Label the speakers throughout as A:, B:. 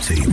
A: table.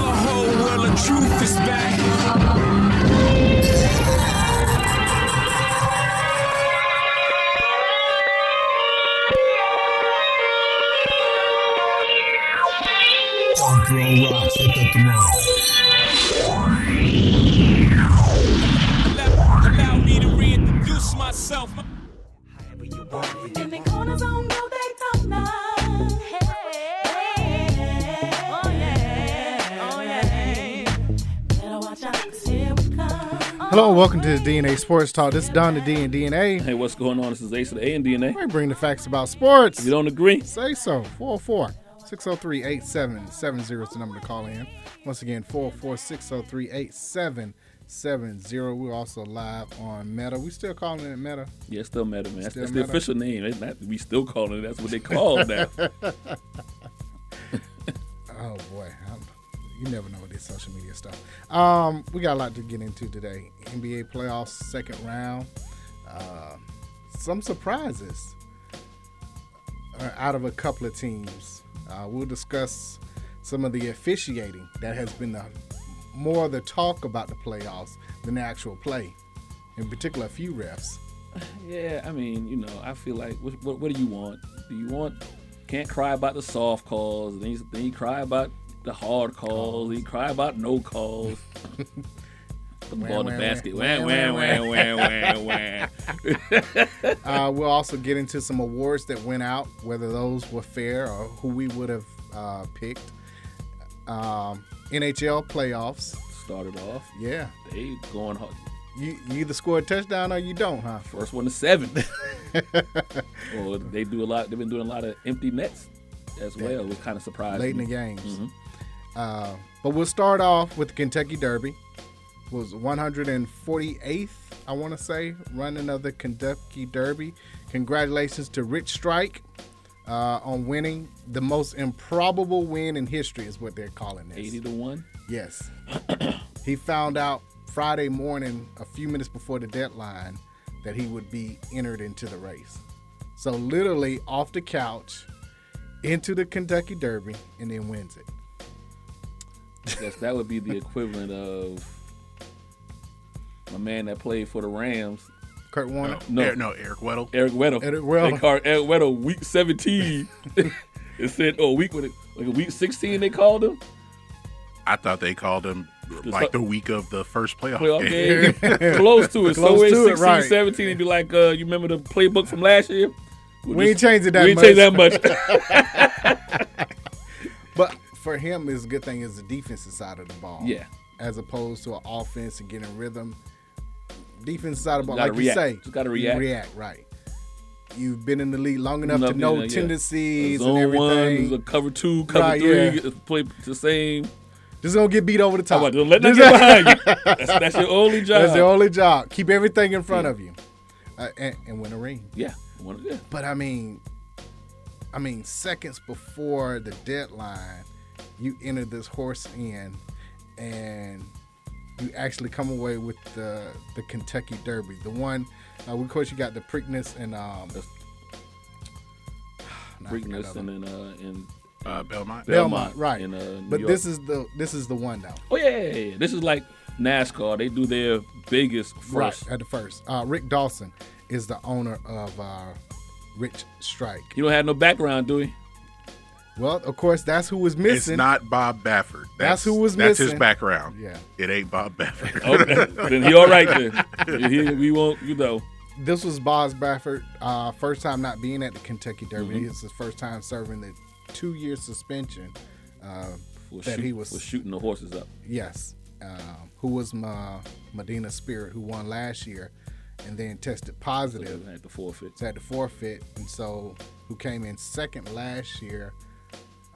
A: the whole world the truth is back. Uncle Rock hit the throne.
B: Allow allow me to reintroduce myself.
C: In the corners on no they don't know. Oh yeah, oh yeah. Better watch out 'cause here we come.
D: Hello and welcome to the DNA Sports Talk. This is Don the D and DNA.
E: hey, what's going on? This is Ace of the A and DNA.
D: We bring the facts about sports.
E: If you don't agree,
D: Say so. 404 603 8770 is the number to call in. Once again, 404 603 8770. oh. We're also live on Meta. We still calling it Meta.
E: yeah, it's still matter, man. That's,
D: Still
E: that's the
D: matter.
E: official name. That's not- we still calling it. That's what they call it now.
D: Oh boy, I'm, you never know with this social media stuff. Um, we got a lot to get into today. NBA playoffs, second round. Uh, some surprises are out of a couple of teams. Uh, we'll discuss some of the officiating that has been the, more the talk about the playoffs than the actual play. In particular, a few refs.
E: yeah, I mean, you know, I feel like what, what, what do you want? Do you want? Can't cry about the soft calls. Then you, then you cry about the hard calls. Then you cry about no calls. the ball in the
D: wah,
E: basket.
D: wah,
E: Wah wah wah wah wah wah.
D: Uh, we'll also get into some awards that went out, whether those were fair or who we would have uh, picked. Um, NHL playoffs.
E: started off.
D: Yeah.
E: They going hard.
D: You, you either score a touchdown or you don't, huh?
E: First one to seven. or they do a lot. They've been doing a lot of empty nets as well. It was kind of surprising.
D: Late in the games. Uh, but we'll start off with the Kentucky Derby. was 148th, I want to say, running of the Kentucky Derby. Congratulations to Rich Strike uh, on winning the most improbable win in history, is what they're calling this.
E: Eighty to one.
D: Yes. he found out Friday morning, a few minutes before the deadline, that he would be entered into the race. So literally off the couch, into the Kentucky Derby, and then wins it.
E: I guess that would be the equivalent of my man that played for the Rams,
D: Kurt Warner.
E: No.
A: Eric- no, Eric Weddle.
E: Eric Weddle.
D: Eric Weddle.
E: They called Eric Weddle week seventeen. it said, oh, week with it, like week sixteen. They called him.
A: I thought they called him like the week of the first playoff,
E: playoff
A: game.
E: game. Close to it.
D: Close
E: so it's
D: to it,
E: 16,
D: right.
E: 17, it'd be like, uh, you remember the playbook from last year? We'll
D: We ain't changed it that
E: we ain't
D: much.
E: changed that much.
D: But for him, is a good thing is the defensive side of the ball.
E: Yeah.
D: As opposed to an offense and getting rhythm. Defensive side of the ball,
E: gotta
D: like
E: react.
D: you say,
E: Just gotta
D: you
E: react.
D: react, right. You've been in the league long enough
E: Nothing,
D: to know
E: uh, yeah.
D: tendencies and
E: Zone
D: everything.
E: one, the cover two, cover
D: Right,
E: three,
D: yeah.
E: play the same.
D: Just gonna get beat over the top.
E: Come on, don't let that get behind you. That's, that's your only job.
D: That's the only job. Keep everything in front of you, uh, and, and win a ring.
E: yeah. One, yeah.
D: But I mean, I mean, seconds before the deadline, you enter this horse in, and you actually come away with the the Kentucky Derby, the one. Uh, we, of course, you got the Preakness and um, not
E: Preakness
D: another-
E: and then uh, and
A: Uh, Belmont.
D: Belmont, right?
E: in, uh, New
D: but
E: York.
D: this is the this is the one though.
E: oh yeah, yeah, yeah. This is like NASCAR. They do their biggest first.
D: Right at the first, uh, Rick Dawson is the owner of uh, Rich Strike.
E: You don't have no background, do you?
D: Well, of course, that's who was
A: It's
D: missing.
A: not Bob Baffert.
D: That's who was
A: That's his
D: missing.
A: background.
D: Yeah. Oh.
A: It ain't Bob Baffert.
E: Okay, then he all right then. He, we won't, you know.
D: this was Boz Baffert, uh, first time not being at the Kentucky Derby.
A: Mm-hmm.
D: It's his first time serving the two-year suspension. Uh,
E: For,
D: That
E: shoot,
D: he was-
E: for shooting the horses up.
D: yes, um, who was Ma- Medina Spirit, who won last year, and then tested positive,
E: At the forfeit.
D: so had to forfeit, and so who came in second last year.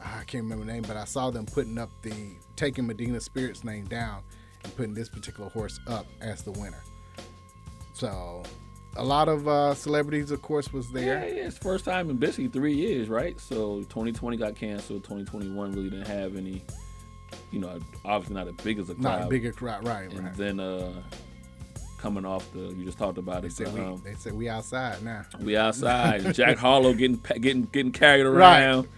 D: I can't remember the name, but I saw them putting up the taking Medina Spirit's name down and putting this particular horse up as the winner. So a lot of uh, celebrities, of course, was
E: Yeah,
D: there.
E: yeah, it's first time in basically three years, right? So 2020 got canceled. 2021 really didn't have any, you know, obviously not as big as a crowd.
D: Not a bigger crowd, right?
E: And
D: Right.
E: then uh, coming off the, you just talked about
D: They
E: it.
D: said
E: the, um,
D: we. They said we outside now.
E: we outside. Jack Harlow getting pa- getting getting carried
D: Right.
E: around.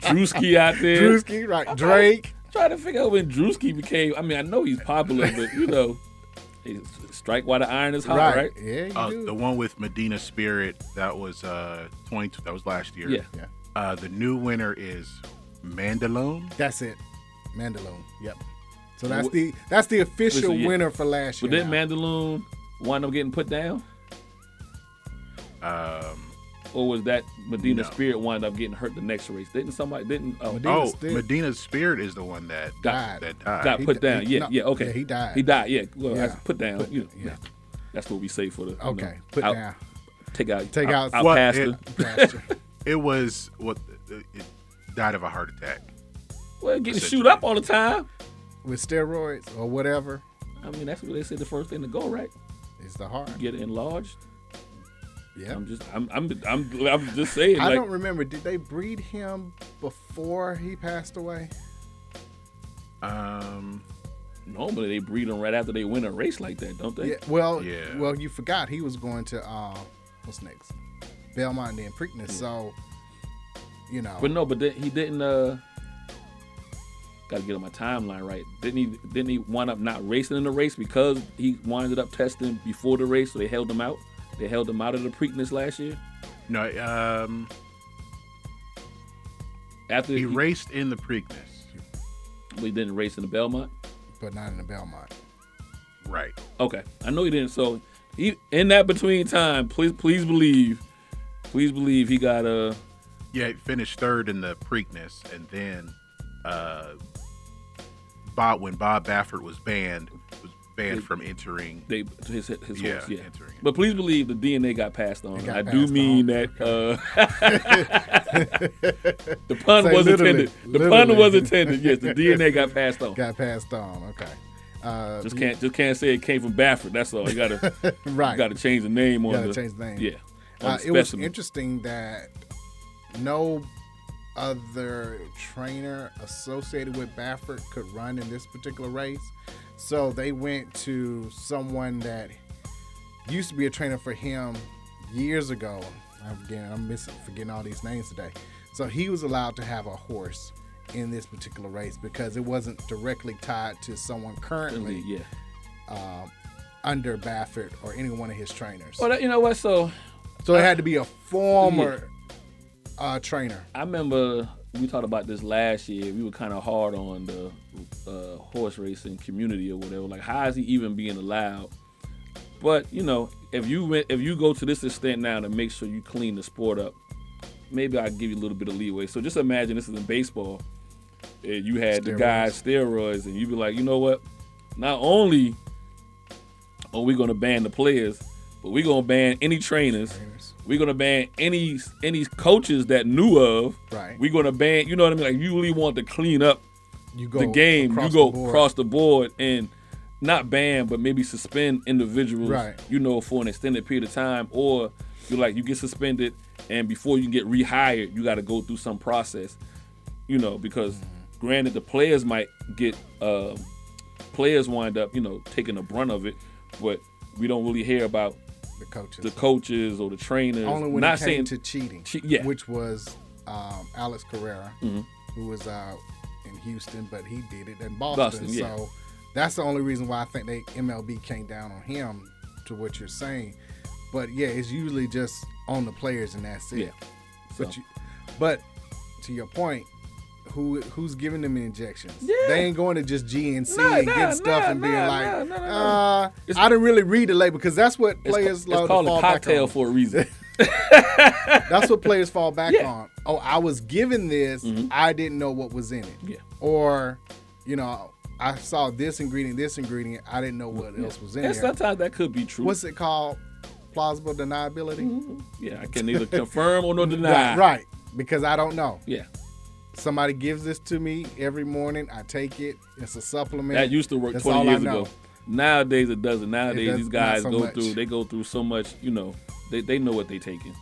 E: Drewski out there.
D: Drewski, right? Drake.
E: Trying to figure out when Drewski became. I mean, I know he's popular, but you know, it's- strike while the iron is hot,
D: Right.
E: right?
D: Yeah, you
A: Uh,
D: do.
A: the one with Medina Spirit that was uh 20 that was last year.
E: Yeah.
D: yeah,
A: Uh, the new winner is Mandalone.
D: that's it. Mandalone. Yep. So
E: Well,
D: that's the that's the official
E: listen, yeah.
D: winner for last year.
E: But then
D: now.
E: Mandaloon wind up getting put down,
A: Um,
E: or was that Medina
A: No.
E: Spirit wind up getting hurt the next race? Didn't somebody? Didn't uh,
D: Medina- He
A: oh,
D: was dead.
A: Medina Spirit is the one that
D: Died.
A: That died.
E: got
D: he
E: put
D: di-
E: down?
D: he-
E: yeah,
D: no,
E: yeah, okay.
D: yeah, he died.
E: He died. Yeah, well,
D: Yeah.
E: that's put down.
D: Put-
E: you know,
D: yeah.
E: that's what we say for the you
D: Okay,
E: know,
D: put
E: out-
D: down.
E: Take out.
D: Take
E: our-
D: out-
E: our
A: What-
E: pastor.
A: it-
D: Pastor.
A: It was what it it died of a heart attack.
E: Well, getting
A: Essentially.
E: shoot up all the time.
D: with steroids or whatever
E: I mean, that's what they said the first thing to go, right?
D: is the heart.
E: Get enlarged.
D: Yeah.
E: I'm just, I'm, I'm, I'm, I'm just saying.
D: I
E: Um, like,
D: don't remember. Did they breed him before he passed away?
A: Um,
E: normally they breed them right after they win a race like that, don't they?
D: Yeah. Well,
A: Yeah.
D: well, you forgot he was going to uh, what's next, Belmont and then Preakness. So, you know,
E: But no, but then he didn't. uh Got to get on my timeline right. Didn't he? Didn't he wind up not racing in the race because he winded up testing before the race, so they held him out. They held him out of the Preakness last year.
A: no, um,
E: After
A: he
E: he,
A: raced in the Preakness.
E: he didn't race in the Belmont.
D: but not in the Belmont.
A: Right.
E: Okay, I know he didn't. So he in that between time, please, please believe, please believe he got uh
A: Yeah, he finished third in the Preakness, and then uh, Bob when Bob Baffert was banned was banned from entering.
E: they his his
A: Yeah,
E: horse. Yeah,
A: entering it.
E: but please believe the DNA got passed on.
D: got
E: I do
D: passed
E: mean
D: on,
E: that uh, the pun
D: Say
E: was
D: literally,
E: intended. The
D: literally.
E: pun was intended. Yes, the DNA got passed on.
D: Got passed on. Okay. Uh,
E: just can't just can't say it came from Baffert. That's all. You gotta
D: right.
E: you gotta change the name on
D: Gotta
E: the
D: change the name.
E: Yeah, on
D: Uh,
E: the
D: it was
E: specimen.
D: interesting that no other trainer associated with Baffert could run in this particular race. So they went to someone that used to be a trainer for him years ago. I'm getting, I'm missing, forgetting all these names today. So he was allowed to have a horse in this particular race because it wasn't directly tied to someone currently
E: yeah.
D: under Baffert or any one of his trainers.
E: Well, that- you know what? So Uh,
D: So it had to be a former uh, trainer.
E: I remember we talked about this last year. We were kind of hard on the uh, horse racing community or whatever. Like, how is he even being allowed? But you know, if you went, if you go to this extent now to make sure you clean the sport up, maybe I'll give you a little bit of leeway. So just imagine this is in baseball, and you had the
D: Steroids.
E: guys steroids, and you'd be like, you know what? Not only are Oh, we gonna ban the players, but we're gonna ban any trainers. We're gonna ban any any coaches that knew of.
D: Right.
E: We're gonna ban. You know what I mean? Like you really want to clean up
D: You go
E: the game. You
D: across
E: go
D: the board.
E: across the board and not ban, but maybe suspend individuals.
D: Right.
E: You know, for an extended period of time, or you like you get suspended, and before you can get rehired, you got to go through some process. You know, because
D: Mm-hmm.
E: granted, the players might get um, players wind up, you know, taking the brunt of it, but we don't really hear about
D: the coaches.
E: the coaches or the trainers.
D: Only when
E: not
D: it came
E: saying
D: to cheating,
E: Che- yeah. Mm-hmm.
D: which was um, Alex Carrera, who was out in Houston, but he did it in Boston.
E: Boston, yeah.
D: So that's the only reason why I think they MLB came down on him to what you're saying. But yeah, it's usually just on the players and that's it.
E: Yeah.
D: But
E: So.
D: you, but to your point, who who's giving them injections?
E: Yeah.
D: They ain't going to just GNC
E: Nah,
D: and
E: nah,
D: getting stuff
E: nah,
D: and being
E: nah,
D: like,
E: nah, nah, nah,
D: uh, I didn't really read the label because that's what
E: it's, ca-
D: players
E: it's
D: love to
E: called
D: fall
E: a
D: back
E: cocktail
D: on.
E: for a reason.
D: That's what players fall back
E: Yeah. Mm-hmm.
D: on. Oh, I was given this. I didn't know what was in it.
E: Yeah.
D: Or, you know, I saw this ingredient, this ingredient. I didn't know what else was in
E: and
D: there.
E: sometimes that could be true.
D: What's it called? Plausible deniability.
E: Yeah, I can neither confirm or nor
D: Right,
E: deny.
D: right. Because I don't know.
E: Yeah,
D: Somebody gives this to me every morning. I take it. It's a supplement.
E: that used to work
D: That's
E: 20
D: all I
E: years
D: know.
E: ago. Nowadays it doesn't. Nowadays
D: does
E: these
D: not
E: guys
D: so
E: go
D: much.
E: through. They go through so much. You know, they, they know what they taking.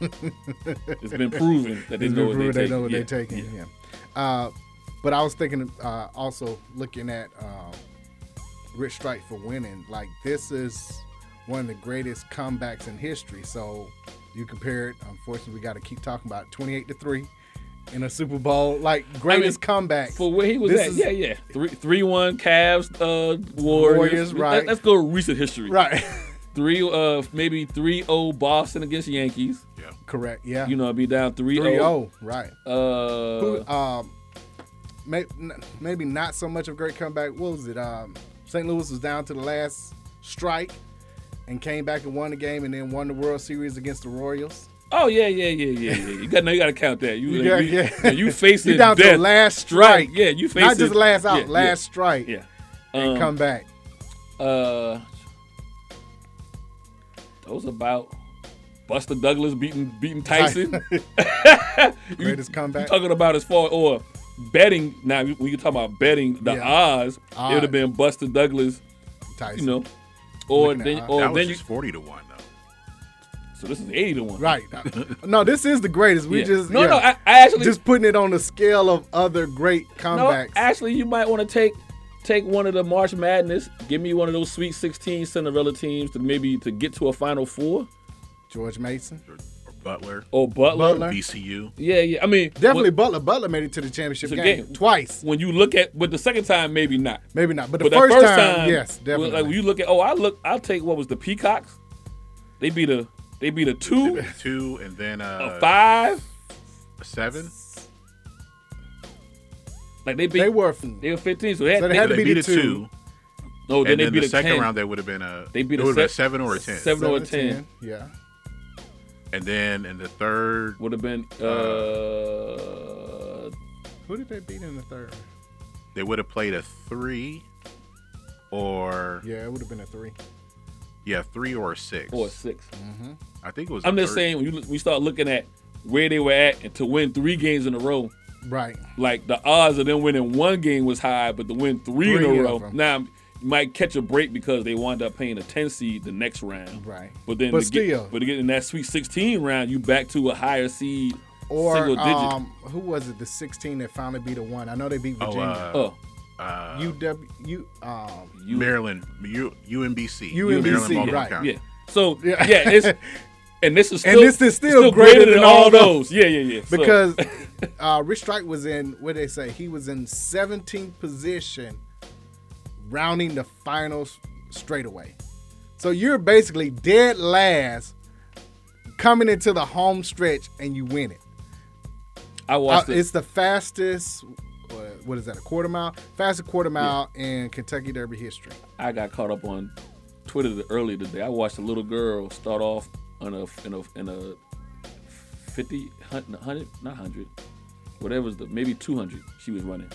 E: it's been proven that they
D: It's
E: know
D: been proven
E: what they taking.
D: know what
E: yeah.
D: they're taking. Yeah. Uh, but I was thinking uh, also looking at uh, Rich Strike for winning. Like this is one of the greatest comebacks in history. So you compare it. Unfortunately, we got to keep talking about twenty-eight to three in a Super Bowl. Like greatest comeback
E: For where he was
D: This
E: at,
D: is-
E: yeah, yeah, three three one Cavs, uh, Warriors.
D: Warriors,
E: Let-
D: right.
E: Let's go recent history.
D: Right.
E: Three, uh, maybe three zero Boston against Yankees.
D: Correct. Yeah.
E: You know, be down three
D: three zero.
E: zero.
D: Right.
E: Uh,
D: Who, um, may, n- maybe not so much of a great comeback. What was it? Um, St. Louis was down to the last strike and came back and won the game and then won the World Series against the Royals.
E: Oh yeah, yeah, yeah, yeah, yeah. You got now you got to count that. You
D: You
E: you,
D: got-
E: you,
D: yeah.
E: yeah, you facing
D: You down to
E: death.
D: the last strike.
E: strike. Yeah, you facing
D: Not just last out,
E: yeah, yeah,
D: last strike.
E: Yeah.
D: And
E: Um,
D: come back.
E: Uh, those about Buster Douglas beating beating Tyson. you,
D: Greatest comeback.
E: talking about as far or betting now when you talk about betting the
D: Yeah.
E: odds, it would
D: Odds.
E: have been Buster Douglas,
D: Tyson.
E: you know, or
D: Looking at
E: then
D: odds.
E: or
A: that was
E: then you,
A: just forty to one though.
E: so this is eighty to one.
D: Right. no, this is the greatest. We
E: Yeah.
D: just
E: no
D: yeah.
E: no I, I actually
D: just putting it on the scale of other great
E: No,
D: comebacks.
E: actually, you might want to take take one of the March Madness. Give me one of those Sweet 16 Cinderella teams to maybe to get to a Final Four
D: George Mason.
A: Or, or Butler,
E: or Butler.
D: Butler.
A: BCU.
E: Yeah, yeah. I mean,
D: Definitely
E: when,
D: Butler. Butler made it to the championship
E: It's a
D: game,
E: game.
D: twice.
E: when you look at, but the second time maybe not.
D: Maybe not, but the
E: But
D: first,
E: the first
D: time,
E: time,
D: yes,
E: well,
D: definitely.
E: Like when you look at, oh, I look, I'll take what was the Peacocks. They be the they be the two,
A: Two and then uh
E: a Oh, five.
A: a seven.
E: Like they beat
D: they
E: they were,
D: were from,
E: 15, so they had,
D: So they
E: they-
D: had to
A: They
D: be
A: beat
D: the
A: a
D: two.
A: two,
E: no. Then
A: and
E: they
A: then
E: beat
A: the
E: a
A: second
E: 10.
A: round. They would have been a.
E: They beat
A: it
E: a
A: would have been a
E: se-
A: seven or a ten.
E: seven or a ten.
D: Yeah.
A: And then in the third,
E: Would have been uh,
D: Who did they beat in the third?
A: they would have played a three, or yeah,
D: Yeah, it would have been a three.
A: three or a six.
E: or six.
A: I think it was.
E: I'm
A: the
E: just
A: third.
E: saying when you look- when you start looking at where they were at and to win three games in a row,
D: Right.
E: like the odds of them winning one game was high, but to win three, in
D: Three of
E: a row,
D: them.
E: now you might catch a break because they wind up paying a 10 seed the next round.
D: Right.
E: But then
D: But
E: to
D: still.
E: get, but to get in that Sweet 16 round, you back to a higher seed
D: Or
E: single digit.
D: um, who was it? The 16 that finally beat a one. I know they beat
A: Oh,
D: Virginia.
A: uh,
E: oh,
D: UW, U, um,
E: you,
A: Maryland, U, UMBC,
D: UMBC,
A: Maryland Baltimore
D: right,
A: County.
E: yeah. So
D: Yeah.
E: yeah, it's and this is
D: And
E: still,
D: this is still greater than all those.
E: those. Yeah, yeah, yeah. So-
D: because uh, Rich Strike was in what they say he was in 17th position, rounding the finals straightaway. So you're basically dead last, coming into the home stretch and you win it.
E: I
D: Uh,
E: watched it.
D: it's the fastest. what- What is that? A quarter mile? Fastest quarter mile in Kentucky Derby history.
E: I got caught up on Twitter the- earlier today. I watched a little girl start off on a in a in a 50 hun- 100 not 100 whatever's the maybe 200 she was running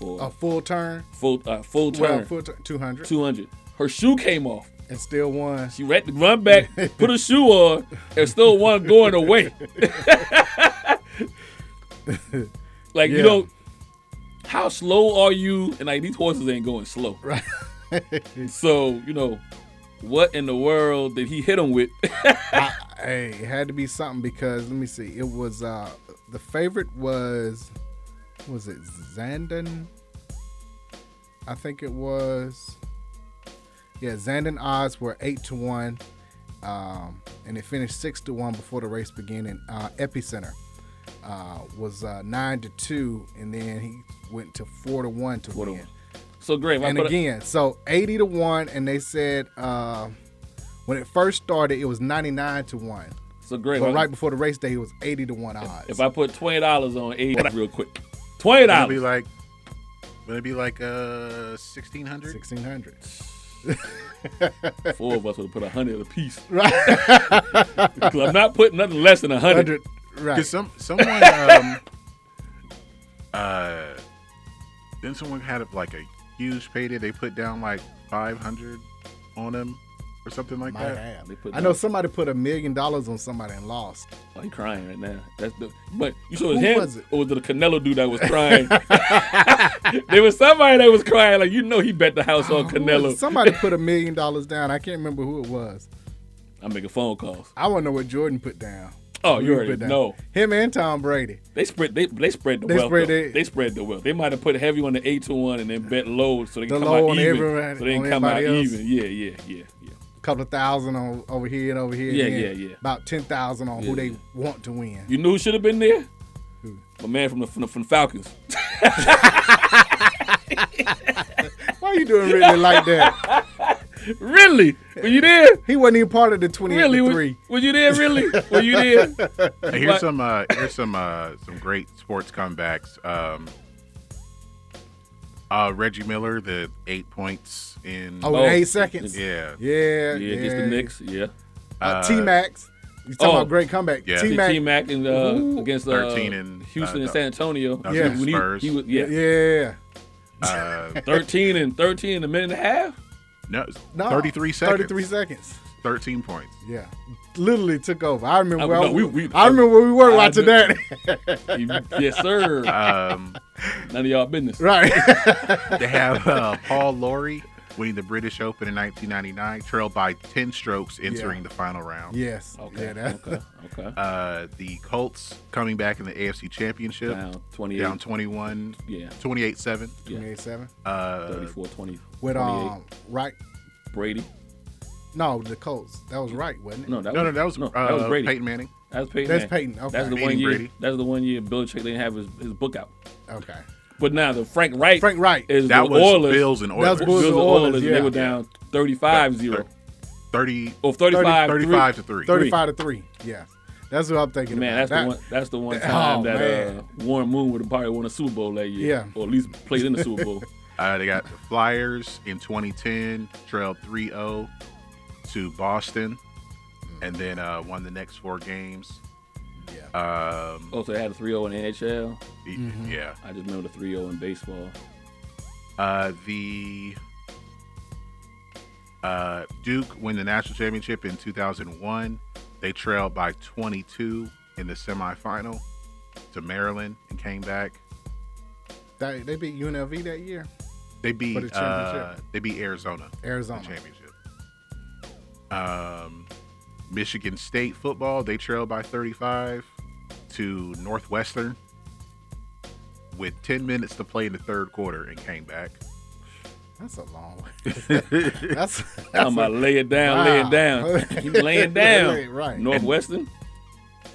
E: or
D: A full turn.
E: full uh, full turn
D: Oh. Well, full turn. Two hundred.
E: 200. Her shoe came off.
D: And still won.
E: She ran, run back, put a shoe on, and still one going away. like
D: Yeah.
E: you know, how slow are you? And like these horses ain't going slow. Right. so you know, what in the world did he hit him with?
D: Hey, it had to be something because let me see. It was uh the favorite was what was it Zandon? I think it was. Yeah, Zandon odds were eight to one, um, and it finished six to one before the race began. And uh, Epicenter uh, was uh, nine to two, and then he went to four to one to
E: Four to
D: win.
E: one. so great.
D: And again, so 80 to 1, and they said uh, when it first started, it was 99 to 1.
E: so great.
D: But right before the race day, it was 80 to 1 odds.
E: if I put twenty dollars on eight real quick, twenty
A: Wouldn't it be
E: dollars.
A: like, would it be like uh sixteen hundred?
D: 1600.
E: Four of us would have put a hundred apiece. Right. because I'm not putting nothing less than a hundred.
D: 100. Right.
A: Because some someone um uh then someone had like a huge payday. They put down like five hundred on him. or something like
D: Might
A: that.
D: have.
E: They put
D: I know
E: down-
D: somebody put a million dollars on somebody and lost.
E: Oh, he crying right now. That's the but you saw his
D: Who
E: head
D: was it?
E: or was it the Canelo dude that was crying? there was somebody that was crying, like you know he bet the house on
D: Who
E: Oh, Canelo.
D: was- Somebody put a million dollars down. I can't remember who it was.
E: I'm making phone calls.
D: I want to know what Jordan put down.
E: Oh,
D: Who
E: you
D: he
E: already
D: put down.
E: know.
D: Him and Tom Brady.
E: They spread they they spread the
D: They
E: wealth.
D: spread
E: though.
D: it.
E: they spread the wealth. They might have put heavy on the eight to one and then bet low so they
D: The
E: can come
D: low
E: out
D: on
E: even.
D: everybody-
E: so they can
D: on
E: come out
D: everybody else.
E: even. Yeah, yeah, yeah, yeah.
D: couple of thousand on over here and over here.
E: Yeah,
D: and then
E: yeah, yeah.
D: About ten thousand on
E: Yeah,
D: who they
E: yeah.
D: want to win.
E: You knew who should have been there? My man from the from the, from the Falcons.
D: Why you doing really like that?
E: really? Were you there?
D: He wasn't even part of the twenty eight
E: Really?
D: to
E: Were,
D: three.
E: were you there? Really? Were you there?
A: Hey, here's
E: But-
A: some uh, here's some uh, some great sports comebacks. Um, uh, Reggie Miller, the eight points in
D: Oh,
E: Oh.
D: eight seconds.
A: yeah,
D: Yeah,
E: Yeah, against the Knicks. Yeah.
A: Uh,
D: T Max. You talking
E: oh.
D: about great comeback?
A: Yeah.
D: T
E: T
D: Mac.
E: Mac and uh,
D: Ooh.
E: against uh,
A: 13 and, uh,
E: Houston and
A: no.
E: San Antonio.
A: No,
D: Yeah.
E: When he-
A: Spurs.
E: He, was yeah,
D: Yeah. yeah.
A: Uh,
E: thirteen and thirteen in a minute and a half.
A: no, it's
D: No,
A: 33 seconds,
D: Thirty three seconds.
A: 13 points.
D: Yeah. Literally took over. I remember.
E: I-
D: where I,
E: Oh, no, we- we-
D: I remember where we were
E: I
D: watching
E: do-
D: that.
E: You- yes, sir.
A: Um,
E: None of y'all business.
D: right.
A: they have uh, Paul Laurie winning the British Open in 1999, trailed by 10 strokes entering the final round.
D: yes.
E: Okay.
D: Yeah, that-
E: okay. Okay.
A: Uh, the Colts coming back in the AFC Championship, down,
E: Down twenty-eight.
A: 21,
E: yeah.
A: 28 7.
E: Yeah.
D: 28-7.
A: Uh,
E: 34, 20,
D: With
E: 28.
D: um right.
E: Brady.
D: No, the Colts. That was right, wasn't it?
E: No, that
A: no,
E: was,
A: no, that was, uh,
E: that was Brady.
A: Peyton Manning.
E: That's Peyton.
D: That's
E: Man.
D: Peyton. Okay.
E: That's the
A: Peyton
E: one year.
A: Brady.
E: That's the one year Bill Belichick didn't have his, his book out.
D: Okay.
E: But now the Frank Wright.
D: Frank Wright.
E: is
A: That
E: the
A: was
E: Oilers.
A: Bills and
D: That was
A: Oilers.
D: Bills
E: Bills and
D: and
E: Oilers.
D: Oilers,
E: and They
D: yeah.
E: were down 35-0
A: 30,
E: or 35
A: 35 to 3.
D: 35 to 3. Yeah. That's what I'm thinking
E: Man,
D: about.
E: that's the one. That's the one time
D: Oh,
E: that uh,
D: man.
E: Warren Moon would have probably won a Super Bowl that year,
D: Yeah.
E: or at least played in the Super Bowl.
A: Uh, they got the Flyers in 2010, trailed 3 0 to Boston,
D: Hmm.
A: and then uh, won the next four games.
D: Yeah.
A: Um,
E: Also, they had a 3-0 in NHL.
A: y-
D: Mm-hmm.
A: Yeah.
E: I just remember the 3-0 in baseball.
A: Uh, the uh, Duke win the national championship in 2001. They trailed by 22 in the semifinal to Maryland and came back.
D: That- they beat UNLV that year.
A: They beat
D: For the
A: uh,
D: championship.
A: they beat Arizona.
D: Arizona.
A: championship. Um, Michigan State football, they trailed by 35 to Northwestern with 10 minutes to play in the third quarter and came back.
D: That's a long way. that's, that's
E: I'm about to lay it down, lay it
D: Wow.
E: down. Keep laying down.
D: Right.
E: Northwestern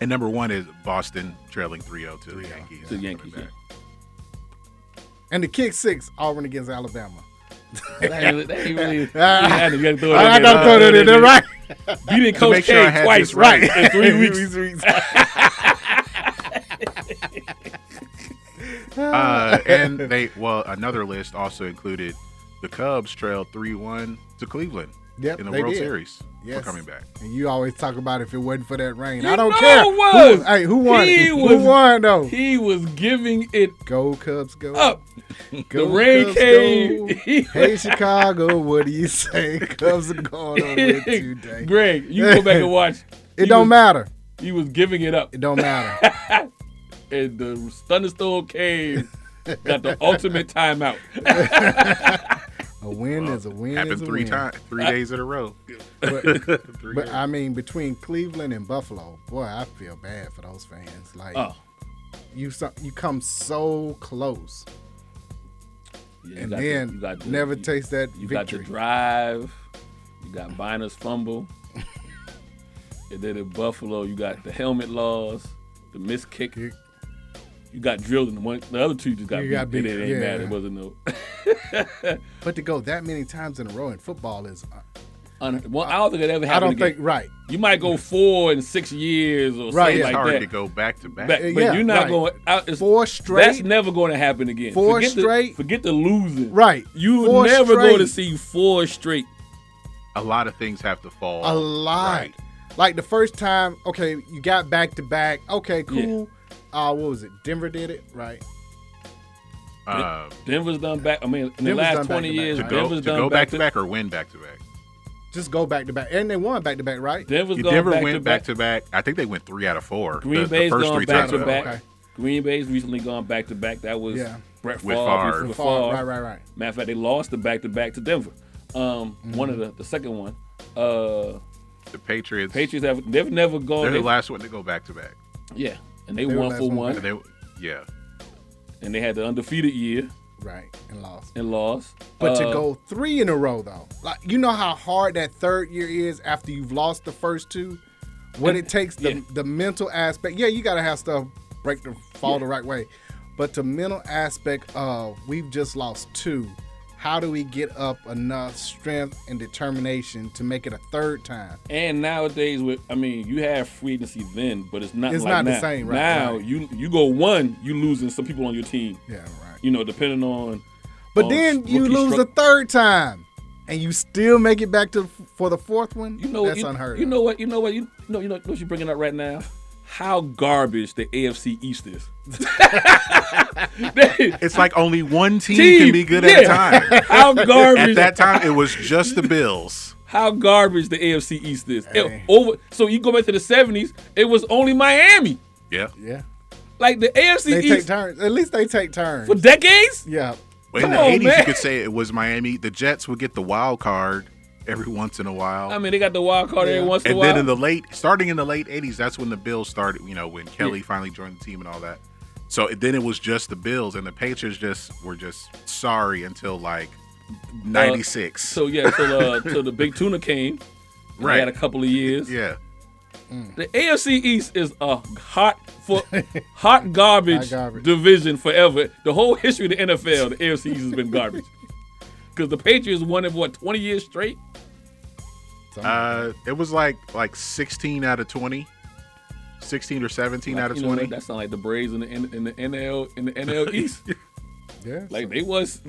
A: And number one is Boston trailing 3 0 to the
D: 3-0,
A: Yankees.
E: to the Yankees.
A: Coming back.
D: and the kick six, Auburn against Alabama.
E: Yeah. That ain't- that ain't really-
D: Ah.
E: I had to- you had to throw it in
D: I
E: there.
D: got to throw that in there, right?
E: You didn't coach
A: make sure I
E: K
A: had
E: twice,
A: this right.
E: In three weeks.
A: Uh, and they, well, another list also included the Cubs trailed 3 1 to Cleveland
D: Yep,
A: in the
D: they
A: World
D: did.
A: Series
D: Yes.
A: for coming back.
D: And you always talk about if it wasn't for that rain.
E: You
D: I don't
E: know
D: care.
E: it was.
D: Who, hey, who won?
E: He
D: who
E: was-
D: won though?
E: He was giving it
D: go Cubs, go.
E: up.
D: Go,
E: the rain
D: Cubs,
E: came.
D: go. hey Chicago, what do you say? Cubs are going on with today.
E: Greg, you go back and watch.
D: It
E: He
D: don't
E: was-
D: matter.
E: He was giving it up.
D: It don't matter.
E: and the thunderstorm came. Got the ultimate timeout.
D: A win is a win.
A: Happened
D: is a
A: three
D: win.
A: times, three days in a row.
D: But,
A: Three
D: but
A: days.
D: I mean, between Cleveland and Buffalo, boy, I feel bad for those fans. Like
E: Oh,
D: you, so, you come so close,
E: yeah, you
D: and
E: got the-
D: then
E: you got the-
D: never
E: you-
D: taste that
E: You got the
D: victory.
E: drive. You got Biner's fumble. and then in Buffalo, you got the helmet loss, the missed kick.
D: You-
E: You got drilled in the one. The other two just got
D: You
E: beat.
D: got
E: and
D: beat,
E: It ain't
D: yeah.
E: bad. It wasn't no.
D: but to go that many times in a row in football is,
E: Un- well, I don't think it ever
D: I
E: happened.
D: don't
E: again.
D: think right.
E: you might go four and six years
D: Right,
E: or something
D: yeah.
A: It's
E: like
A: hard
E: that.
A: to go back to back.
E: But, but
D: Yeah,
E: you're not
D: right.
E: going. Out, it's,
D: Four
E: That's
D: straight.
E: never going to happen again.
D: Four
E: forget The,
D: straight?
E: forget the losing.
D: Right.
E: You
D: Four
E: never going to
D: straight.
E: see four straight.
A: a lot of things have to fall.
D: a lot.
A: right.
D: Like the first time, okay, you got back to back. Okay, cool. Uh, what was it? Denver did it, right?
A: Um,
E: Denver's done back. I mean, in the
D: Denver's done
E: last
D: back
E: twenty
D: to back,
E: years,
D: right?
A: to go,
E: Denver's
A: to
E: done
A: go back
E: back,
A: to back or win back to back.
D: just go back to back, and they won back to back, right?
E: Denver's going
A: Denver
E: back
A: went
E: to
A: back to back. I think they went three out of four.
E: Green
A: the,
E: Bay's
A: the first
E: gone
A: three
E: back
A: times.
E: to
A: out.
E: back.
D: Okay.
E: Green Bay's recently gone back to back. That was
D: Yeah.
E: Brett
A: With
E: Favre.
A: Favre.
E: With
A: With
D: Favre,
E: Favre.
D: right, right, right.
E: Matter of fact, they lost the back to back to Denver. Um,
D: Mm-hmm.
E: one of the the second one. Uh,
A: The Patriots.
E: Patriots have they've never gone.
A: They're the
E: they-
A: last one to go back to back.
E: Yeah, and they,
D: They were
E: won
D: last
E: for
D: one.
E: one,
A: And they, yeah,
E: and they had the undefeated year
D: Right, and lost.
E: and lost.
D: But
E: Uh,
D: to go three in a row though, like you know how hard that third year is after you've lost the first two. What it takes the
E: yeah.
D: the mental aspect. Yeah, you gotta have stuff break the fall the right way, but the mental aspect of we've just lost two. How do we get up enough strength and determination to make it a third time?
E: And nowadays, with I mean, you have free agency then, but it's not.
D: It's
E: like
D: not the
E: now.
D: same, right,
E: Now
D: right.
E: you you go one, you losing some people on your team.
D: Yeah, right.
E: You know, depending on.
D: But
E: on
D: then you
E: rookie
D: lose
E: stru-
D: the third time, and you still make it back to for the fourth one.
E: You know,
D: that's
E: you,
D: unheard.
E: you
D: of.
E: know what? You know what? You, you know, you know what you're bringing up right now? How garbage the AFC East is. They-
A: it's like only one team,
E: Team,
A: can be good
E: yeah.
A: at a time.
E: how garbage
A: At that time, it was just the Bills.
E: how garbage the AFC East is. It-
D: Hey.
E: over so you go back to the 70s, it was only Miami.
A: Yeah.
D: Yeah,
E: Like the AFC
D: they take
E: East
D: turns. At least they take turns.
E: for decades?
D: yeah,
A: But in
E: Come
A: the
E: on,
A: 80s,
E: man.
A: you could say it was Miami. The Jets would get the wild card every once in a while.
E: I mean, they got the wild card
D: Yeah.
E: every once in a
A: and
E: while.
A: then in the late, starting in the late 80s, that's when the Bills started, you know, when Kelly finally joined the team and all that. So it- then it was just the Bills, and the Patriots just were just sorry until like 96.
E: Uh, so yeah, till uh, till the Big Tuna came. and They
A: Right.
E: had a couple of years.
A: yeah.
E: The AFC East is a hot for hot
D: Hot
E: garbage,
D: garbage.
E: division forever. The whole history of the NFL, the AFC East has been garbage. Because the Patriots won it what twenty years straight.
A: Uh, it was like like 16 out of 20, 16 or 17 out of
E: you know,
A: 20.
E: that sound like the Braves in the N- in the NL in the NL East.
D: yeah.
E: like they was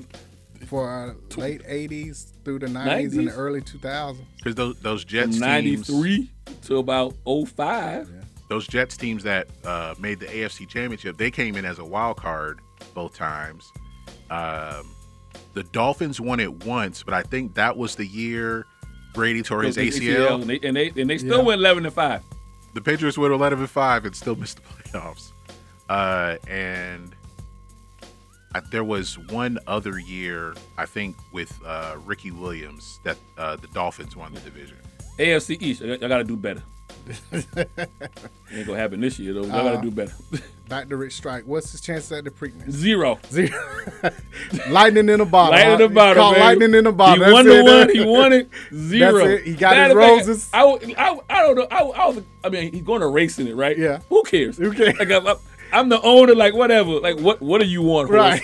D: for uh, late '80s through the '90s, and the
E: 90s?
D: early 2000s.
A: Because those, those Jets
E: ninety
A: teams,
E: three to about 05.
A: those Jets teams that uh, made the AFC Championship, they came in as a wild card both times. Um, the Dolphins won it once, but I think that was the year Brady tore his ACL.
E: and they and they, and they still
D: Yeah.
E: went eleven and five.
A: The Patriots went 11 and 5 and still missed the playoffs. Uh, and I, there was one other year, I think, with uh, Ricky Williams that uh, the Dolphins won the division.
E: AFC East, I, I gotta do better. Ain't gonna happen this year though. I
D: Uh-huh.
E: gotta do better.
D: Back to Rich Strike. What's his chances at the Preakness?
E: Zero.
D: Zero. lightning in a bottle.
E: Lightning in the
D: It's
E: bottle.
D: called
E: baby.
D: lightning in a bottle.
E: He
D: That's
E: won the
D: it.
E: one. He won it. Zero.
D: That's it. He got his
E: Matter of fact,
D: roses.
E: I, would- I, would- I don't know. I, would- I, was, I mean, he's going to race in it, right?
D: Yeah.
E: Who cares?
D: Who cares?
E: Like I'm, I'm the owner. Like whatever. Like what? What do you want? horse?
D: Right.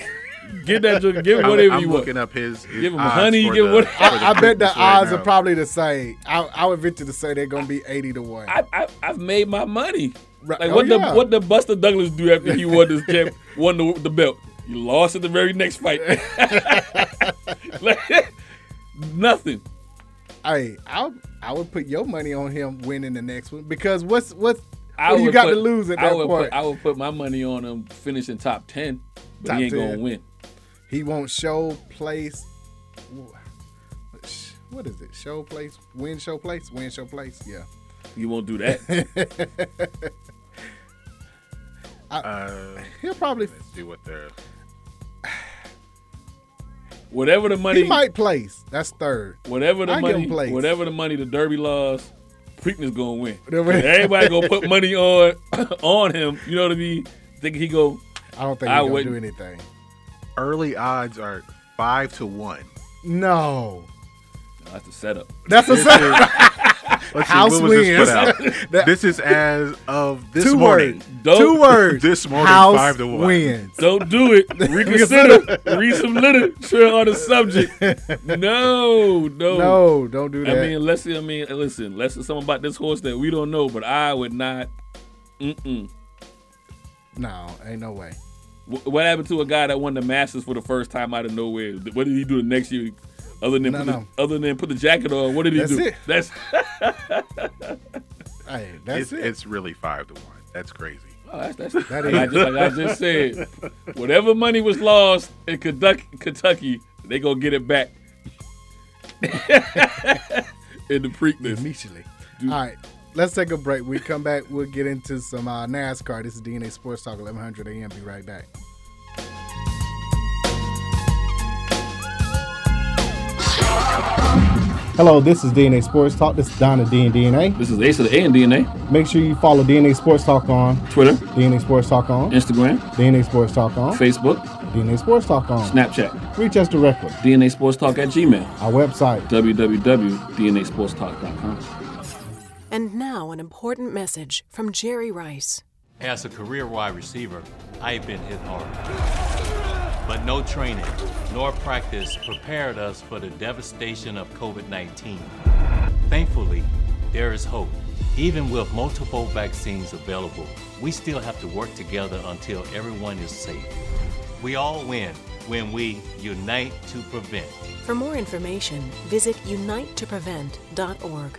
E: Get that. joke. Give him
A: I'm-
E: whatever
A: I'm,
E: you want.
A: looking up his, his
E: Give him
A: odds
E: honey,
A: for
E: give
A: the-
E: what-
A: for
D: I, I bet the
A: Patriots right
D: odds
A: now.
D: are probably the same. I, I would venture to say they're going to be 80 to 1.
E: I, I, I've made my money.
D: Right.
E: Like
D: Oh,
E: what
D: yeah.
E: the what the Buster Douglas do after he won this champ, won the, the belt? He lost at the very next fight. like, nothing.
D: hey, I, I would put your money on him winning the next one because what's what's
E: I
D: what do you
E: would
D: got
E: put-
D: to lose at
E: I
D: that
E: would
D: point?
E: Put, I would put my money on him finishing top ten, but
D: Top
E: he ain't
D: 10.
E: gonna win.
D: He won't show place. What is it? Show place? Win show place? Win show place? Yeah.
E: He won't do that.
A: Uh,
D: He'll probably.
A: let's see what they're.
E: whatever the money,
D: He might place. That's third.
E: whatever the
D: I give
E: money,
D: him place.
E: whatever the money, the Derby lost. Preakness gonna win.
D: The win.
E: Everybody gonna put money on on him. You know what I mean? Think he go?
D: I don't think
E: I
D: he's gonna
E: wouldn't.
D: do anything.
A: Early odds are five to one.
D: No.
E: No, that's the setup.
D: That's a
A: Let's see,
D: House
A: what was this
D: wins.
A: put out?
D: That-
A: this is as of this
D: two
A: morning.
D: words.
E: Dope.
D: Two words.
A: This morning,
D: House
A: five to one.
D: wins.
E: Don't do it. Reconsider. Read some literature on the subject. No, no.
D: No, don't do
E: I
D: that.
E: mean, let's I mean, listen, let's something about this horse that we don't know, but I would not. Mm-mm.
D: no, ain't no way.
E: Wh- What happened to a guy that won the Masters for the first time out of nowhere? What did he do the next year? Other than
D: No,
E: put
D: no.
E: The, other than put the jacket on, what did he
D: That's
E: do?
D: it.
E: That's
D: Hey, that's
A: it's,
D: it.
A: it's really five to one. That's crazy.
E: oh, that's, that's
D: That
E: like, I
D: is.
E: just, like I just said. Whatever money was lost in Kentucky, Kentucky they gonna get it back. in the Preakness.
D: Immediately. All right. Let's take a break. We come back. We'll get into some uh, NASCAR. This is DNA Sports Talk 1100 AM. Be right back. Hello, this is DNA Sports Talk. This is Donna D and DNA.
E: This is Ace of the A and DNA.
D: Make sure you follow DNA Sports Talk on
E: Twitter,
D: DNA Sports Talk on
E: Instagram,
D: DNA Sports Talk on
E: Facebook,
D: DNA Sports Talk on.
E: Snapchat,
D: Reach us directly.
E: DNA Sports Talk at Gmail,
D: Our website
E: www.dnasportstalk.com.
F: And now, an important message from Jerry Rice.
G: As a career wide receiver, I've been hit hard. But no training nor practice prepared us for the devastation of COVID 19. Thankfully, there is hope. Even with multiple vaccines available, we still have to work together until everyone is safe. We all win when we unite to prevent.
F: For more information, visit unitetoprevent.org.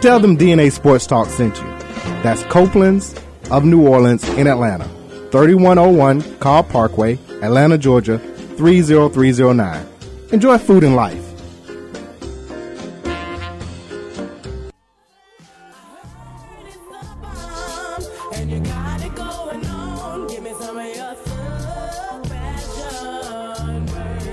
H: Tell them DNA Sports Talk sent you. That's Copeland's of New Orleans in Atlanta. 3101 Carl Parkway, Atlanta, Georgia, 30309. Enjoy food and life.
C: And you got it going on. Give me some of your sub-passion, baby.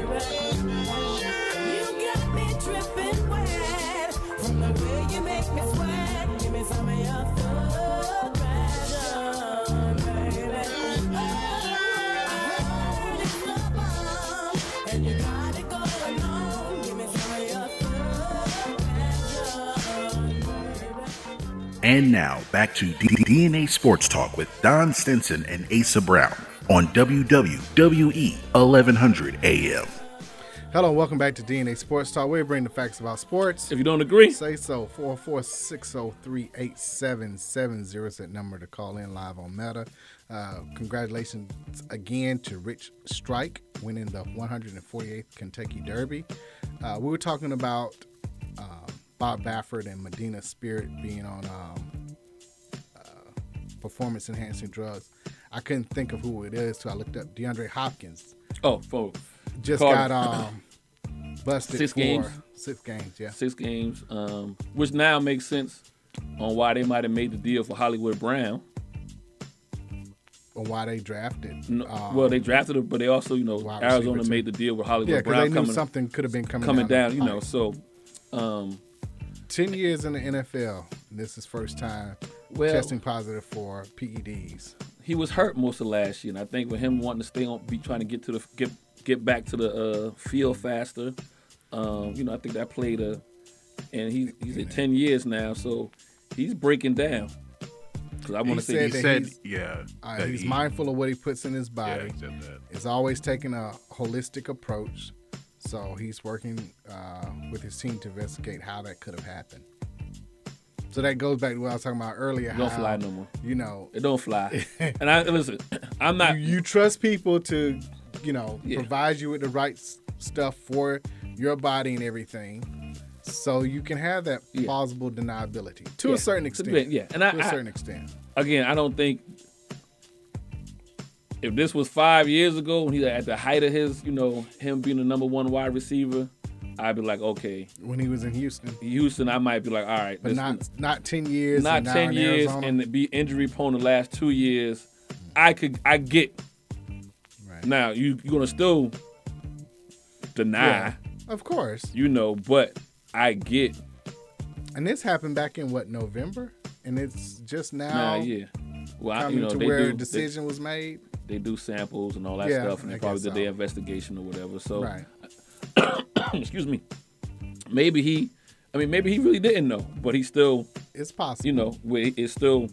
C: You got me dripping wet from the way you make me sweat. Give me some of your sub-passion, baby. Oh, it's the bomb. And you got it going on. Give me some of your sub-passion, baby.
I: And now back to D- DNA Sports Talk with Don Stinson and Asa Brown on E WWE 1100 AM.
D: Hello, and welcome back to DNA Sports Talk. We bring the facts about sports.
E: If you don't agree,
D: Say so. 446038770 is that number to call in live on Meta. Uh, congratulations again to Rich Strike winning the 148th Kentucky Derby. Uh, we were talking about uh, Bob Baffert and Medina Spirit being on um, uh, performance enhancing drugs. I couldn't think of who it is, so I looked up DeAndre Hopkins
E: oh, folks,
D: just
E: Carter.
D: got um busted
E: Six
D: for
E: games.
D: six games. Yeah,
E: six games, um, which now makes sense on why they might have made the deal for Hollywood Brown.
D: or why they drafted.
E: No,
D: uh,
E: well, they drafted him, but they also, you know,
D: wide receiver
E: Arizona
D: too.
E: made the deal with Hollywood
D: yeah, because
E: Brown
D: they knew
E: coming
D: something could have been coming
E: coming
D: down,
E: down,
D: the
E: you know.
D: pipe.
E: So, um,
D: Ten years in the NFL. and This is first time
E: Well-
D: testing positive for E PEDs.
E: he was hurt most of last year, and I think with him wanting to stay on, be trying to get to the get get back to the uh, field faster. Um, you know, I think that played a, and he, he's at ten years now, so he's breaking down. 'Cause I want to say
D: said
A: He
E: he's,
D: that
A: said,
D: he's-
A: yeah.
D: Uh,
A: that
D: he's
A: he-
D: mindful of what he puts in his
A: Yeah,
D: body.
A: he said that.
D: Is always taking a holistic approach. So he's working uh, with his team to investigate how that could have happened. So that goes back to what I was talking about earlier.
E: don't
D: how,
E: fly no more.
D: You know,
E: It don't fly. and I and listen, I'm not.
D: you, you trust people to, you know,
E: Yeah.
D: provide you with the right s- stuff for your body and everything, so you can have that
E: Yeah.
D: plausible deniability to
E: Yeah,
D: a certain
E: to
D: extent.
E: be- yeah, and I-
D: to a
E: I-
D: certain extent.
E: again, I don't think if this was five years ago when he at the height of his, you know, him being the number one wide receiver, I'd be like, okay,
D: When he was in Houston,
E: Houston, I might be like, all right,
D: but
E: this-
D: not not ten years,
E: not
D: and now
E: 10
D: in
E: years
D: Arizona.
E: and be injury prone the last two years, I could I get.
D: Right.
E: Now you you're gonna still deny,
D: Yeah. of course.
E: you know, but I get
D: And this happened back in what November, and it's just now
E: now, yeah. Well, I,
D: coming
E: you know,
D: to
E: they
D: where
E: do
D: a decision was made.
E: They, they do samples and all that
D: Yeah,
E: stuff, and
D: I
E: they probably
D: guess
E: did their
D: so.
E: investigation or whatever. So,
D: Right.
E: excuse me, maybe he, I mean, maybe he really didn't know, but he still
D: It's possible.
E: you know, where it- it's still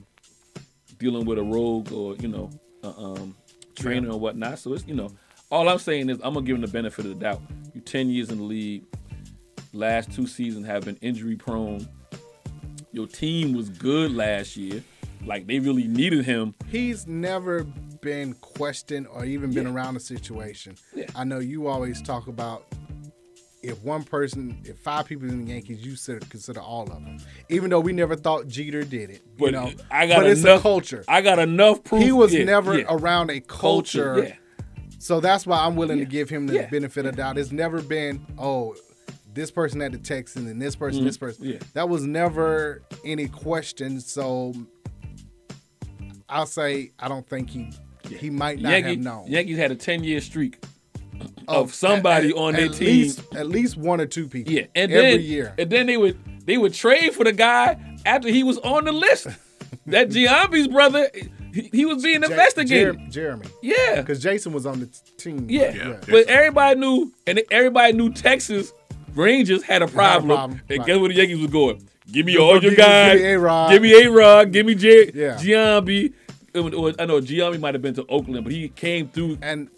E: dealing with a rogue or you know, a, um, trainer or whatnot. So it's you know, all I'm saying is I'm gonna give him the benefit of the doubt. You 10 years in the league, last two seasons have been injury prone. Your team was good last year. Like they really needed him.
D: He's never been questioned or even been
E: Yeah.
D: around the situation.
E: Yeah.
D: I know you always talk about if one person, if five people in the Yankees, you consider, consider all of them. Even though we never thought Jeter did it,
E: But
D: you know.
E: I got
D: but it's
E: enough
D: a culture.
E: I got enough proof.
D: he was
E: Yeah,
D: never
E: yeah.
D: around a culture,
E: Yeah.
D: so that's why I'm willing
E: Yeah.
D: to give him the
E: Yeah.
D: benefit of doubt. It's never been oh, this person had the Texans and this person, this person.
E: Mm-hmm. Yeah.
D: That was never any question. So I'll say I don't think he he might not
E: Yankee-
D: have known
E: Yankees had a ten year streak
D: Oh,
E: of somebody
D: at-
E: on
D: at
E: their team.
D: least- at least one or two people.
E: Yeah, and
D: every
E: then,
D: year.
E: and then they would they would trade for the guy after he was on the list. that Giambi's brother, he, he was being
D: Ja-
E: investigated.
D: Jer- Jeremy,
E: yeah,
D: because Jason was on the t- team.
E: yeah,
A: Yeah.
E: But everybody knew, and everybody knew Texas Rangers had a problem.
D: problem,
E: And
D: right.
E: guess where the Yankees was going? Give me all your
D: give me-
E: guys.
D: give me A-Rod.
E: Give me A Rod. Give me J-
D: Yeah.
E: Giambi. It was- I know Giambi might have been to Oakland, but he came through
D: and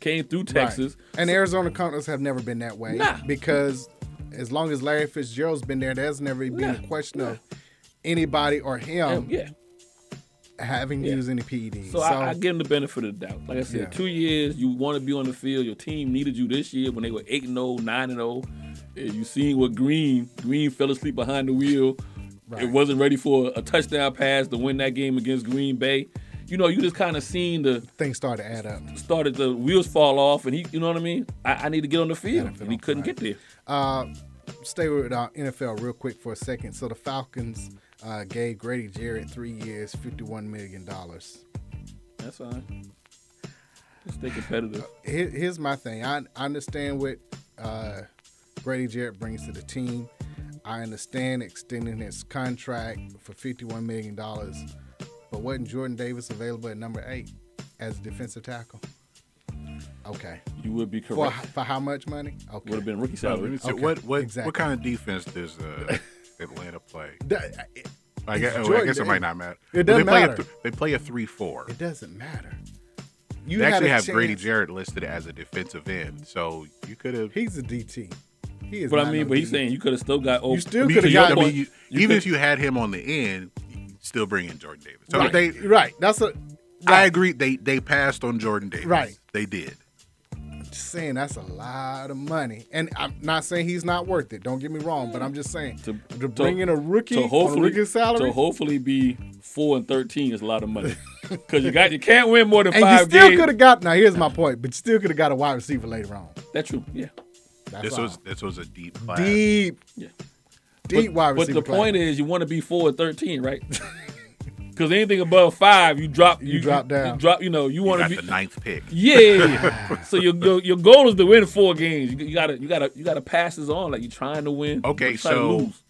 E: came through
D: right.
E: Texas.
D: and Arizona Cardinals have never been that way.
E: Nah.
D: because as long as Larry Fitzgerald's been there, there's never been
E: Nah.
D: a question of anybody or him
E: yeah.
D: having
E: Yeah.
D: used any E PEDs.
E: So, I, I give him the benefit of the doubt. Like I said,
D: Yeah.
E: two years you want to be on the field. Your team needed you this year when they were eight and 9 and zero. You seen what Green Green fell asleep behind the wheel. It
D: Right.
E: wasn't ready for a touchdown pass to win that game against Green Bay. You know, you just kind of seen the
D: things start to add up.
E: started the wheels fall off, and he, you know what I mean. I, I need to get on the field, and he couldn't get there.
D: Stay with uh, NFL real quick for a second. So the Falcons uh, gave Grady Jarrett three years, fifty-one million dollars.
E: That's fine. Just stay competitive.
D: here, here's my thing. I, I understand what uh, Brady Jarrett brings to the team. I understand extending his contract for fifty-one million dollars, but wasn't Jordan Davis available at number eight as defensive tackle? Okay,
E: You would be
D: for
E: correct.
D: for how much money? Okay,
E: Would have been rookie
A: Oh, Let me
E: salary.
A: see,
D: Okay,
A: what what
D: exactly.
A: what kind of defense does uh, Atlanta play?
D: That- it,
A: I guess, oh, I
D: Jordan,
A: guess it
D: it-
A: might not matter.
D: it
A: Well,
D: doesn't
A: they play A
D: matter.
A: th- they play a three-four.
D: it doesn't matter. You
A: They
D: had
A: actually
D: a
A: have Grady
D: chance.
A: Jarrett listed as a defensive end, so you could have.
D: He's a DT. He is.
E: But I
D: not
E: mean,
D: no
E: but he's
D: DT.
E: saying you could have still got. over.
D: You still
A: I mean,
D: could have
A: you-
D: got.
A: I mean, you-
E: you
A: even
E: could-
A: if you had him on the end, you still bring in Jordan Davis. So
D: right.
A: they,
D: right. That's a.
A: I agree. They they passed on Jordan Davis.
D: Right.
A: They did.
D: just saying that's a lot of money. And I'm not saying he's not worth it. Don't get me wrong, but I'm just saying to, bring in a rookie
E: to hopefully
D: on a rookie salary
E: to hopefully be four and thirteen is a lot of money because you got you can't win more than
D: and you
E: five
D: still
E: games.
D: could have got now here's my point, but you still could have got a wide receiver later on.
E: That's true. Yeah,
D: That's
A: This
D: all.
A: was this was a deep class.
D: deep
E: yeah.
D: deep
E: but,
D: wide
E: but
D: receiver.
E: the point is, you want to be four and thirteen, right? Because anything above five, you drop. You,
D: drop
E: You
D: down.
E: drop. You know. You
A: You
E: want to
A: got
E: be.
A: the ninth pick.
E: Yeah, yeah, yeah. so your, your your goal is to win four games. You, you gotta you gotta you gotta pass this on. Like you're trying to win.
A: Okay,
E: you're trying
A: so-
E: to lose.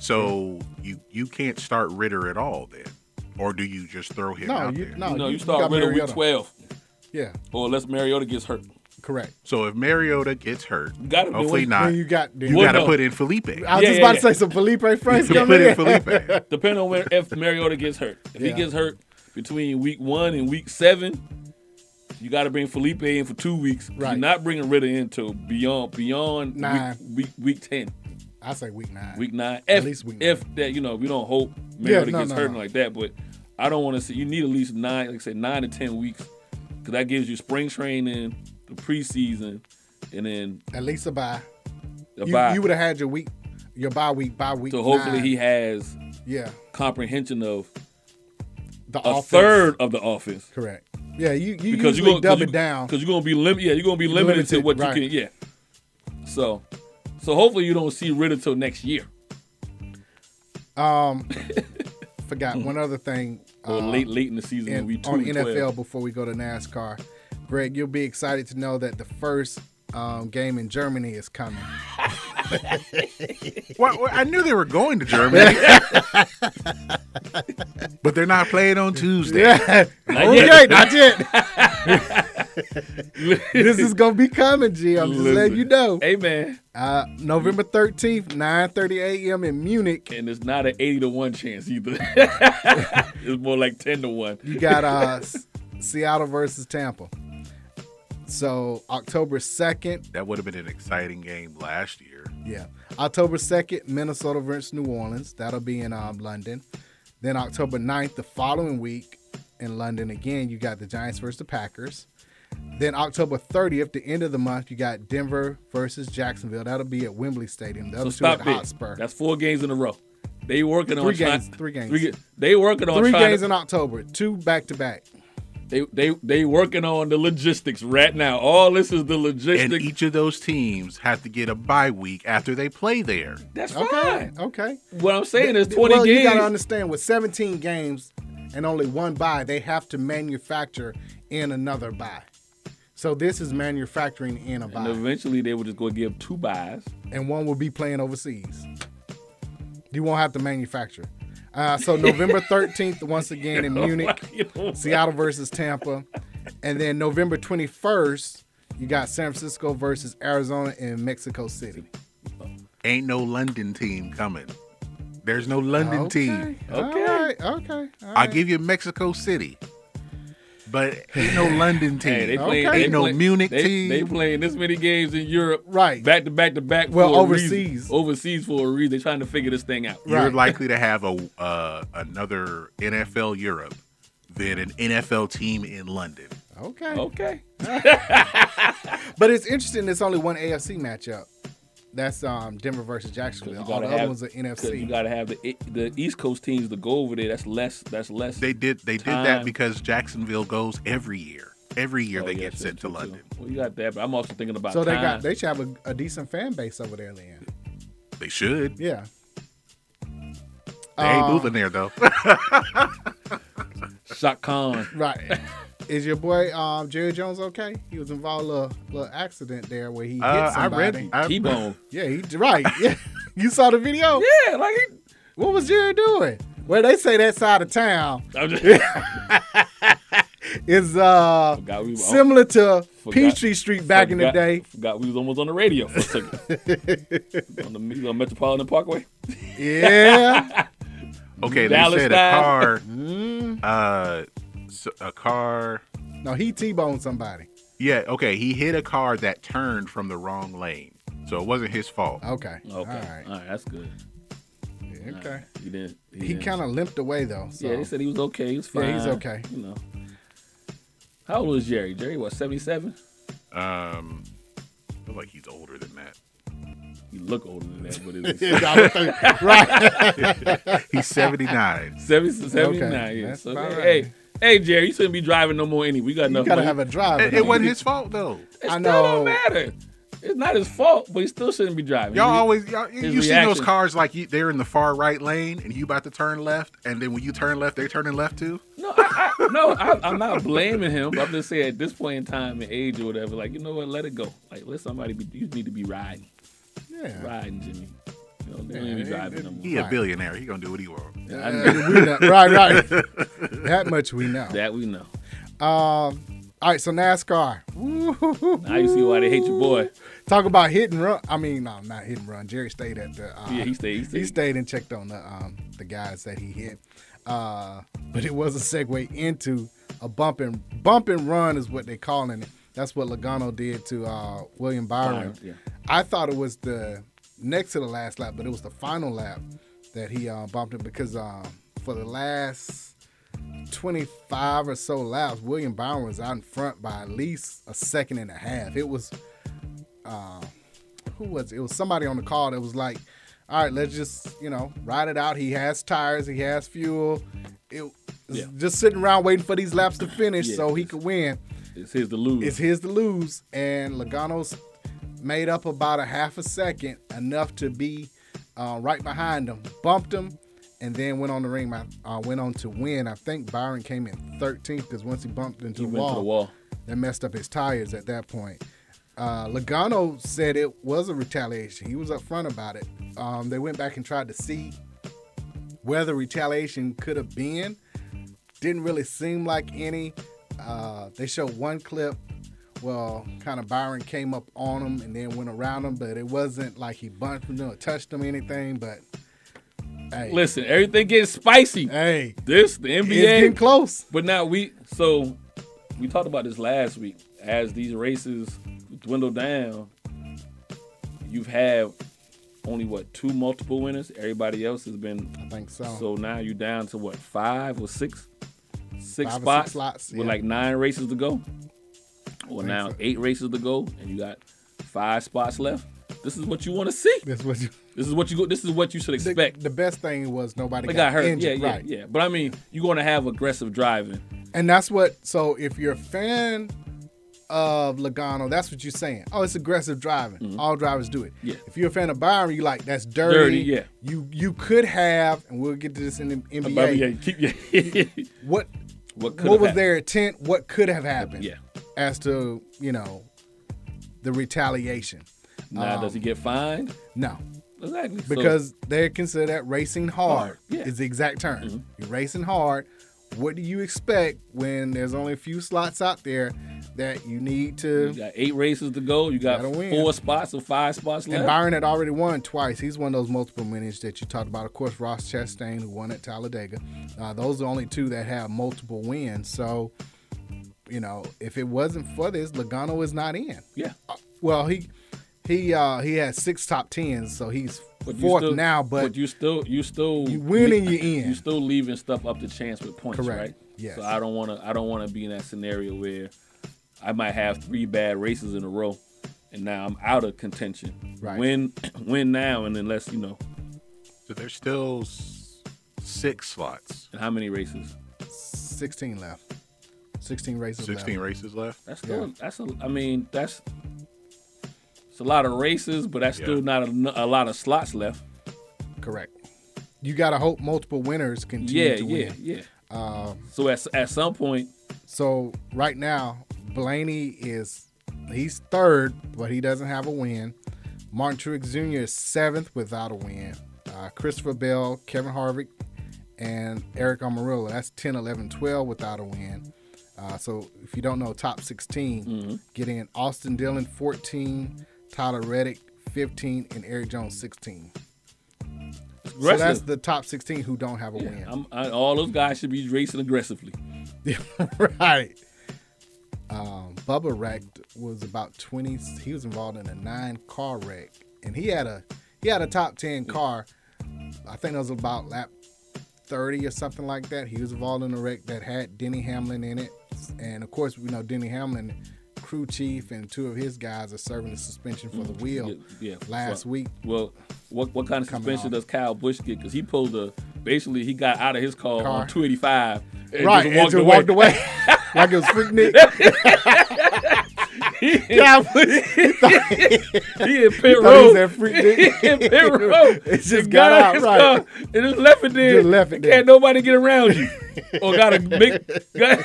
A: So you you can't start Ritter at all then, or do you just throw him
D: no,
A: out
D: you,
A: there?
D: no,
E: you know
D: Oh, you,
E: you,
D: you
E: start
D: got
E: with week
D: Mariota.
E: twelve,
D: Yeah,
E: or unless Mariota gets hurt,
D: correct.
A: So if Mariota gets hurt,
E: gotta do
A: hopefully
E: it.
A: not.
D: then you got then
A: you
E: Well,
A: got to
E: no.
A: put in Felipe. You
D: I was
E: Yeah,
D: just
E: yeah,
D: about
E: yeah.
D: to say some Felipe Franks
A: gotta
D: come
A: put in
D: in.
A: Felipe.
E: depending on where if Mariota gets hurt. If he
D: Yeah.
E: gets hurt between week one and week seven, you got to bring Felipe in for two weeks. You're
D: Right.
E: not bringing Ritter in till beyond beyond
D: Nine.
E: Week, week week ten,
D: I say week nine.
E: week nine. If,
D: least week
E: if that you know we don't hope Mariota
D: no,
E: gets
D: no,
E: hurt
D: no.
E: like that, but I don't want to see. You need at least nine, like I said, nine to ten weeks, because that gives you spring training, the preseason, and then
D: At least a bye.
E: a
D: You,
E: bye.
D: you would have had your week, your bye week, bye week.
E: so hopefully
D: nine.
E: he has
D: yeah
E: comprehension of
D: the
E: a
D: offense.
E: third of the offense.
D: Correct. Yeah, you, you
E: because
D: usually
E: you're gonna
D: double down.
E: because you're gonna be limited. Yeah, you're gonna be limited, to
D: limited,
E: what
D: right.
E: you can. Yeah. So, so hopefully you don't see Ritter till next year
D: Forgot one other thing
E: or
D: uh,
E: late late in the season when
D: in-
E: Hmm. we two
D: on
E: and
D: NFL
E: 12.
D: before we go to NASCAR. Greg, you'll be excited to know that the first um, game in Germany is coming.
A: Well, well, I knew they were going to Germany, but they're not playing on Tuesday.
E: Not
D: Oh
E: yet.
D: yeah, not yet. this is gonna be coming, G. I'm just letting you know.
E: Hey man,
D: Uh, November 13th, 9:30 a.m. in Munich.
E: and it's not an eighty to one chance either. it's more like ten to one.
D: You got uh, S- Seattle versus Tampa. So October 2nd,
A: That would have been an exciting game last year.
D: yeah. October 2nd, Minnesota versus New Orleans. That'll be in um, London. Then October 9th, the following week in London again, you got the Giants versus the Packers. Then October 30th, the end of the month, you got Denver versus Jacksonville. That'll be at Wembley Stadium. The
E: So
D: other two
E: stop
D: at
E: it.
D: Hotspur.
E: That's four games in a row. They working on
D: Three
E: trying-
D: games, three games.
E: ge- they working on
D: Three
E: trying
D: games
E: to-
D: in October, two back to back.
E: they they they working on the logistics right now. All this is the
A: And
E: logistics.
A: each of those teams have to get a bye week after they play there.
E: That's
D: Okay,
E: fine.
D: okay.
E: What I'm saying is 20
D: well,
E: games.
D: you gotta understand with 17 games and only one buy, they have to manufacture in another buy. So this is manufacturing in a
E: and
D: buy,
E: eventually they were just going to give two buys.
D: and one will be playing overseas. You won't have to manufacture. Uh, so November 13th, once again in Munich,
E: You know,
D: Seattle versus Tampa, and then November 21st, you got San Francisco versus Arizona in Mexico City.
A: Ain't no London team coming. There's no London
D: Okay,
A: team.
D: all
E: Okay.
D: right, okay. all
A: I
D: right.
A: give you Mexico City, but ain't no London team.
E: Hey, they
D: play-
E: playing,
D: Okay.
E: they
A: Ain't no
E: play-
A: Munich
E: they,
A: team.
E: They playing this many games in Europe,
D: Right.
E: Back to back to back.
D: Well,
E: for a reason.
D: overseas.
E: overseas for a reason. They trying to figure this thing out.
A: You're
D: Right.
A: likely to have a uh, another NFL Europe than an NFL team in London.
D: Okay.
E: Okay,
D: But it's interesting. It's only one AFC matchup. That's um, Denver versus Jacksonville. All the other ones are
E: 'cause You
D: NFC.
E: got to have the the East Coast teams to go over there. That's less. That's less.
A: They did they did
E: Time.
A: that because Jacksonville goes every year. Every
E: Oh,
A: year they get sent to London.
E: Well, you got that, but I'm also thinking about
D: so they
E: time.
D: got they should have a, a decent fan base over there then.
A: They should.
D: Yeah.
A: They ain't
D: Uh,
A: moving there though.
E: Shot Khan.
D: Right. Is your boy um, Jerry Jones okay? He was involved in a little, little accident there where he hit
A: Uh, I
D: somebody.
A: read I,
E: T Bone.
D: Yeah, he right. Yeah. you saw the video?
E: Yeah, like he,
D: What was Jerry doing? Well, they say that side of town
E: I'm just,
D: is uh
E: Forgot we were-
D: similar to
E: Forgot-
D: Peachtree Street back in the
E: forgot-
D: day.
E: Forgot we was almost on the radio for a second. on the you know, Metropolitan Parkway.
D: Yeah.
A: okay, they
E: Dallas
A: said
E: style.
A: a car uh so a car
D: No, he T-boned somebody.
A: Yeah, okay, he hit a car that turned from the wrong lane. So it wasn't his fault.
D: Okay.
E: Okay,
D: All right.
E: that's good.
D: Yeah, okay.
E: He didn't.
D: He
E: didn't-
D: kind of limped away though. So.
E: Yeah, they said he was okay. He was fine.
D: Yeah, he's okay.
E: You know. How old was Jerry? Jerry was seventy-seven.
A: Um I feel like he's older than that.
E: He look older than that, but it was
D: Yeah, I would think-
A: He's 79.
E: 70, 79
D: Okay,
E: years.
D: that's
E: So,
D: fine.
E: hey, hey, Jerry, you shouldn't be driving no more. Anyway, we got
D: you
E: enough.
D: gotta
E: money.
D: have a driver.
A: it,
D: though.
A: it wasn't his fault though.
E: It
D: I
E: still don't
D: know.
E: matter. It's not his fault, but he still shouldn't be driving.
A: Y'all
E: He-
A: always y'all, you
E: his
A: you see those
E: reaction.
A: cars like you, they're in the far right lane and you about to turn left, and then when you turn left, they're turning left too.
E: No, I, I, no, I, I'm not blaming him. But I'm just saying at this point in time and age or whatever, like you know what, let it go. Like let somebody be. You need to be riding,
D: Yeah.
E: riding, Jimmy. You know, they don't be driving no more.
A: He a billionaire. He gonna do what he want.
E: I
D: Uh,
E: know
D: we know- right, right. that much we know.
E: that we know.
D: Um, all right, so NASCAR.
E: Now you see why they hate your boy.
D: Talk about hit and run. I mean, no, not hit and run. Jerry stayed at the. Uh,
E: Yeah, he stayed. He stayed.
D: he stayed and checked on the um, the guys that he hit. Uh, but it was a segue into a bump and bump and run is what they're calling it. That's what Logano did to uh, William Byron.
E: Byron, yeah.
D: I thought it was the next to the last lap, but it was the final lap that he uh, bumped him because um, for the last 25 or so laps, William Byron was out in front by at least a second and a half. It was who was it? It was somebody on the call that was like, "All right, let's just you know ride it out. He has tires, he has fuel. It
E: Yeah.
D: just sitting around waiting for these laps to finish
E: Yeah.
D: so he could win.
E: It's his to lose.
D: It's his to lose, and Logano's made up about a half a second enough to be uh, right behind him, bumped him." And then went on the ring. uh, went on to win. I think Byron came in 13th because once he bumped into
E: he
D: the
E: went to the wall.
D: that messed up his tires at that point. Uh, Logano said it was a retaliation. He was upfront about it. Um, they went back and tried to see whether retaliation could have been. Didn't really seem like any. Uh, they showed one clip. Well, kind of Byron came up on him and then went around him, but it wasn't like he bunched him or touched him or anything. But hey,
E: Listen, everything getting spicy.
D: hey,
E: This the NBA.
D: it's getting close.
E: But now we so we talked about this last week. as these races dwindle down, you've had only what two multiple winners. Everybody else has been
D: I think so.
E: so now you're down to what five or six, six
D: Five or six
E: spots
D: slots,
E: with
D: yeah.
E: like nine races to go. Well, now
D: so.
E: eight races to go, and you got five spots left. This is what you want to see.
D: This was
E: This is what you go. This is what you should
D: the,
E: expect.
D: the best thing was nobody
E: They
D: got,
E: got hurt.
D: injured,
E: yeah, yeah,
D: right?
E: yeah. But I mean, you're going to have aggressive driving.
D: And that's what. So if you're a fan of Logano, that's what you're saying. Oh, it's aggressive driving. All drivers do it.
E: Mm-hmm. Yeah.
D: If you're a fan of Byron, you like that's dirty.
E: Dirty, yeah.
D: You you could have, and we'll get to this in the NBA.
E: But yeah, keep yeah.
D: What
E: what could
D: what was
E: happened?
D: their intent? What could have happened?
E: Yeah.
D: As to you know, the retaliation.
E: Now does he get fined?
D: No,
E: Exactly. So-
D: Um, because they consider that racing hard,
E: Hard, yeah. Mm-hmm.
D: is the exact term. You're racing hard. What do you expect when there's only a few slots out there that you need to?
E: you got eight races to go. You got
D: Gotta win.
E: four spots or five spots left.
D: And Byron had already won twice. He's one of those multiple winners that you talked about. Of course, Ross Chastain, who won at Talladega. Uh, those are only two that have multiple wins. So, you know, if it wasn't for this, Logano is not in.
E: yeah.
D: Well, he he uh, he had six top tens, so he's
E: you
D: fourth
E: still-
D: now. But
E: you still you still
D: You win and you in.
E: You still leaving stuff up to chance with points,
D: Correct.
E: right?
D: Yes.
E: So I don't want to I don't want to be in that scenario where I might have three bad races in a row, and now I'm out of contention.
D: Right.
E: Win win now, and unless you know,
A: So there's still s- six slots,
E: and how many races?
D: sixteen left, sixteen races. left.
A: 16 races left.
E: That's still that's a I mean that's it's a lot of races, but that's still
A: Yeah.
E: not a, a lot of slots left.
D: Correct. You gotta hope multiple winners continue
E: Yeah,
D: to
E: yeah,
D: win.
E: yeah. Um, so at at some point,
D: So right now, Blaney is he's third, but he doesn't have a win. Martin Truex Jr. is seventh without a win. Uh, Christopher Bell, Kevin Harvick, and Eric Amarillo. That's 10, 11, 12 without a win. Uh, so if you don't know, top 16, get in Austin Dillon 14, Tyler Reddick 15, and Eric Jones 16. So
E: aggressive.
D: that's the top 16 who don't have a win.
E: I'm, I, all those guys should be racing aggressively.
D: right. Um, Bubba wrecked was about twenty. He was involved in a nine car wreck, and he had a he had a top ten car. I think that was about lap thirty or something like that. He was involved in a wreck that had Denny Hamlin in it, and of course we know Denny Hamlin, crew chief, and two of his guys are serving the suspension for the wheel
E: Mm, Yeah, yeah,
D: last
E: so-
D: week.
E: Well, what what kind of
D: Coming
E: suspension
D: off.
E: does Kyle Bush get? Because he pulled a basically he got out of his car,
D: Car.
E: on 285 and
D: right,
E: just
D: and
E: walked
D: just
E: away.
D: walked away like it was Freak Nick. Kyle Busch-
E: He in pit
D: thought he was
E: road.
D: at Freak Nick.
E: He in pit road.
D: It just
E: He
D: got out,
E: his
D: right.
E: car And just left it there.
D: Just left it
E: And
D: there.
E: Can't nobody get around you. or gotta make. Got,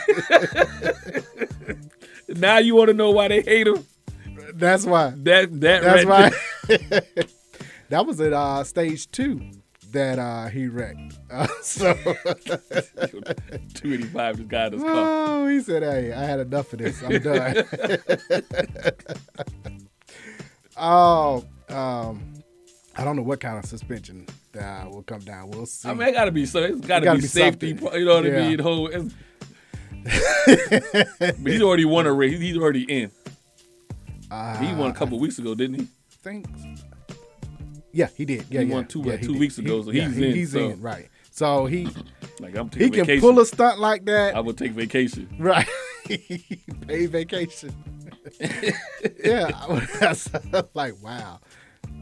E: now you want to know why they hate him?
D: That's why.
E: That that
D: That's
E: right
D: why.
E: there.
D: that was at uh, stage two that uh, he wrecked. Uh, so
E: 285 just got his car.
D: oh, he said, "Hey, I had enough of this. I'm done." oh, um, I don't know what kind of suspension uh, will come down. We'll see.
E: I mean, it gotta be so. It's gotta,
D: gotta
E: be,
D: be
E: safety.
D: something.
E: pro- You know what
D: Yeah.
E: I mean? Whole. It's, but he's already won a race. He's already in.
D: Ah.
E: he won a couple weeks ago, didn't he?
D: think. Yeah, he did. Yeah,
E: He
D: yeah.
E: won two-
D: yeah,
E: like
D: he
E: two
D: did.
E: weeks ago, so
D: yeah,
E: he's
D: he-
E: in,
D: He's
E: so-
D: in, right? So he
E: Like I'm taking
D: he
E: vacation.
D: can pull a stunt like that.
E: I will take vacation.
D: Right. Paid vacation. yeah. I was like, wow.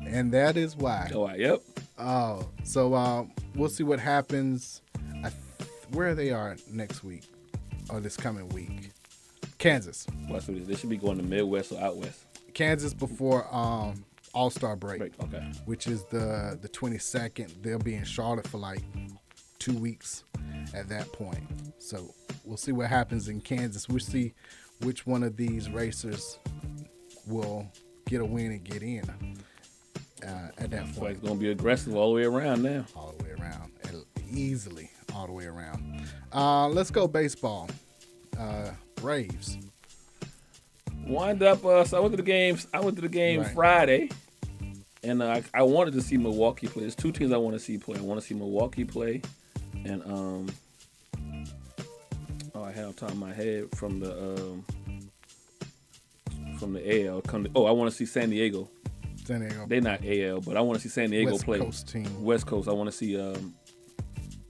D: And that is why.
E: Oh, I, yep.
D: Oh, so uh, we'll see what happens. I th- where they are next week or this coming week. Kansas.
E: Watch what it is. They should be going to Midwest or out west.
D: Kansas before um, All Star break,
E: Right. Okay.
D: which is the the 22nd. They'll be in Charlotte for like two weeks at that point. So we'll see what happens in Kansas. We'll see which one of these racers will get a win and get in uh, at that
E: So it's
D: point
E: gonna be aggressive all the way around now.
D: all the way around, and easily all the way around. Uh, let's go baseball. Uh, Braves.
E: Wind up. Uh, so I went to the games. I went to the game
D: Right.
E: Friday, and uh, I, I wanted to see Milwaukee play. There's two teams I want to see play. I want to see Milwaukee play, and um, oh, I had on top of my head from the um, from the AL come. To, oh, I want to see San Diego.
D: San Diego.
E: They not AL, but I want to see San Diego
D: West
E: play
D: Coast team.
E: West Coast. I want to see um,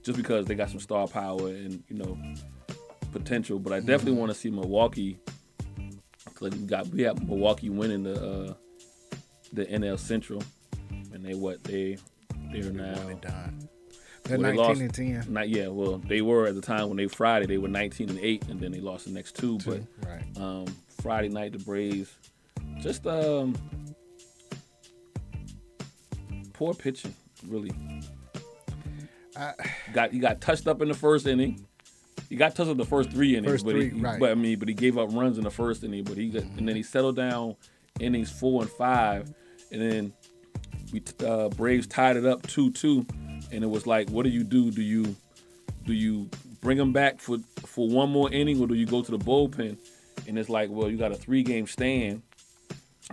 E: just because they got some star power and you know potential, but I
D: Mm-hmm.
E: definitely want to see Milwaukee. 'cause we got we have Milwaukee winning the uh, the NL Central, and they what they they're now
D: They're done. They're
E: well,
D: 19
E: they lost-
D: and 10.
E: Not yeah. Well, they were at the time when they Friday they were 19 and eight, and then they lost the next two. But
D: Right.
E: um, Friday night the Braves just um poor pitching really. got he got touched up in the first inning. He got touched up the first three innings,
D: First
E: but
D: three,
E: he,
D: right.
E: but I mean, but he gave up runs in the first inning. But he got, and then he settled down innings four and five, and then we t- uh, Braves tied it up two two, and it was like, what do you do? Do you do you bring him back for for one more inning, or do you go to the bullpen? And it's like, well, you got a three game stand.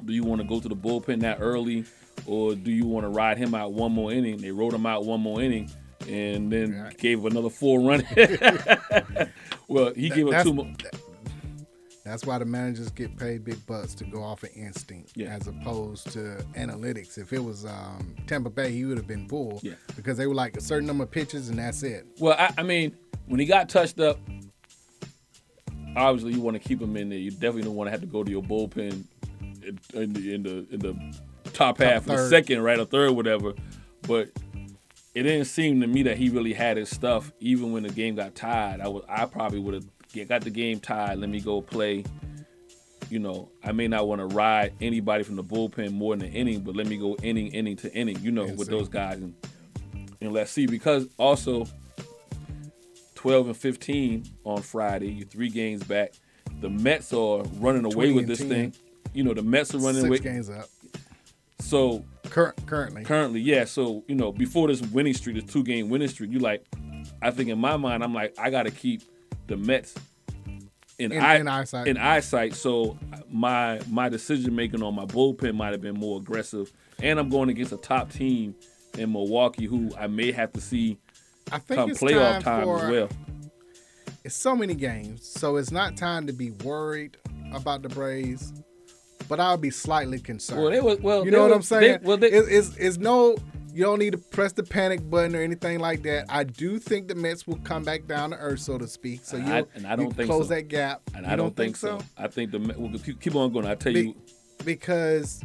E: Do you want to go to the bullpen that early, or do you want to ride him out one more inning? They rode him out one more inning, and then
D: Yeah.
E: gave another four run. well, he gave up
D: that's-
E: two more.
D: That's why the managers get paid big bucks to go off of instinct
E: Yeah.
D: as opposed to analytics. If it was um, Tampa Bay, he would have been pulled
E: Yeah.
D: because they were like a certain number of pitches and that's it.
E: Well, I, I mean, when he got touched up, obviously you want to keep him in there. You definitely don't want to have to go to your bullpen in, in the, in the in the top half, or the
D: third.
E: second, right, or third, whatever. But it didn't seem to me that he really had his stuff. Even when the game got tied, I was I probably would have got the game tied. Let me go play. You know, I may not want to ride anybody from the bullpen more than the inning, but let me go inning, inning to inning. You know, with
D: see.
E: those guys, and, and let's see. Because also, 12 and 15 on Friday. You three games back. The Mets are running
D: 20
E: away with
D: and
E: this
D: 10.
E: thing. You know, the Mets are running
D: Six
E: away.
D: games up.
E: So
D: Cur- currently.
E: currently, yeah. So, you know, before this winning streak, this two game winning streak, you like, I think in my mind, I'm like, I got to keep the Mets in,
D: In-
E: eye,
D: in eyesight.
E: In eyesight. So my my decision making on my bullpen might have been more aggressive. And I'm going against a top team in Milwaukee who I may have to see
D: I think
E: come
D: it's
E: playoff
D: time,
E: time
D: for
E: as well.
D: it's so many games, so it's not time to be worried about the Braves. But I'll be slightly concerned.
E: Well, they was- well,
D: you
E: they
D: know what
E: was-
D: I'm saying.
E: they- well, they-
D: It's- it's, it's no, you don't need to press the panic button or anything like that. I do think the Mets will come back down to earth, so to speak. So you,
E: I- and I
D: you
E: don't think
D: close
E: so.
D: that gap.
E: And
D: You
E: I don't, think, so. I think the well, keep, keep on going. I tell
D: Be-
E: you,
D: because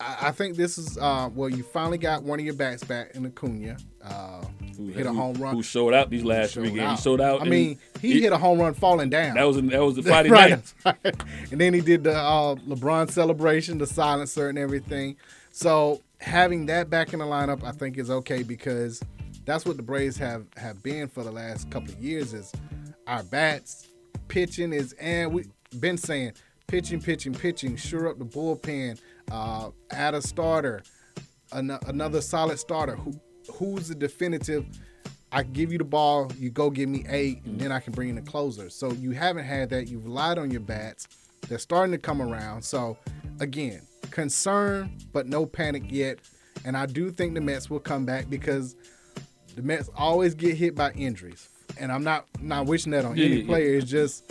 D: I, I think this is uh, well, you finally got one of your backs back in Acuna. Uh,
E: who,
D: hit a home run.
E: Who showed out these last three
D: showed
E: games? He showed out.
D: I
E: and
D: mean, he hit a home run falling down.
E: That was that was the Friday night.
D: and then he did the uh, LeBron celebration, the silencer, and everything. So having that back in the lineup, I think is okay because that's what the Braves have have been for the last couple of years. Is our bats pitching is and we been saying pitching, pitching, pitching, sure up the bullpen, uh, add a starter, an- another solid starter. Who who's the definitive? I give you the ball, you go give me eight, and then I can bring in a closer. So you haven't had that. You've relied on your bats. They're starting to come around. So again, concern but no panic yet. And I do think the Mets will come back because the Mets always get hit by injuries. And I'm not not wishing that on
E: Yeah,
D: any
E: yeah, yeah.
D: player. It's just